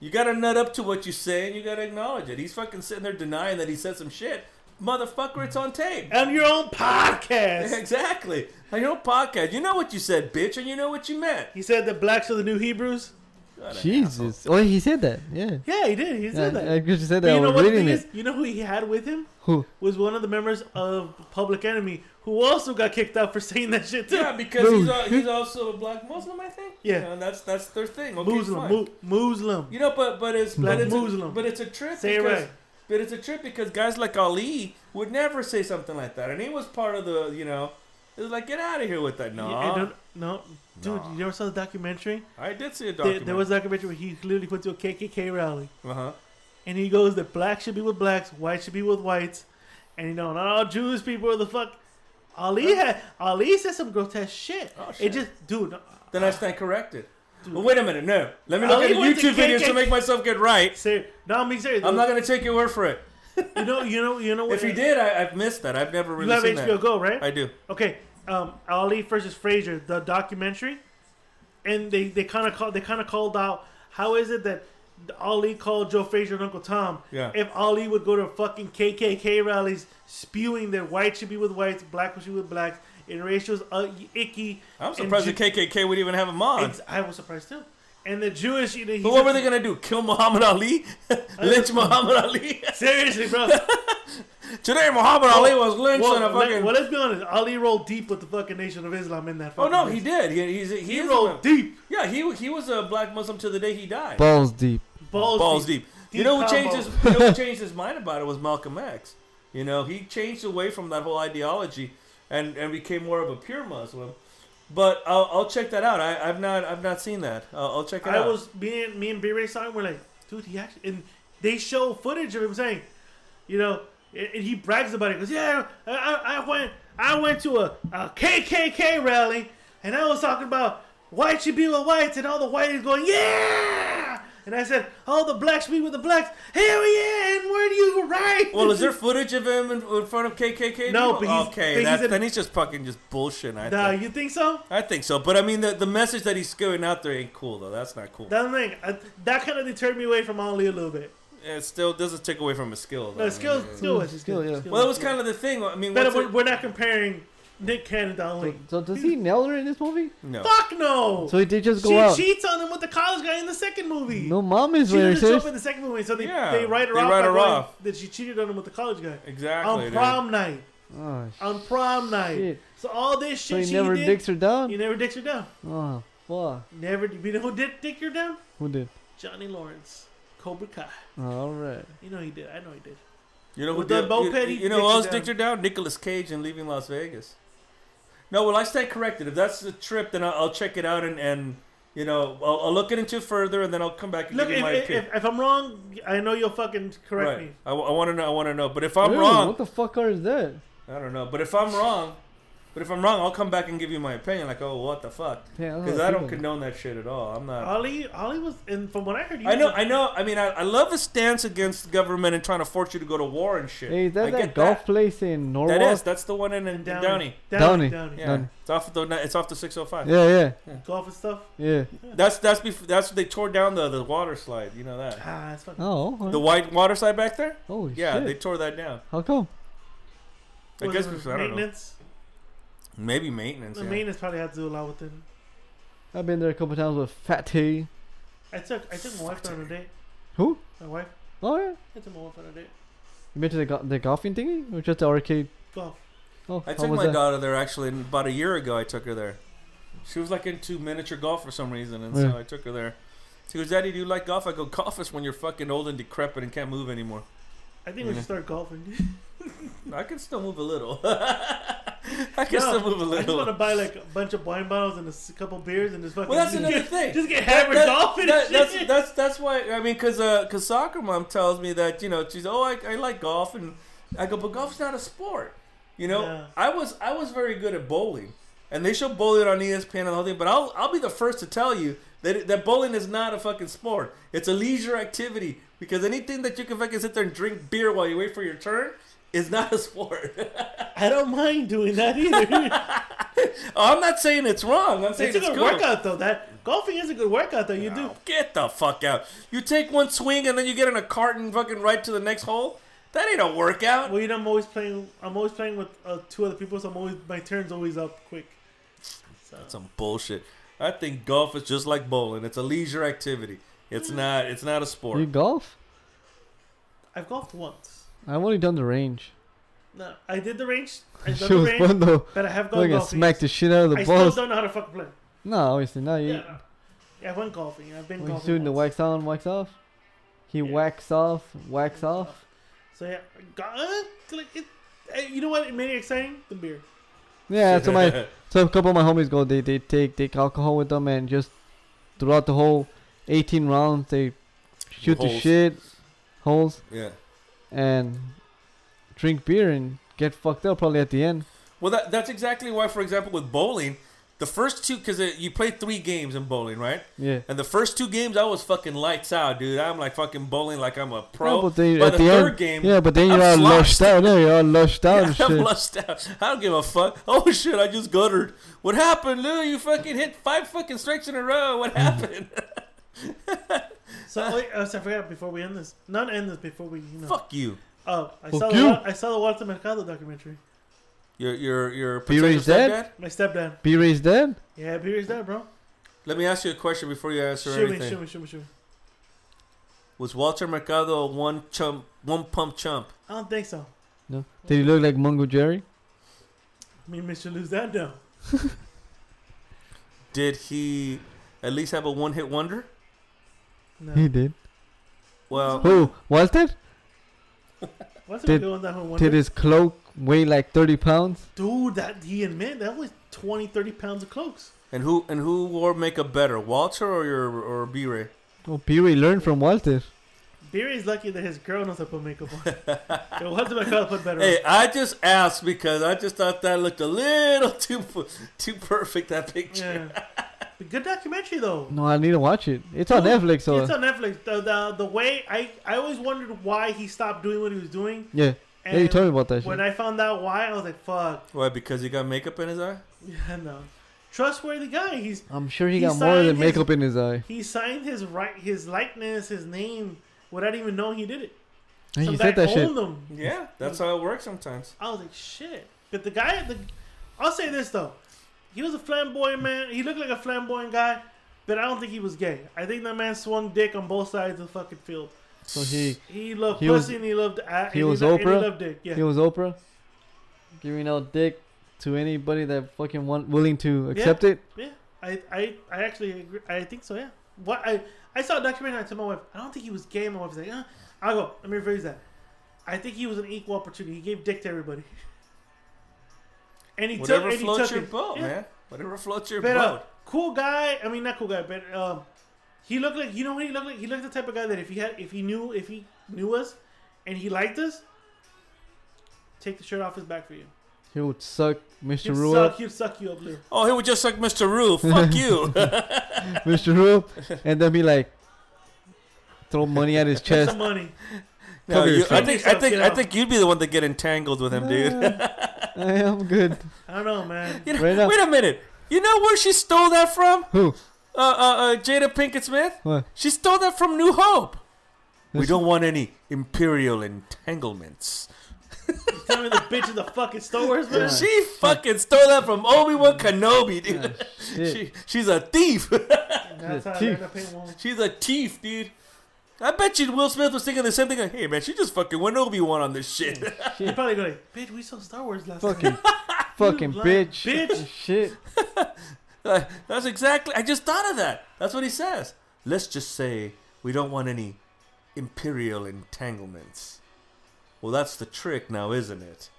S4: you gotta nut up to what you say and you gotta acknowledge it. He's fucking sitting there denying that he said some shit. Motherfucker, it's on tape.
S3: on your own podcast.
S4: Exactly. On your own podcast, you know what you said, bitch, and you know what you meant.
S3: He said that blacks are the new Hebrews.
S4: God,
S2: Jesus. Oh, he said that. Yeah.
S3: Yeah, he did. He said that.
S2: I, I just said
S3: But
S2: that.
S3: you
S2: I
S3: know
S2: was
S3: what the
S2: reading
S3: thing
S2: it.
S3: is? You know who he had with him
S2: Who?
S3: was one of the members of Public Enemy who also got kicked out for saying that shit too.
S4: Yeah, because he's, al- he's also a black Muslim, I think.
S3: Yeah.
S4: You know, and that's that's their thing. Okay,
S3: Muslim,
S4: fine.
S3: mu- Muslim.
S4: You know, but but it's but
S3: Black
S4: it's A,
S3: Muslim.
S4: but it's a trip.
S3: Say it
S4: because,
S3: right.
S4: But it's a trip because guys like Ali would never say something like that, and he was part of the you know. It was like get out of here with that. No,
S3: Yeah, I don't- no, dude, you never saw the documentary?
S4: I did see a
S3: There,
S4: documentary.
S3: there was a documentary where he literally went to a KKK rally
S4: uh huh.
S3: and he goes that blacks should be with blacks, whites should be with whites, and you know not all Jews people are the fuck. Ali had Ali said some grotesque shit.
S4: Oh,
S3: It
S4: shit.
S3: just, dude,
S4: Then I stand corrected. But wait a minute, no. Let me look
S3: Ali
S4: at the
S3: went to
S4: YouTube videos
S3: KKK.
S4: to make myself get right.
S3: Ser- no, I'm being serious.
S4: I'm not gonna take your word for it.
S3: You know, you know, you know.
S4: If
S3: what-
S4: you did, I, I've missed that. I've never
S3: you
S4: really
S3: have
S4: seen
S3: HBO
S4: that.
S3: Go, right?
S4: I do.
S3: Okay, um, Ali versus Frazier, the documentary, and they they kind of called they kind of called out how is it that Ali called Joe Frazier and Uncle Tom.
S4: Yeah.
S3: If Ali would go to fucking KKK rallies spewing that white should be with whites, black should be with blacks, and racial's uh, icky.
S4: I'm
S3: and
S4: surprised
S3: Ju-
S4: the KKK would even have him on.
S3: Ex- I was surprised too. And the Jewish, you Uh, know,
S4: But what were they gonna do? Kill Muhammad Ali? Lynch Muhammad Ali?
S3: Seriously, bro.
S4: Today Muhammad Ali was lynched
S3: well,
S4: on a
S3: let-
S4: fucking.
S3: well, let's be honest. Ali rolled deep with the fucking Nation of Islam in that.
S4: oh
S3: fucking
S4: no,
S3: race.
S4: he did. He, he's, he
S3: He
S4: is a-
S3: rolled deep,
S4: Yeah, he he was a black Muslim till the day he died.
S2: Balls deep.
S3: balls,
S4: balls deep. You know who
S3: pound
S4: changed
S3: balls.
S4: his you know who changed his mind about it was Malcolm X. You know, he changed away from that whole ideology and, and became more of a pure Muslim. But I'll, I'll check that out. I, I've not I've not seen that. I'll, I'll check it
S3: I
S4: out.
S3: was me and me and B Ray saw him. We're like, dude, he actually and they show footage of him saying, you know, and, and he brags about it. Goes, yeah, I, I, I went, I went to a, a KKK rally, and I was talking about white should be with whites, and all the whiteys going, yeah. And I said, all the blacks should be with the blacks. Hell yeah! And where do you right?
S4: well, is there footage of him in, in front of KKK?
S3: No,
S4: people?
S3: but he's-
S4: okay.
S3: but he's
S4: that's,
S3: in-
S4: then he's just fucking just bullshit. I
S3: Nah,
S4: think.
S3: you think so?
S4: I think so. But I mean, the, the message that he's going out there ain't cool though. That's not cool.
S3: That's the thing. I, that kind of deterred me away from Ali a little bit.
S4: it still doesn't take away from his skill. Though. I
S3: No,
S4: mean,
S3: skills,
S4: it-
S3: skill was skill.
S2: Skill, yeah.
S3: skill
S4: Well, that
S3: was
S4: was kind of the thing. I mean,
S3: But
S4: what's
S3: we're,
S4: it-
S3: we're not comparing Nick Cannon to Ali.
S2: So does he nail her in this movie?
S4: no.
S3: Fuck no.
S2: So he did just go
S3: she
S2: out.
S3: cheats on him with the college guy in the second movie.
S2: No mom is
S3: she
S2: there.
S3: didn't show
S2: sis.
S3: up in the second movie, so they,
S4: Yeah,
S3: they write her
S4: they
S3: off.
S4: write
S3: by
S4: her
S3: going
S4: off.
S3: That she cheated on him with the college guy.
S4: Exactly.
S3: On
S4: dude.
S3: prom night.
S2: Oh,
S3: On prom night.
S2: Shit.
S3: So all this shit
S2: so he
S3: she
S2: never
S3: did,
S2: dicks her
S3: He
S2: down.
S3: never dicks her down.
S2: Oh fuck.
S3: Never. You know who did dick her down?
S2: Who did? Oh,
S3: Johnny Lawrence. Cobra Kai.
S2: All right.
S3: You know he did. I know he did.
S4: You know who
S3: With the
S4: did,
S3: Bo
S4: you,
S3: Peep,
S4: you know who
S3: Dixie
S4: else
S3: Down.
S4: dicked her down? Nicolas Cage in Leaving Las Vegas. No, well, I stand corrected. If that's the trip, then I'll, I'll check it out and, and you know I'll, I'll look into it further and then I'll come back and
S3: Look,
S4: give
S3: if,
S4: you my
S3: if,
S4: opinion.
S3: if, if I'm wrong, I know you'll fucking correct
S4: right.
S3: me.
S4: I, want to know. I want to know. But if I'm
S2: Ew,
S4: wrong,
S2: What the fuck are is that?
S4: I don't know. But if I'm wrong, but if I'm wrong, I'll come back and give you my opinion. Like, oh, what the fuck?
S2: Yeah, I don't
S4: Because
S2: know
S4: I don't
S2: people.
S4: condone that shit at all. I'm not.
S3: Ali, Ali was, and from what I heard, he
S4: I know,
S3: was-
S4: I know. I mean, I, I love his stance against government and trying to force you to go to war and shit.
S2: Hey, is that
S4: I
S2: that
S4: get
S2: golf
S4: that.
S2: place in Norwalk?
S4: That is. That's the one in, in
S3: Downey.
S4: Downey.
S3: Downey.
S2: Downey.
S3: Downey.
S4: Yeah,
S2: None.
S4: it's off the it's off the 605.
S2: Yeah,
S3: Golf and stuff.
S2: yeah, yeah.
S4: That's that's bef- that's they tore down the, the water slide. You know that
S3: Ah, that's fucking.
S2: Oh, all right.
S4: the white water slide back there.
S2: holy
S4: Yeah,
S2: shit.
S4: they tore that down.
S2: How come?
S4: I
S3: What
S4: guess
S3: is it,
S4: because I don't know.
S3: maintenance.
S4: Maybe maintenance.
S3: The
S4: yeah.
S3: maintenance probably had to do a lot with it.
S2: I've been there a couple times with Fat T.
S3: I took I took my wife on a date.
S2: Who?
S3: My wife.
S2: Oh yeah.
S3: I took my wife on a date.
S2: You been to the, go- the golfing thingy or just the arcade?
S3: Golf.
S2: Oh,
S4: I
S2: how
S4: took
S2: was
S4: my
S2: that?
S4: daughter there actually and about a year ago. I took her there. She was like into miniature golf for some reason, and so
S2: Yeah.
S4: I took her there. She goes, "Daddy, do you like golf?" I go, "Golf is when you're fucking old and decrepit and can't move anymore.
S3: I think we
S4: Yeah.
S3: should start golfing.
S4: I can still move a little. I can
S3: No,
S4: still move a
S3: I just
S4: little."
S3: want to buy like a bunch of wine bottles and a s- couple beers and just fucking.
S4: Well, that's
S3: just
S4: another
S3: get,
S4: thing.
S3: Just get
S4: That-
S3: hammered
S4: that-
S3: golfing.
S4: that-
S3: and
S4: that's
S3: shit.
S4: that's that's why I mean, cause uh, cause soccer mom tells me that you know she's oh I, I like golf and I go but golf's not a sport, you know.
S3: Yeah.
S4: I was I was very good at bowling, and they show bowling on E ESPN and the whole thing. But I'll I'll be the first to tell you that it- that bowling is not a fucking sport. It's a leisure activity because anything that you can fucking sit there and drink beer while you wait for your turn is not a sport.
S3: I don't mind doing that either.
S4: I'm not saying it's wrong. I'm saying
S3: it's
S4: it's,
S3: a good
S4: cool.
S3: workout though. That golfing is a good workout though. You do.
S4: No, Get the fuck out. You take one swing and then you get in a cart and fucking right to the next hole? That ain't a workout.
S3: Well, you know, I'm always playing. I'm always playing with uh, two other people, so I'm always my turn's always up quick.
S4: That's some bullshit. I think golf is just like bowling. It's a leisure activity. It's not it's not a sport.
S2: You golf?
S3: I've golfed once.
S2: I've only done the range.
S3: No, I did the range. I did
S2: Shit
S3: the
S2: was
S3: range,
S2: fun though.
S3: but I have gone
S2: Fucking
S3: golfing.
S2: smacked the shit out of the
S3: I still
S2: balls.
S3: don't know how to fucking play.
S2: No, obviously not. You,
S3: Yeah. yeah, I went golfing. I've been
S2: when he's
S3: golfing.
S2: doing the
S3: once.
S2: wax on, wax off. He
S3: Yeah.
S2: wax off, wax off.
S3: So yeah, go- uh, like it, uh, you know what? It made it exciting. The beer.
S2: Yeah, so my so a couple of my homies go. They they take take alcohol with them and just throughout the whole 18 rounds they shoot the
S4: Holes.
S2: shit holes
S4: Yeah.
S2: and drink beer and get fucked up probably at the end.
S4: Well, that, that's exactly why, for example, with bowling, the first two, because you play three games in bowling, right?
S2: Yeah.
S4: And the first two games, I was fucking lights out, dude. I'm like fucking bowling like I'm a pro.
S2: Yeah, but then
S4: By
S2: at
S4: the,
S2: the,
S4: third
S2: end,
S4: game,
S2: yeah, but then
S4: I'm
S2: you're all
S4: sloshed.
S2: lushed out. Yeah, you're all lushed out and
S4: I
S2: Oh, shit.
S4: flushed out. I don't give a fuck. Oh shit, I just guttered. What happened, Lou? You fucking hit five fucking strikes in a row.
S2: Mm.
S4: What happened?
S3: So wait, uh, so I forgot before we end this. Not end this before we you know.
S4: fuck you.
S3: Oh, I
S2: Fuck
S3: saw
S2: you.
S3: the Wa- I saw the Walter Mercado documentary.
S4: Your your your
S2: Beery's
S4: potential
S2: dead?
S4: stepdad?
S3: My stepdad.
S2: B Ray's dead.
S3: Yeah, beer's dead, bro.
S4: Let me ask you a question before you answer
S3: Shoot me,
S4: anything.
S3: shoot me, shoot me, shoot me.
S4: Was Walter Mercado a one chump, one pump chump?
S3: I don't think so.
S2: No. Did he look like Mungo Jerry?
S3: I mean, Mr. Lose that now.
S4: Did he at least have a one hit wonder?
S2: He
S3: No.
S2: did.
S4: Well,
S2: Who was that?
S3: What's
S2: Did-
S3: it doing that one?
S2: Did his cloak weigh like 30 pounds?
S3: Dude, that he and man, that was 20, 30 pounds of cloaks.
S4: and who and who wore makeup better, Walter or your or B Ray?
S2: Oh, B Ray learned from Walter.
S3: Beery's lucky that his girl knows how to put makeup on. Yo, Walter Mercado put better
S4: Hey,
S3: on.
S4: I just asked because I just thought that looked a little too too perfect that picture.
S3: Yeah. But good documentary, though.
S2: No, I need to watch it. It's on Netflix, so
S3: It's on Netflix. The, the, the way I, I always wondered why he stopped doing what he was doing.
S2: yeah. Yeah, you
S3: And
S2: told me about that shit.
S3: When I found out why, I was like, fuck.
S4: Why? Because he got makeup in his eye.
S3: Yeah, no. Trustworthy guy. He's
S2: I'm sure he,
S3: he
S2: got more than
S3: signed his-
S2: makeup in his eye.
S3: He signed his right, his likeness, his name without even knowing he did it.
S2: And
S3: Some
S2: he said
S3: guy
S2: that shit.
S3: owned him.
S4: Yeah, that's how it works sometimes.
S3: I was like, shit. But the guy, the, I'll say this though, he was a flamboyant man. He looked like a flamboyant guy, but I don't think he was gay. I think that man swung dick on both sides of the fucking field.
S2: So he
S3: He loved
S2: He
S3: pussy
S2: was-
S3: and he loved ass.
S2: he
S3: and
S2: was
S3: loved- and
S2: Oprah?
S3: He loved dick. Yeah.
S2: he was Oprah, giving out dick to anybody that fucking want willing to accept it.
S3: yeah. I, I, I actually agree. I think so. Yeah. What I, I saw a documentary. and I told my wife, I don't think he was gay. My wife was like, uh I'll go. Let me rephrase that. I think he was an equal opportunity. He gave dick to everybody. And he
S4: Whatever
S3: took, and he
S4: floats
S3: took
S4: your
S3: it.
S4: boat,
S3: Yeah.
S4: man. Whatever floats your
S3: But uh,
S4: boat.
S3: cool guy. I mean, not cool guy, but um, he looked like you know what he looked like. He looked the type of guy that if he had, if he knew, if he knew us, and he liked us, take the shirt off his back for you.
S2: He would suck Mr.
S3: He'd
S2: Rule
S3: suck,
S2: up,
S3: he'd suck you up, Lou.
S4: Oh, he would just like Mr. Roo. Fuck you.
S2: Mr. Rule, and then be like, throw money at his
S3: Get
S2: chest.
S3: some money.
S4: no,
S2: Cover
S4: you, I
S2: yourself.
S4: think I
S3: Yourself,
S4: think
S3: get
S4: I
S3: out.
S4: think you'd be the one to get entangled with him, dude.
S2: I am good.
S3: I don't know, man.
S4: You know-
S2: Right now-
S4: wait a minute. You know where she stole that from?
S2: Who?
S4: Uh, uh, uh, Jada Pinkett Smith.
S2: What?
S4: She stole that from New Hope. We
S2: Yes.
S4: don't want any imperial entanglements.
S3: Tell me the bitch in the fucking Star Wars man.
S2: Yeah.
S4: She fucking stole that from Obi Wan Kenobi, dude.
S2: Yeah, shit.
S4: she, she's a thief.
S3: That's how I
S2: Thief.
S3: learned to paint woman.
S4: she's a thief, dude. I bet you Will Smith was thinking the same thing. Like, hey man, she just fucking went Obi Wan on this shit.
S3: He probably going, bitch, we saw Star Wars last night.
S2: fucking, fucking
S3: Like,
S2: bitch.
S3: bitch.
S2: Shit.
S4: Like, That's exactly. I just thought of that. That's what he says. Let's just say we don't want any imperial entanglements. Well, that's the trick now, isn't it?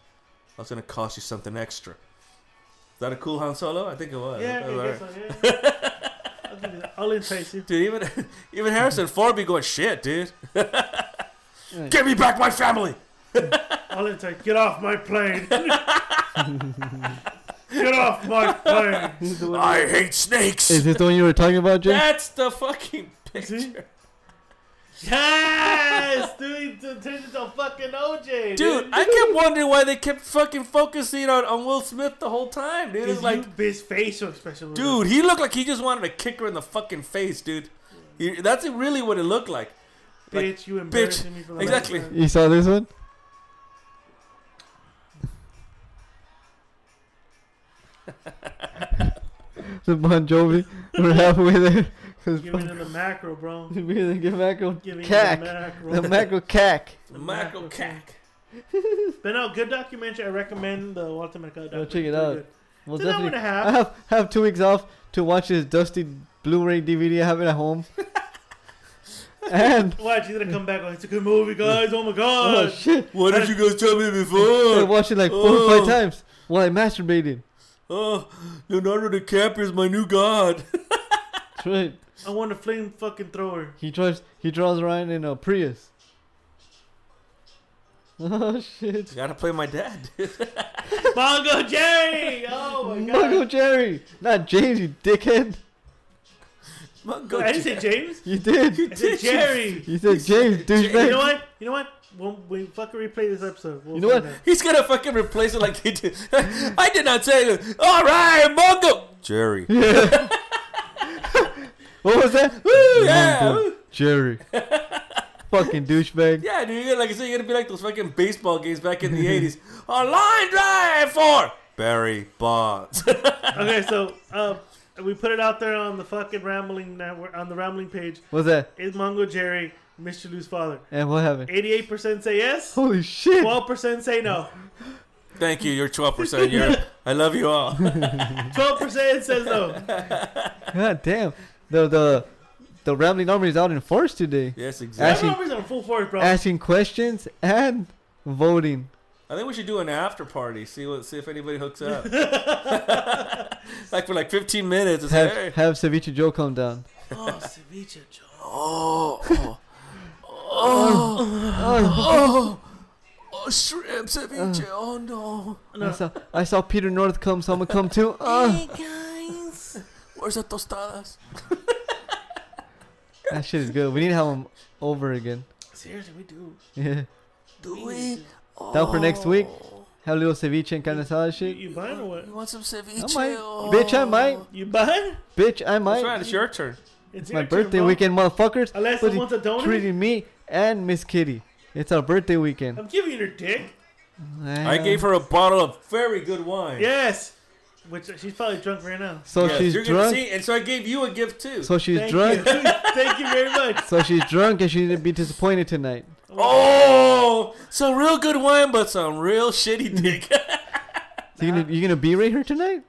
S4: That's gonna cost you something extra. Is that a cool Han Solo? I think it was.
S3: Yeah,
S4: That
S3: I
S4: was
S3: guess
S4: alright.
S3: so, yeah. I'll give you that. I'll entice you.
S4: Dude, even even Harrison Ford be going shit, dude. Give me back my family.
S3: I'll entice. Get off my plane. Get off my plane.
S4: I hate snakes.
S2: Is this the one you were talking about, Jay?
S4: That's the fucking
S3: See?
S4: picture,
S3: Yes, dude, t- turn into fucking OJ,
S4: dude. I kept wondering why they kept fucking focusing on, on Will Smith the whole time, dude. It's
S3: His,
S4: like,
S3: like, his facial expression. was
S4: dude, he looked like he just wanted to kick her in the fucking face, dude. He- that's really what it looked like.
S3: like,
S4: like,
S3: bitch, you embarrassing me for the
S4: exactly.
S3: last time.
S2: You saw this one? the Bon Jovi. We're halfway there. 'Cause
S3: Give me the macro, bro.
S2: fucking- we didn't get macro
S3: Give me
S2: cack.
S3: the macro.
S2: The macro cack.
S4: The Michael Cack.
S3: But no, good documentary. I recommend the Walter Mercado.
S2: No,
S3: documentary.
S2: check it
S3: Pretty
S2: out.
S3: good.
S2: Well,
S3: Then I'm
S2: definitely.
S3: gonna have-
S2: I have have two weeks off to watch this dusty Blu-ray DVD I have it at home. and
S3: Watch, he's gonna come back. Oh, it's a good movie, guys. Oh my
S2: oh
S3: god.
S2: shit,
S4: Why didn't you guys tell me
S2: I
S4: before?
S2: watched it like four or
S4: Oh.
S2: five times while I masturbated.
S4: Oh, Leonardo DiCaprio is my new god.
S2: That's right.
S3: I want a flame fucking thrower.
S2: He drives. He draws around in a Prius. Oh shit.
S4: Gotta play my dad. dude.
S3: Bongo J. Oh my god.
S2: Mungo Jerry, not James, you dickhead.
S4: Mungo
S3: I didn't say James.
S2: You did.
S4: You
S3: I said
S4: did,
S3: Jerry.
S2: You said James, douchebag.
S3: You know what? You know what? When we fucking replay this episode, we'll
S2: You know
S3: find
S2: what?
S3: out.
S4: He's gonna fucking replace it like they did. I did not say, it. all right, Mongo. Jerry.
S2: What was that?
S4: yeah.
S2: Mungo Jerry. Fucking douchebag.
S4: Yeah, dude. you're- Like I said, you're gonna be like those fucking baseball games back in the 80s. A line drive for Barry Bonds.
S3: Okay, so uh, we put it out there on the fucking rambling network, on the rambling page.
S2: What's that?
S3: Is Mongo Jerry Mr. Lou's father?
S2: And what happened?
S3: Eighty-eight percent say yes.
S2: Holy shit.
S3: Twelve percent say no.
S4: Thank you. You're 12%. You're, I love you all.
S3: Twelve percent says no.
S2: God damn. The the the rambling army is out in force today.
S4: yes,
S3: That
S2: Actually-
S4: exactly.
S3: number's on full force, bro.
S2: Asking questions and voting.
S4: I think we should do an after party. See what, see if anybody hooks up. like for like 15 minutes. It's like,
S2: Have
S4: hey.
S2: have Ceviche Joe come down.
S3: Oh, ceviche, Joe.
S4: Oh, oh, oh, oh, oh, shrimp ceviche.
S2: Uh,
S4: Oh no.
S2: I saw I saw Peter North come, so I'm gonna come too. Uh,
S4: Hey guys, where's the tostadas?
S2: that shit is good. We need to have him over again.
S3: Seriously, we do.
S2: Yeah.
S4: Do we?
S2: Down for next week.
S4: Oh.
S2: Have a little ceviche and carne asada
S3: You,
S2: shit.
S3: you buying or what?
S4: You want some ceviche?
S2: I might. Bitch, I might.
S3: You buying?
S2: Bitch, I
S4: That's
S2: might.
S4: right. It's your turn.
S3: It's
S2: It's my
S3: your turn,
S2: birthday
S3: bro.
S2: weekend, motherfuckers.
S3: Unless
S2: But
S3: someone's a donor?
S2: Treating me and Miss Kitty. It's our birthday weekend.
S3: I'm giving her dick.
S4: I gave her a bottle of very good wine.
S3: Yes. Which she's probably drunk right now.
S2: So
S4: Yes,
S2: she's
S4: you're gonna
S2: drunk.
S4: see, and so I gave you a gift too.
S2: So she's
S3: Thank
S2: drunk.
S3: you. Thank you very much.
S2: So she's drunk and she's gonna be disappointed tonight.
S4: oh, some real good wine, but some real shitty dick.
S2: So you gonna you gonna berate her tonight?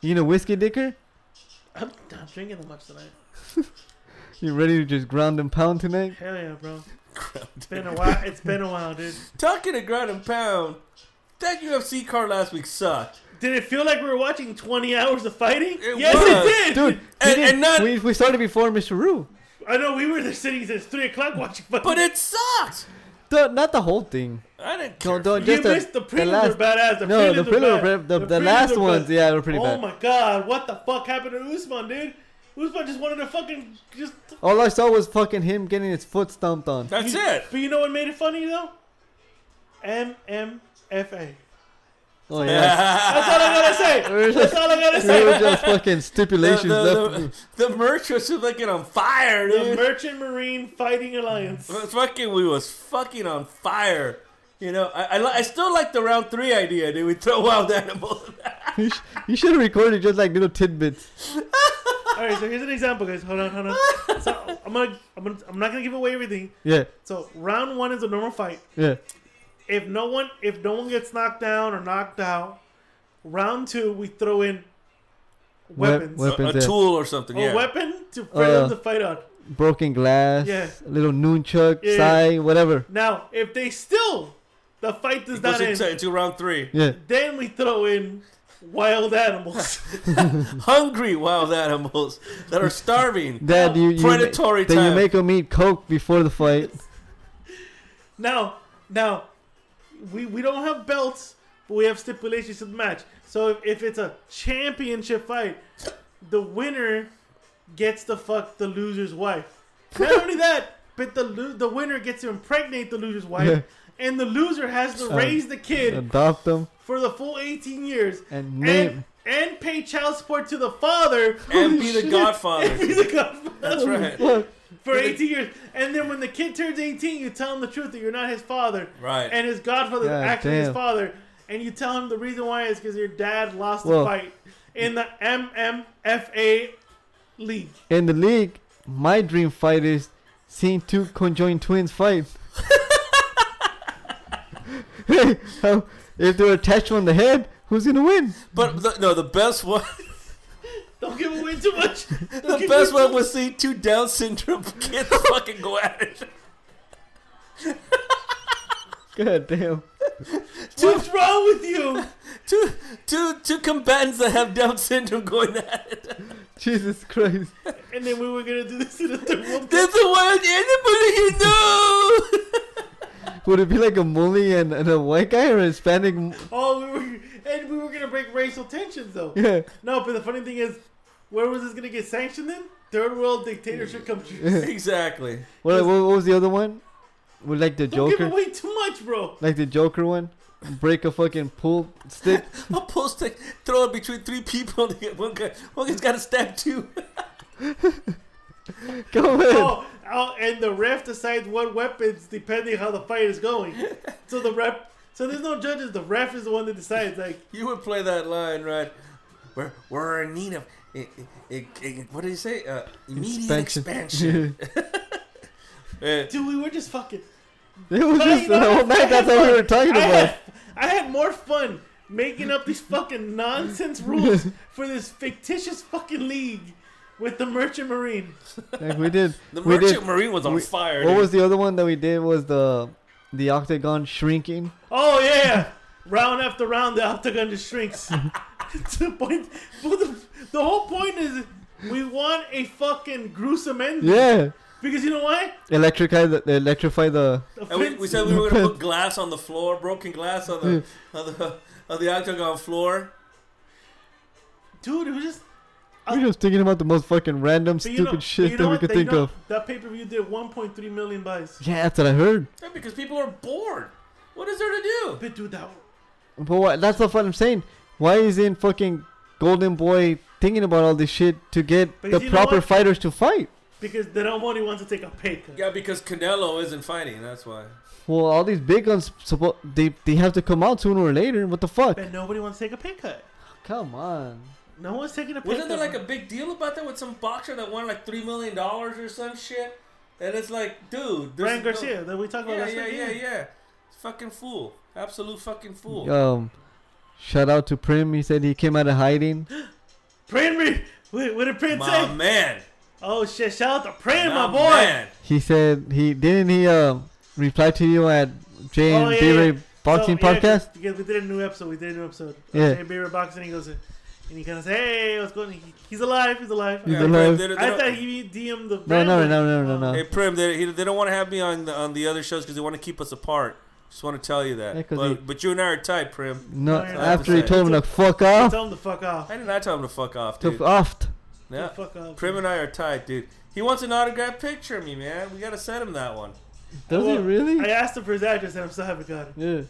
S2: You gonna whiskey dick her?
S3: I'm, I'm drinking that much tonight.
S2: You ready to just ground and pound tonight?
S3: Hell yeah, bro. It's been a while. It's been a while, dude.
S4: Talking to ground and pound, that UFC card last week sucked.
S3: Did it feel like we were watching 20 hours of fighting?
S4: It
S3: yes,
S4: was.
S3: it did.
S2: Dude, we
S4: And-
S2: didn't-
S4: and not-
S2: we, we started before Mr. Roo.
S3: I know we were there sitting since 3 o'clock watching fighting.
S4: But it sucked.
S2: The, not the whole thing.
S4: I didn't care.
S2: No, no,
S3: you
S2: just the,
S3: missed the
S2: the
S3: prelims
S2: last.
S3: are badass. The
S2: no,
S3: prelims
S2: the
S3: are
S2: prelims,
S3: bad.
S2: the, the, the
S3: prelims
S2: last
S3: are
S2: ones,
S3: bad.
S2: yeah, were pretty
S3: oh
S2: bad.
S3: my god, what the fuck happened to Usman, dude? Usman just wanted to fucking just.
S2: All I saw was fucking him getting his foot stomped on.
S4: That's it.
S3: But you know what made it funny though? MMFA.
S2: Oh yeah,
S4: Ah.
S3: That's all I gotta say.
S2: we were
S3: That's
S2: just,
S3: all I gotta
S2: we
S3: say.
S2: were just fucking
S4: The,
S2: stipulations
S4: the,
S2: left.
S4: the, the merch was just like on fire,
S3: The
S4: dude.
S3: Merchant Marine Fighting Alliance.
S4: Fucking, we was fucking on fire. You know, I, I, li- I still like the round three idea, dude. We throw wild animals.
S2: you, sh- you should have recorded just like little tidbits.
S3: All right, so here's an example, guys. Hold on, hold on. So I'm gonna, I'm gonna, I'm not gonna give away everything.
S2: Yeah,
S3: So round one is a normal fight.
S2: yeah.
S3: If no one, if no one gets knocked down or knocked out, round two we throw in weapons,
S4: a,
S2: wep-
S4: a
S2: yeah.
S4: tool or something.
S3: a
S4: Yeah.
S3: weapon to for them
S2: Uh.
S3: to fight on.
S2: Broken glass.
S3: Yeah.
S2: Little nunchuck,
S3: Yeah.
S2: sai, whatever.
S3: Now, if they still the fight does
S4: Goes
S3: not end,
S4: into, into round three.
S2: Yeah.
S3: then we throw in wild animals.
S4: Hungry wild animals that are starving.
S2: Dad, you, you
S4: Oh, Predatory
S2: Then you
S4: time.
S2: make them eat coke before the fight.
S3: Now, now, we we don't have belts, but we have stipulations to the match. So if, if it's a championship fight, the winner gets to fuck the loser's wife. Not only that, but the lo- the winner gets to impregnate the loser's wife, and the loser has
S2: Uh,
S3: to raise the kid
S2: Adopt them.
S3: for the full 18 years
S2: And name-
S3: and, and pay child support to the father.
S2: Oh,
S4: And be the godfather.
S3: He's a godfather
S4: That's right.
S3: for 18 years. And then when the kid turns 18, you tell him the truth that you're not his father.
S4: Right.
S3: And his godfather is
S2: God
S3: actually his
S2: damn.
S3: father. And you tell him the reason why is because your dad lost
S2: Well-
S3: the fight in the MMFA league.
S2: In the league, my dream fight is seeing two conjoined twins fight. hey, how- if they're attached on the head, who's gonna win?
S4: But the, no, the best one,
S3: Don't give away too much. Don't
S4: the
S3: give
S4: best
S3: away
S4: one
S3: too-
S4: was see two Down syndrome kids fucking go at it.
S2: God damn.
S3: What's wrong with you?
S4: Two, two, two combatants that have Down syndrome going at it.
S2: Jesus Christ.
S3: And then we were going to do this in the third one.
S4: That's the one anybody you know.
S2: Would it be like a mully and, and a white guy or a Hispanic? m-
S3: Oh, we were, and we were going to break racial tensions, though.
S2: Yeah.
S3: No, but the funny thing is, where was this going to get sanctioned then? Third world dictatorship come true.
S4: exactly.
S2: What, what, what was the other one? With like the
S3: Don't give
S2: Joker?
S3: away too much, bro.
S2: Like the Joker one? Break a fucking pool stick?
S4: I'll post it, throw it between three people to get one guy. One guy's got to stab two.
S2: Go in.
S3: Oh, oh, and the ref decides what weapons depending how the fight is going. So the ref, so there's no judges. The ref is the one that decides. Like,
S4: You would play that line, right? We're, we're in need of. i i i what did he say? Uh, immediate expansion. Eh,
S3: dude, we were just fucking.
S2: It was
S3: I
S2: just the
S3: know,
S2: whole night. That's all we were talking
S3: I
S2: about.
S3: had, I had more fun making up these fucking nonsense rules for this fictitious fucking league with the Merchant Marine.
S2: Like we did.
S4: the
S2: we
S4: merchant
S2: did.
S4: marine was on fire.
S2: What
S4: dude.
S2: was the other one that we did? Was the the octagon shrinking?
S3: Oh yeah. Round after round, the octagon just shrinks. to the point, but the, the whole point is we want a fucking gruesome ending.
S2: Yeah.
S3: Because you know why?
S2: Electrify the electrify the.
S3: The
S4: And we,
S3: fence-
S4: we said we were gonna put glass on the floor, broken glass on the on the on the octagon floor.
S3: dude, it was just
S2: We We're just thinking about the most fucking random,
S3: but
S2: stupid
S3: you know, but
S2: shit
S3: you know
S2: that we
S3: what?
S2: could
S3: They
S2: think
S3: know-
S2: of.
S3: That pay per view did 1.3 million buys.
S2: Yeah, that's what I heard.
S4: Yeah, because people are bored. What is there to do?
S3: But dude, that
S2: But what, that's not what I'm saying. Why isn't fucking Golden Boy thinking about all this shit to get
S3: But you
S2: the
S3: know
S2: proper
S3: what?
S2: fighters to fight?
S3: because they don't want wants to take a pay cut.
S4: Yeah, because Canelo isn't fighting. That's why.
S2: Well, all these big guns, suppo- they they have to come out sooner or later. What the fuck?
S3: But nobody wants to take a pay cut.
S2: Come on.
S3: No one's taking a pay
S4: Wasn't
S3: cut.
S4: there like a big deal about that with some boxer that won like three million dollars or some shit? And it's like, dude, there's
S3: Brian
S4: no-
S3: Garcia that we talked about
S4: Yeah,
S3: last
S4: yeah,
S3: week?
S4: yeah, yeah. Fucking fool. Absolute fucking fool.
S2: Um, shout out to Prim. He said he came out of hiding.
S3: Prim, re- what, what did Prim
S4: My
S3: say?
S4: man.
S3: Oh shit! Shout out to Prim, my,
S4: My
S3: boy.
S4: man.
S2: He said he didn't he um reply to you at J
S3: Oh,
S2: and
S3: yeah,
S2: B Ray
S3: yeah.
S2: Boxing
S3: So, yeah,
S2: Podcast.
S3: Because we did a new episode. We did a new episode.
S2: Yeah.
S3: Yeah. Beaver boxing. He goes, uh, and he kind of says, "Hey, what's going? on? He- he's alive. He's alive."
S2: He's
S4: Yeah,
S2: alive.
S4: Prim, they don't-
S3: I thought he DM'd the.
S2: No, no, no, no, no, no,
S4: Hey
S2: no.
S4: Prim, they, he- they don't want to have me on the, on the other shows because they want to keep us apart. Just want to tell you that.
S2: Yeah, 'cause
S4: but,
S2: he-
S4: but you and I are tight, Prim.
S2: No,
S3: no, no,
S2: after he
S4: no.
S2: told him to fuck off,
S3: Tell him to fuck off.
S4: I did not tell him to fuck off,
S2: to
S4: dude.
S2: f- off.
S4: Yeah.
S3: Fuck off.
S4: Prim and I are tight, dude. He wants an autographed picture of me, man. We gotta send him that one.
S2: Does he
S3: Well, I
S2: really?
S3: asked him for his address and I still haven't got it.
S2: Yeah.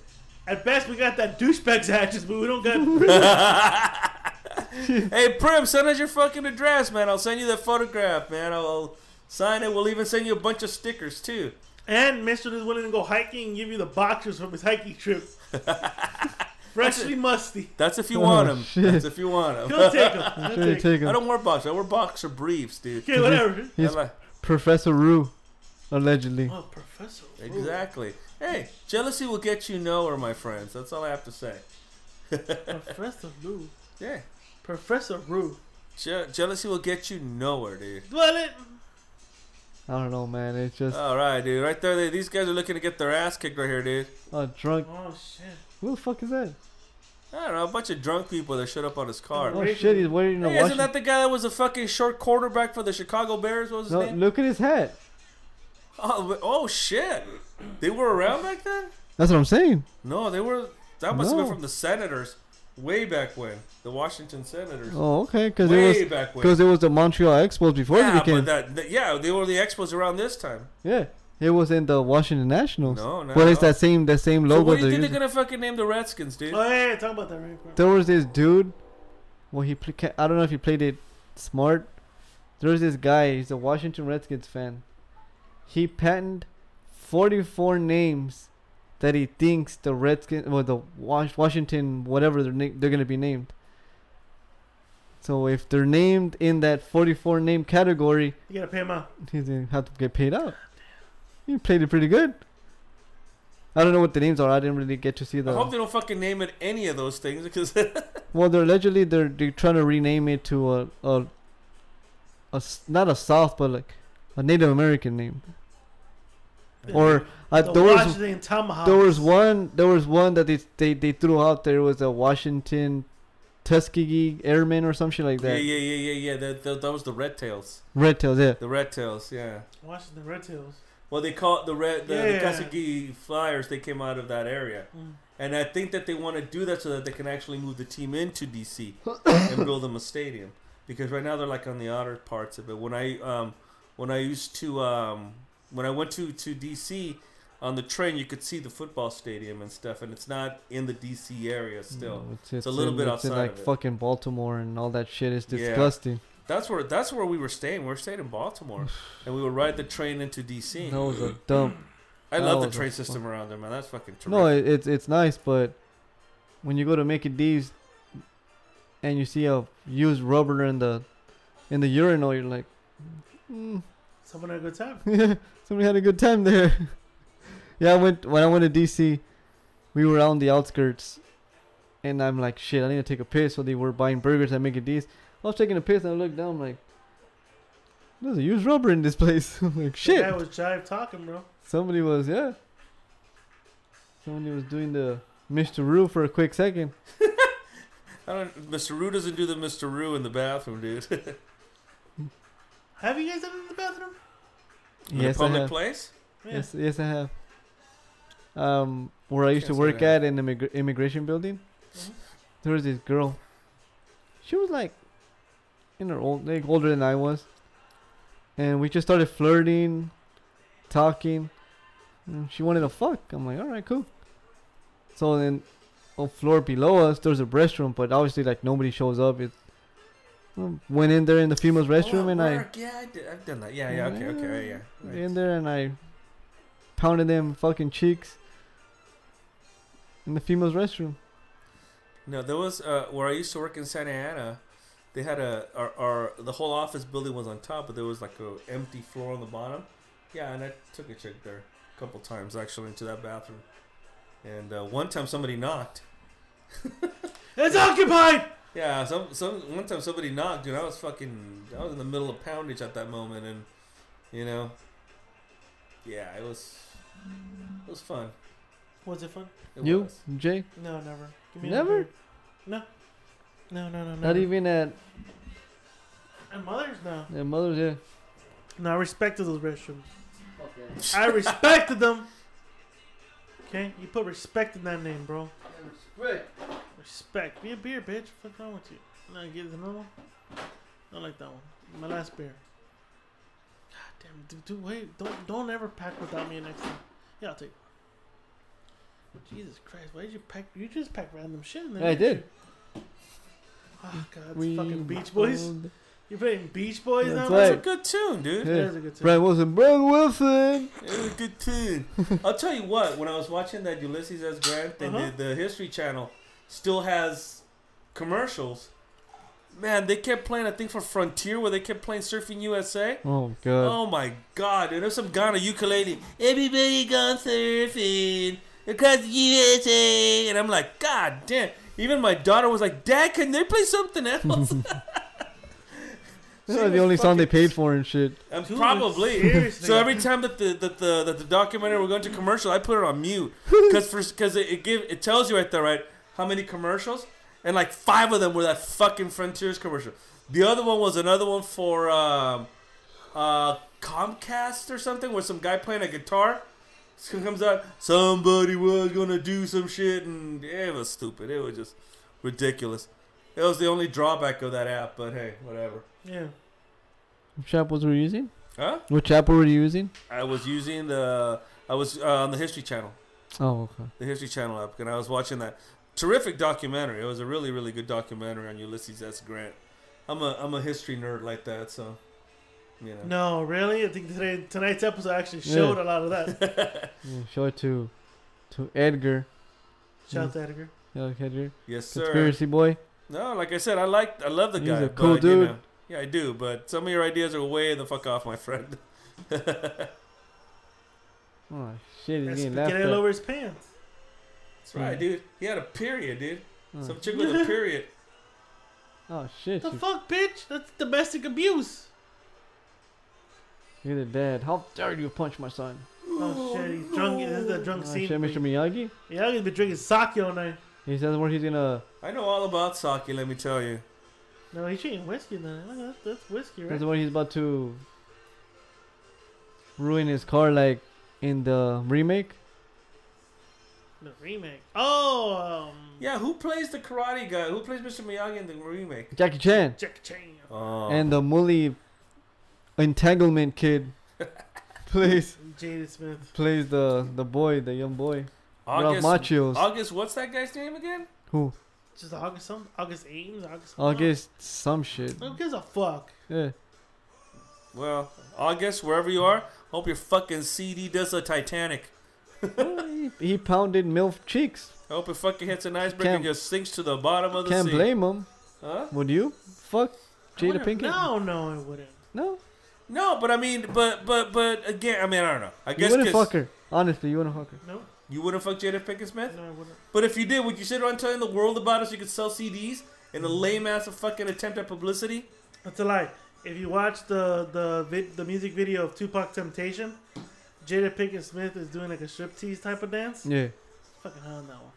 S3: At best, we got that douchebag's address, but we don't got.
S4: Hey, Prim, send us your fucking address, man. I'll send you that photograph, man. I'll, I'll sign it. We'll even send you a bunch of stickers too.
S3: And Mister is willing to go hiking and give you the boxers from his hiking trip. Freshly musty.
S4: That's if you want
S2: Oh,
S4: them.
S2: shit.
S4: That's if you want them.
S3: He'll take them. He'll
S2: Sure,
S3: take 'em.
S2: take
S4: I
S2: him.
S4: don't wear boxers. I wear boxer briefs, dude.
S3: Okay, whatever.
S4: I
S2: He's
S4: like-
S2: Professor Rue, allegedly.
S3: Oh, Professor. Wu.
S4: Exactly. Hey, jealousy will get you nowhere, my friends. That's all I have to say.
S3: Professor Lou.
S4: Yeah.
S3: Professor Rue.
S4: Je- jealousy will get you nowhere, dude.
S3: Well, it.
S2: I don't know, man. It's just
S4: All right, dude. Right there, they, these guys are looking to get their ass kicked right here, dude.
S2: a drunk.
S3: Oh shit.
S2: Who the fuck is that?
S4: I don't know, a bunch of drunk people that showed up on his car.
S2: Oh
S3: Right.
S2: shit, he's wearing a
S4: Hey, isn't that
S2: Washington.
S4: the guy that was a fucking short quarterback for the Chicago Bears? What was his
S2: No,
S4: name?
S2: look at his hat.
S4: Oh, but- oh, shit! They were around back then?
S2: That's what I'm saying.
S4: No, they were. That must have
S2: No.
S4: been from the Senators, way back when the Washington Senators.
S2: Oh, okay, because
S4: Way
S2: it was
S4: back when.
S2: because it was the Montreal Expos before
S4: yeah,
S2: it became.
S4: but that, that- yeah, they were the Expos around this time.
S2: yeah, it was in the Washington Nationals.
S4: No, not
S2: but
S4: at
S2: it's
S4: all.
S2: that same that same
S4: So
S2: logo.
S4: what do
S2: they're
S4: you think they're
S2: using.
S4: gonna fucking name the Redskins, dude?
S3: Oh yeah, yeah, talk about that right quick.
S2: There was this dude. Well, he pl- ca- I don't know if he played it smart. There was this guy. He's a Washington Redskins fan. He patented 44 names that he thinks the Redskins, well, the Wash- Washington, whatever they're na- they're gonna be named. So if they're named in that 44 name category,
S3: You gotta pay him out.
S2: He's gonna have to get paid out. He played it pretty good. I don't know what the names are. I didn't really get to see
S4: I
S2: the.
S4: hope they don't fucking name it any of those things because
S2: well, they're allegedly they're they're trying to rename it to a a, a s- not a South but like a Native American name. Or uh,
S3: the
S2: there was
S3: Washington Tomahawks.
S2: there was one there was one that they they, they threw out there was a Washington Tuskegee Airman or some shit like
S4: yeah, yeah,
S2: that.
S4: yeah, yeah, yeah. That, that, that was the Red Tails.
S2: Red Tails, yeah.
S4: The Red Tails, yeah.
S3: Washington Red Tails.
S4: Well, they call it the red the,
S3: Yeah.
S4: the Tuskegee Flyers. They came out of that area, and I think that they want to do that so that they can actually move the team into DC and build them a stadium. Because right now they're like on the outer parts of it. When I um, when I used to um, when I went to to DC on the train, you could see the football stadium and stuff, and it's not in the DC area still.
S2: No,
S4: it's, a little
S2: in-
S4: bit
S2: it's in,
S4: outside
S2: like
S4: of it.
S2: fucking Baltimore and all that shit is
S4: Yeah.
S2: disgusting.
S4: That's where that's where we were staying. We were staying in Baltimore, and we would ride the train into DC.
S2: That was a dump.
S4: I
S2: that
S4: love the
S2: was a
S4: train
S2: fu-
S4: system around there, man. That's fucking terrific.
S2: No, it, it's it's nice, but when you go to Mickey D's and you see a used rubber in the in the urinal, you're like, mm,
S3: Someone had a good time.
S2: somebody had a good time there. yeah, I went when I went to DC, we were on the outskirts, and I'm like, shit, I need to take a piss. So they were buying burgers at Mickey D's. I was taking a piss and I looked down, I'm like, there's a used rubber in this place. I'm like, shit.
S3: That was jive talking, bro.
S2: Somebody was, yeah. Somebody was doing the Mr. Roo for a quick second.
S4: I don't. Mr. Roo doesn't do the Mr. Roo in the bathroom, dude. in
S3: Have you guys done it in the bathroom?
S2: Yes,
S4: a
S2: I
S4: public
S2: have.
S4: place.
S3: Yeah.
S2: Yes, yes, I have. Um, where I used to
S4: Yes, I
S2: work
S4: have.
S2: at in the immigra- immigration building, there was this girl. She was like, in her old, like older than I was, and we just started flirting, talking. And she wanted to fuck. I'm like, all right, cool. So then, on floor below us, there's a restroom, but obviously, like nobody shows up. It um, went in there in the female's restroom,
S4: Oh,
S2: and I
S4: work. Yeah, I did. I've done that. Yeah, yeah. Okay, okay. Right, yeah. Right.
S2: in there and I pounded them fucking cheeks in the female's restroom.
S4: No, there was uh, where I used to work in Santa Ana. They had a our, our the whole office building was on top, but there was like a empty floor on the bottom. Yeah, and I took a chick there a couple times actually into that bathroom. And uh, one time somebody knocked.
S3: It's occupied.
S4: Yeah, some some one time somebody knocked, dude. I was fucking, I was in the middle of poundage at that moment, and you know, yeah, it was, it was fun.
S3: Was it fun?
S4: It
S2: you,
S4: was.
S2: Jay?
S3: No, never. Give
S2: Never?
S3: another- No. No, no, no, no.
S2: Not even at
S3: And mothers, no.
S2: their mother's yeah.
S3: No, I respected those restrooms. I respected them. Okay, you put respect in that name, bro. Respect. Be a beer, bitch. What's wrong with you? No, get the normal. I like that one. My last beer. God damn, dude, dude, wait, don't don't ever pack without me next time. Yeah, I'll take. one. Jesus Christ, why did you pack? You just packed random shit. In there,
S2: I
S3: didn't
S2: did.
S3: you? Oh God, it's fucking Beach Boys.
S2: rolled
S3: You're playing Beach Boys
S2: That's
S3: now?
S2: right.
S3: bro?
S4: It's a good tune, dude.
S2: Yeah.
S3: is a good tune.
S2: Brian Wilson, Brian Wilson.
S4: It was a good tune. I'll tell you what. When I was watching that Ulysses S. Grant thing,
S3: Uh-huh.
S4: the, the History Channel still has commercials. Man, they kept playing. I think for Frontier, where they kept playing Surfing USA.
S2: Oh god.
S4: Oh my god, dude. There's some guy on a ukulele. Everybody gone surfing across the USA. And I'm like, God damn. Even my daughter was like, Dad, can they play something else?
S2: That's the only song they paid for and shit.
S4: I'm
S3: Dude,
S4: probably.
S3: seriously.
S4: So every time that the that the that the documentary we're going to commercial, I put it on mute because for because it, it give it tells you right there right how many commercials and like five of them were that fucking Frontiers commercial. The other one was another one for um, uh, Comcast or something where some guy playing a guitar. It comes out somebody was gonna do some shit and it was stupid. It was just ridiculous. It was the only drawback of that app, but hey, whatever.
S3: Yeah.
S2: Which apples were you using?
S4: Huh?
S2: Which apple were you using?
S4: I was using the I was uh, on the History Channel,
S2: Oh, okay.
S4: the History Channel app, and I was watching that terrific documentary. It was a really really good documentary on Ulysses S. Grant. I'm a I'm a history nerd like that, so you know.
S3: No, really? I think today, tonight's episode actually showed a lot of that.
S2: Yeah, show it to, to Edgar.
S3: Shout out to Edgar.
S2: Yeah, Edgar.
S4: Yes, sir.
S2: Conspiracy boy.
S4: No, like I said, I like I love the
S2: He's
S4: guy.
S2: a cool
S4: but, You
S2: dude.
S4: know, yeah, I do, but some of your ideas are way the fuck off, my friend. That's
S2: Oh shit, he's
S3: That's
S2: getting laughed
S3: spaghetti
S2: at.
S3: all over his pants.
S2: Hmm.
S4: right, dude. He had a period, dude.
S2: Mm.
S4: Some chick with a period.
S2: Oh shit,
S3: The
S2: you
S3: fuck, bitch? That's domestic abuse.
S2: you're the dad. How dare you punch my son?
S3: Oh shit, he's drunk. This is the drunk
S2: Oh,
S3: scene.
S2: shit, Mr. Miyagi.
S3: Yeah, he's been drinking sake all night.
S2: He says where he's gonna.
S4: I know all about sake. Let me tell you.
S3: No, he's drinking whiskey then. Look, that's, that's whiskey, right?
S2: That's where he's about to ruin his car, like in the remake.
S3: The remake. Oh, um,
S4: Yeah, who plays the karate guy? Who plays Mr. Miyagi in the remake?
S2: Jackie Chan
S3: Jack Chan.
S4: Oh.
S2: and the Mully entanglement kid plays
S3: Jaden Smith.
S2: plays the the boy, the young boy. Ralph
S4: August,
S2: Macchio's.
S4: August, what's that guy's name again?
S2: Who?
S3: Just August some August Ames. August.
S2: August some shit.
S3: Who gives a fuck?
S2: Yeah.
S4: Well, August, wherever you are, hope your fucking CD does a Titanic.
S2: he, he pounded milf cheeks.
S4: I hope it fucking hits an iceberg and
S2: Can't-
S4: just sinks to the bottom of the
S2: Can't
S4: sea.
S2: blame him.
S4: Huh?
S2: Would you? Fuck Jada Pinkett.
S3: No, no, I wouldn't.
S2: No.
S4: No, but I mean, but but but again, I mean, I don't know. I
S2: You
S4: guess
S2: wouldn't
S4: 'cause
S2: fuck her. Honestly, you wouldn't fuck her.
S3: No,
S4: you wouldn't fuck Jada Pinkett Smith.
S3: no, I wouldn't.
S4: But if you did, would you sit around telling the world about it so you could sell CDs in a lame ass fucking attempt at publicity?
S3: That's a lie. If you watch the the vid, the music video of Tupac Temptation, Jada Pinkett Smith is doing like a striptease type of dance.
S2: Yeah.
S3: Fucking hell, on that one.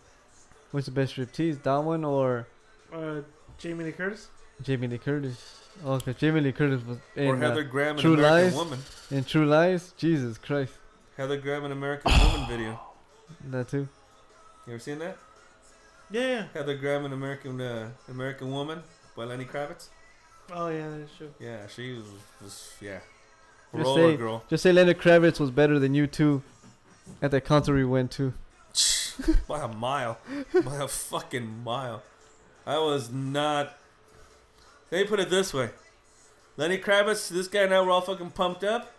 S2: What's the best striptease? That one or
S3: Uh, Jamie Lee Curtis.
S2: Jamie Lee Curtis? Oh, 'cause Jamie Lee Curtis was in,
S4: Or Heather
S2: uh,
S4: Graham, an
S2: True
S4: American
S2: Lies?
S4: woman.
S2: in True Lies. Jesus Christ.
S4: Heather Graham, an American woman video.
S2: That too.
S4: You ever seen that?
S3: Yeah, yeah.
S4: Heather Graham, an American uh, American woman by Lenny Kravitz.
S3: Oh yeah, that's true.
S4: Yeah, she was, was yeah,
S2: Just
S4: roller
S2: say-
S4: girl.
S2: Just say Leonard Kravitz was better than you two at that concert we went to.
S4: by a mile, by a fucking mile. I was not. Let me put it this way: Lenny Kravitz, this guy and I were all fucking pumped up.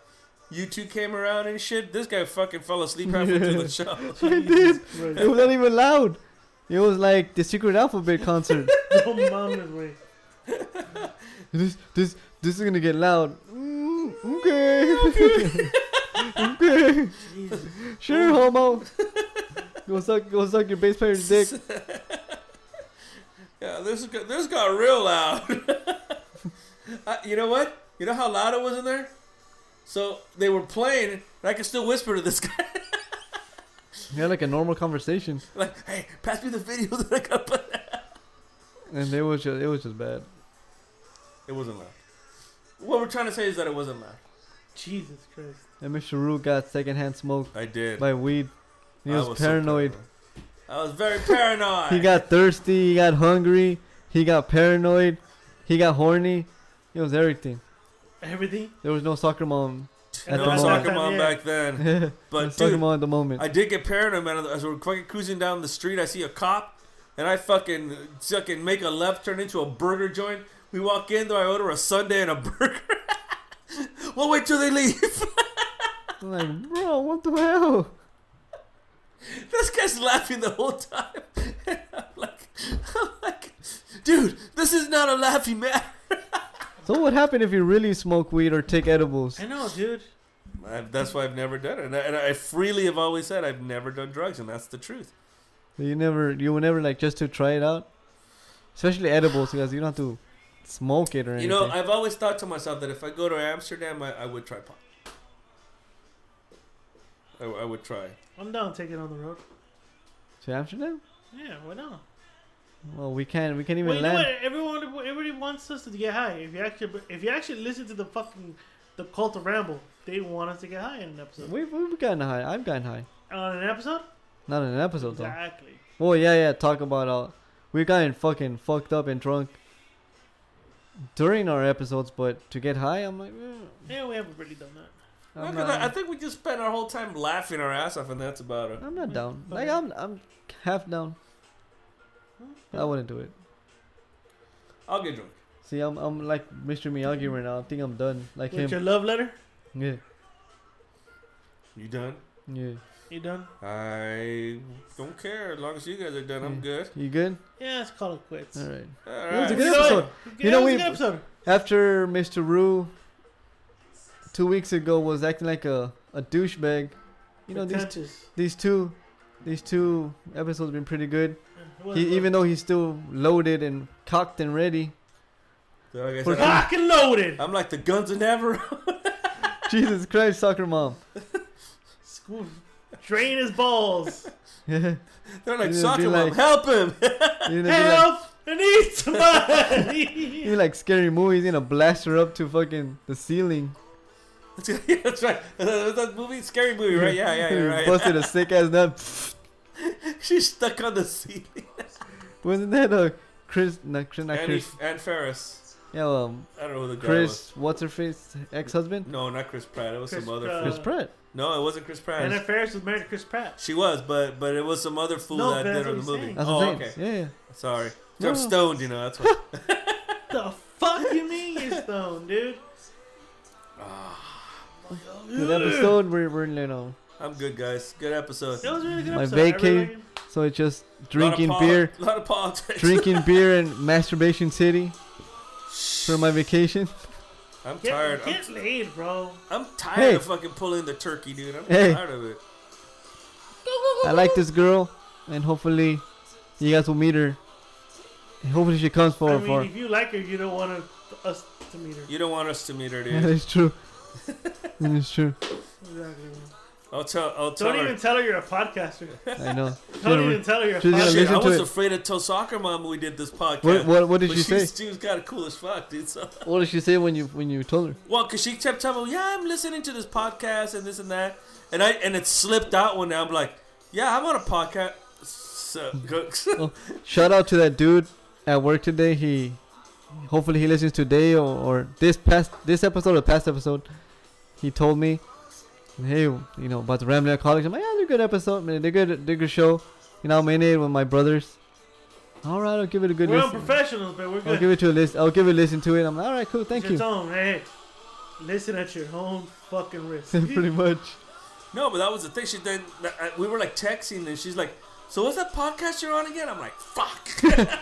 S4: You two came around and shit. This guy fucking fell asleep halfway through the show.
S2: I did. It
S3: Right.
S2: was not even loud. It was like the Secret Alphabet concert.
S3: Your mom is way.
S2: this this this is gonna get loud. Mm, okay. okay.
S3: Jesus.
S2: Sure, homo. go suck go suck your bass player's dick.
S4: Yeah, this got, this got real loud. uh, you know what? You know how loud it was in there? So they were playing, and I could still whisper to this guy,
S2: Yeah, like a normal conversation.
S4: like, "Hey, pass me the video that I got." put out."
S2: And it was just it was just bad.
S4: It wasn't loud. What we're trying to say is that it wasn't loud.
S3: Jesus Christ.
S2: And Mr. Roo got secondhand smoke
S4: I did.
S2: by weed. He was, paranoid.
S4: I was very paranoid.
S2: he got thirsty, he got hungry, he got paranoid, he got horny. It was everything.
S3: Everything.
S2: There was no soccer mom.
S4: no
S2: at the
S4: soccer
S2: moment.
S4: mom
S3: Yeah.
S4: back then.
S2: no
S4: But
S2: soccer
S4: dude,
S2: mom at the moment.
S4: I did get paranoid, man. As we're fucking cruising down the street, I see a cop, and I fucking fucking make a left turn into a burger joint We walk in, though, I order a sundae and a burger. we'll wait till they leave.
S2: I'm like, bro, what the hell?
S4: this guy's laughing the whole time. And I'm like, I'm like, dude, this is not a laughing matter.
S2: So what happened if you really smoke weed or take edibles?
S3: I know, dude.
S4: I, that's why I've never done it. And I, and I freely have always said I've never done drugs, and that's the truth.
S2: You never, you were never like just to try it out, especially edibles because you don't have to smoke it or anything.
S4: You know, I've always thought to myself that if I go to Amsterdam, I, I would try pot. I, I would try.
S3: I'm down taking it on the road.
S2: to Amsterdam?
S3: Yeah, why not?
S2: Well, we can't, we can't even
S3: Well, you know
S2: land.
S3: what? Everyone, everybody wants us to get high. If you actually, if you actually listen to the fucking, the cult of ramble, they want us to get high in an episode.
S2: We've, we've gotten high. I've gotten high.
S3: On an episode,
S2: Not in an episode though.
S3: exactly.
S2: Oh yeah, yeah. Talk about all. We gotten fucking fucked up and drunk during our episodes, but to get high, I'm like, eh,
S3: Yeah, we haven't really done that.
S2: I'm,
S4: Look at that. I
S2: not,
S4: think we just spent our whole time laughing our ass off, and that's about it.
S2: I'm not down. Like I'm, I'm half down. I wouldn't do it.
S4: I'll get drunk.
S2: See, I'm, I'm like Mr. Miyagi right now. I think I'm done. Like
S3: With your
S2: him.
S3: love letter,
S2: Yeah,
S4: You done?
S2: yeah.
S3: you done?
S4: I don't care. As long as you guys are done,
S2: Hmm.
S4: I'm good.
S2: You good?
S3: Yeah, let's call it quits.
S2: All right.
S4: All
S2: It was a
S4: right.
S2: good episode. You know,
S3: we.
S2: we- After Mr. Rue, two weeks ago, was acting like a, a douchebag. You know, these
S3: Pretentious.
S2: these two, these two episodes been pretty good.
S3: It wasn't
S2: He, even though he's still loaded and cocked and ready.
S4: So like I
S2: For-
S4: said, I'm,
S3: fucking
S2: Oh.
S3: loaded.
S4: I'm like the guns of never.
S2: Jesus Christ, soccer mom.
S3: School, drain his balls.
S2: Yeah.
S4: They're like
S2: You'd be
S4: soccer mom.
S2: like-
S4: Help him.
S2: You're gonna
S3: Help! I need
S2: be
S3: somebody.
S2: like, like scary movies, you know, blast her up to fucking the ceiling.
S4: that's right. That's that movie, scary movie, right? Yeah, yeah, you're right.
S2: Busted a sick ass nut.
S4: She's stuck on the ceiling.
S2: Wasn't that a Chris? Not Chris. Not
S4: Annie,
S2: Chris.
S4: Ann Ferris.
S2: Yeah, um,
S4: I don't know who the guy was.
S2: Chris. What's her face? Ex-husband.
S4: No, not Chris Pratt. It was
S3: Chris
S4: some other.
S3: Pratt.
S4: Fool.
S2: Chris Pratt.
S4: No, it wasn't Chris Pratt.
S3: Anna Ferris was married to Chris Pratt.
S4: She was, but but it was some other fool
S3: No,
S4: that
S3: but
S4: did
S3: that's
S4: her the
S3: what he's
S4: movie.
S3: saying.
S2: That's
S4: oh,
S2: the name.
S4: okay.
S2: Yeah, yeah.
S4: Sorry.
S2: No.
S4: I'm stoned, you know. That's what.
S3: The fuck you mean you're stoned, dude?
S2: The episode we're we're you know,
S4: I'm good, guys. Good episode.
S3: That was a really good
S2: My
S3: episode. I
S2: vacay-
S3: really-
S2: so it's just
S4: Lot of
S2: drinking
S4: poli-
S2: beer,
S4: lot of politics.
S2: drinking beer and masturbation city for my vacation.
S4: I'm
S3: Get,
S4: tired. I'm,
S3: get laid, bro.
S4: I'm tired
S2: Hey.
S4: of fucking pulling the turkey, dude. I'm
S2: Hey.
S4: tired of it.
S2: I like this girl, and hopefully, you guys will meet her. And hopefully, she comes
S3: I
S2: forward
S3: mean,
S2: for.
S3: if you like her, you don't want us to meet her.
S4: You don't want us to meet her,
S2: Yeah,
S4: dude.
S2: that's true. That is true.
S3: Exactly.
S4: I'll tell. I'll tell
S3: Don't
S4: her.
S3: even tell her you're a podcaster.
S2: I know.
S3: Don't
S2: Dude,
S3: even tell her you're a
S2: she's gonna
S3: podcaster.
S4: Shit, I
S2: listen to
S4: was
S2: it.
S4: afraid to tell soccer mom when we did this podcast.
S2: What- what- what did
S4: But
S2: she
S4: she's-
S2: say?
S4: She was kind of cool as fuck, dude. So,
S2: what did she say when you when you told her?
S4: well, because she kept telling me, "Yeah, I'm listening to this podcast and this and that," and I and it slipped out one day. I'm like, "Yeah, I'm on a podcast." So,
S2: Oh, shout out to that dude at work today. He hopefully he listens today or, or this past this episode or past episode. He told me, hey, you know about the Rambler College. I'm like, yeah, they're good episode, man. They're good, they're good show. You know, I'm in it with my brothers. All right, I'll give it a good
S3: We're
S2: listen.
S3: unprofessionals, but we're
S2: I'll
S3: good.
S2: give it to a list. I'll give it a listen to it. I'm like, all right, cool, thank
S3: It's your
S2: you.
S3: tone, hey. Listen at your own fucking risk.
S2: Pretty much.
S4: no, but that was the thing. She then I- we were like texting, and she's like, "So what's that podcast you're on again?" I'm like, "Fuck."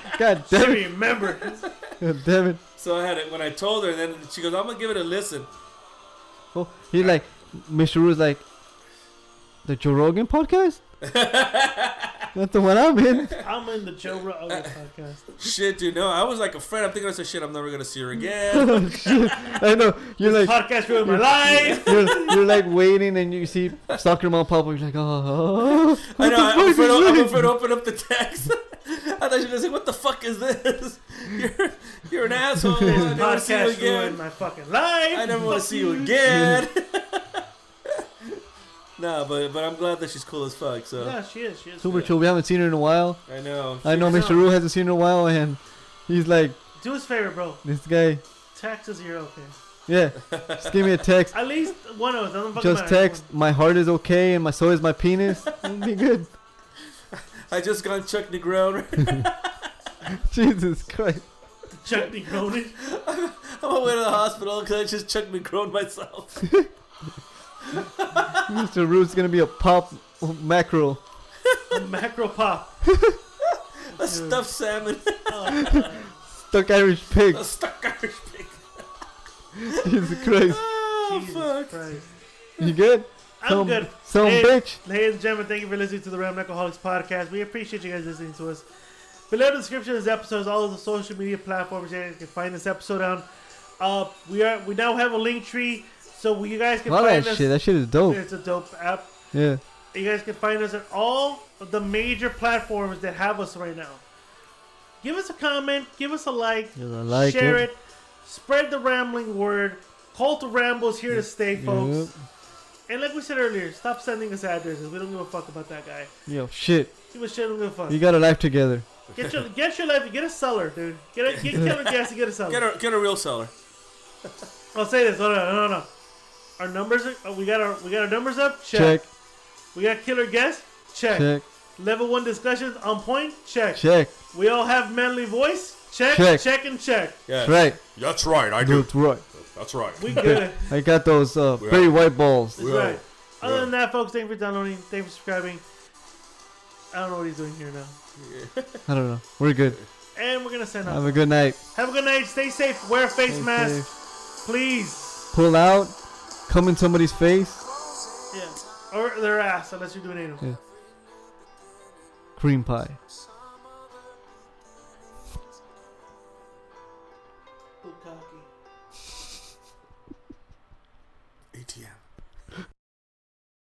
S2: God damn it!
S3: remember.
S2: God damn it!
S4: so I had it when I told her. Then she goes, "I'm gonna give it a listen."
S2: Oh, he like Mr. Rue's like the Joe Rogan podcast. That's the one I'm in.
S3: I'm in the Joe Rogan podcast.
S4: Shit, dude. No, I was like afraid. I'm thinking, I said, "Shit, I'm never gonna see her again."
S2: I know you're like
S3: Podcast ruined my life.
S2: you're, you're like waiting and you see soccer mom pop up. You're like, oh,
S4: I
S2: what
S4: know.
S2: the
S4: I'm
S2: fuck
S4: afraid,
S2: is
S4: I'm
S2: this?
S4: afraid to open up the text. I thought you were gonna say, "What the fuck is this? You're you're an asshole. I never see you
S3: Podcast ruined
S4: again.
S3: my fucking life.
S4: I never want to see you again." nah, but but I'm glad that she's cool as fuck. So
S3: Yeah, she is. She is.
S2: Super
S3: good.
S2: chill. We haven't seen her in a while.
S4: I know.
S2: I know
S3: She's
S2: Mr.
S3: not-
S2: Rue hasn't seen her in a while, and he's like,
S3: Do us a favor, bro.
S2: this guy.
S3: Taxes, you're okay.
S2: Yeah, just give me a text.
S3: At least one of us. Doesn't fucking
S2: Just
S3: matter.
S2: text. My heart is okay, and my so is my penis. It'll be good.
S4: I just gone Chuck Negron.
S2: Jesus Christ.
S3: The Chuck D. Cronin.
S4: I'm away to the hospital because I just chucked me grown myself.
S2: Mr. Root's gonna be a pop mackerel.
S3: Macro pop.
S4: A stuffed salmon,
S2: Stuck Irish pig.
S4: a stuck Irish pig.
S2: Jesus Christ.
S4: Oh
S3: Jesus
S4: fuck!
S3: Christ.
S2: You good?
S3: I'm
S2: Some-
S3: good.
S2: some bitch.
S3: Ladies and gentlemen, thank you for listening to the Ram Alcoholics podcast. We appreciate you guys listening to us. Below the description of this episode is all of the social media platforms that you can find this episode on. Uh, we are we now have a link tree, so we, you guys can
S2: All
S3: find
S2: that
S3: us.
S2: shit. That shit is dope.
S3: It's a dope app.
S2: Yeah.
S3: You guys can find us at all of the major platforms that have us right now. Give us a comment, give us a like,
S2: Give us a like,
S3: share
S2: yep.
S3: it, spread the rambling word. Cult of Rambles here to stay, folks. And like we said earlier, stop sending us addresses. We don't give a fuck about that guy.
S2: Yo, shit.
S3: Give a shit, we don't give a fuck.
S2: You got a life together.
S3: Get your get your life, get a seller, dude. Get a get killer gas and get a seller.
S4: Get a get a real seller.
S3: I'll say this. No, no, no, no. Our numbers are oh, we got our we got our numbers up. Check.
S2: Check,
S3: We got killer guests. Check.
S2: check,
S3: Level one discussions on point.
S2: check.
S3: We all have manly voice. Check, check,
S2: Check.
S3: and check.
S4: Yeah,
S2: That's right.
S6: That's right, I
S2: Dude, right.
S6: That's right.
S3: We good.
S2: I got those uh,
S6: Yeah.
S2: very white balls.
S3: That's right. Other than that, folks, thank you for downloading. Thank you for subscribing. I don't know what he's doing here now.
S2: I don't know. We're good.
S3: And we're gonna send
S2: Have
S3: off.
S2: a good night.
S3: Have a good night. Stay safe. Wear a face
S2: Stay
S3: mask,
S2: safe.
S3: please.
S2: Pull out. Come in somebody's face.
S3: Yeah. Or their ass, unless you're doing anal.
S2: Cream pie.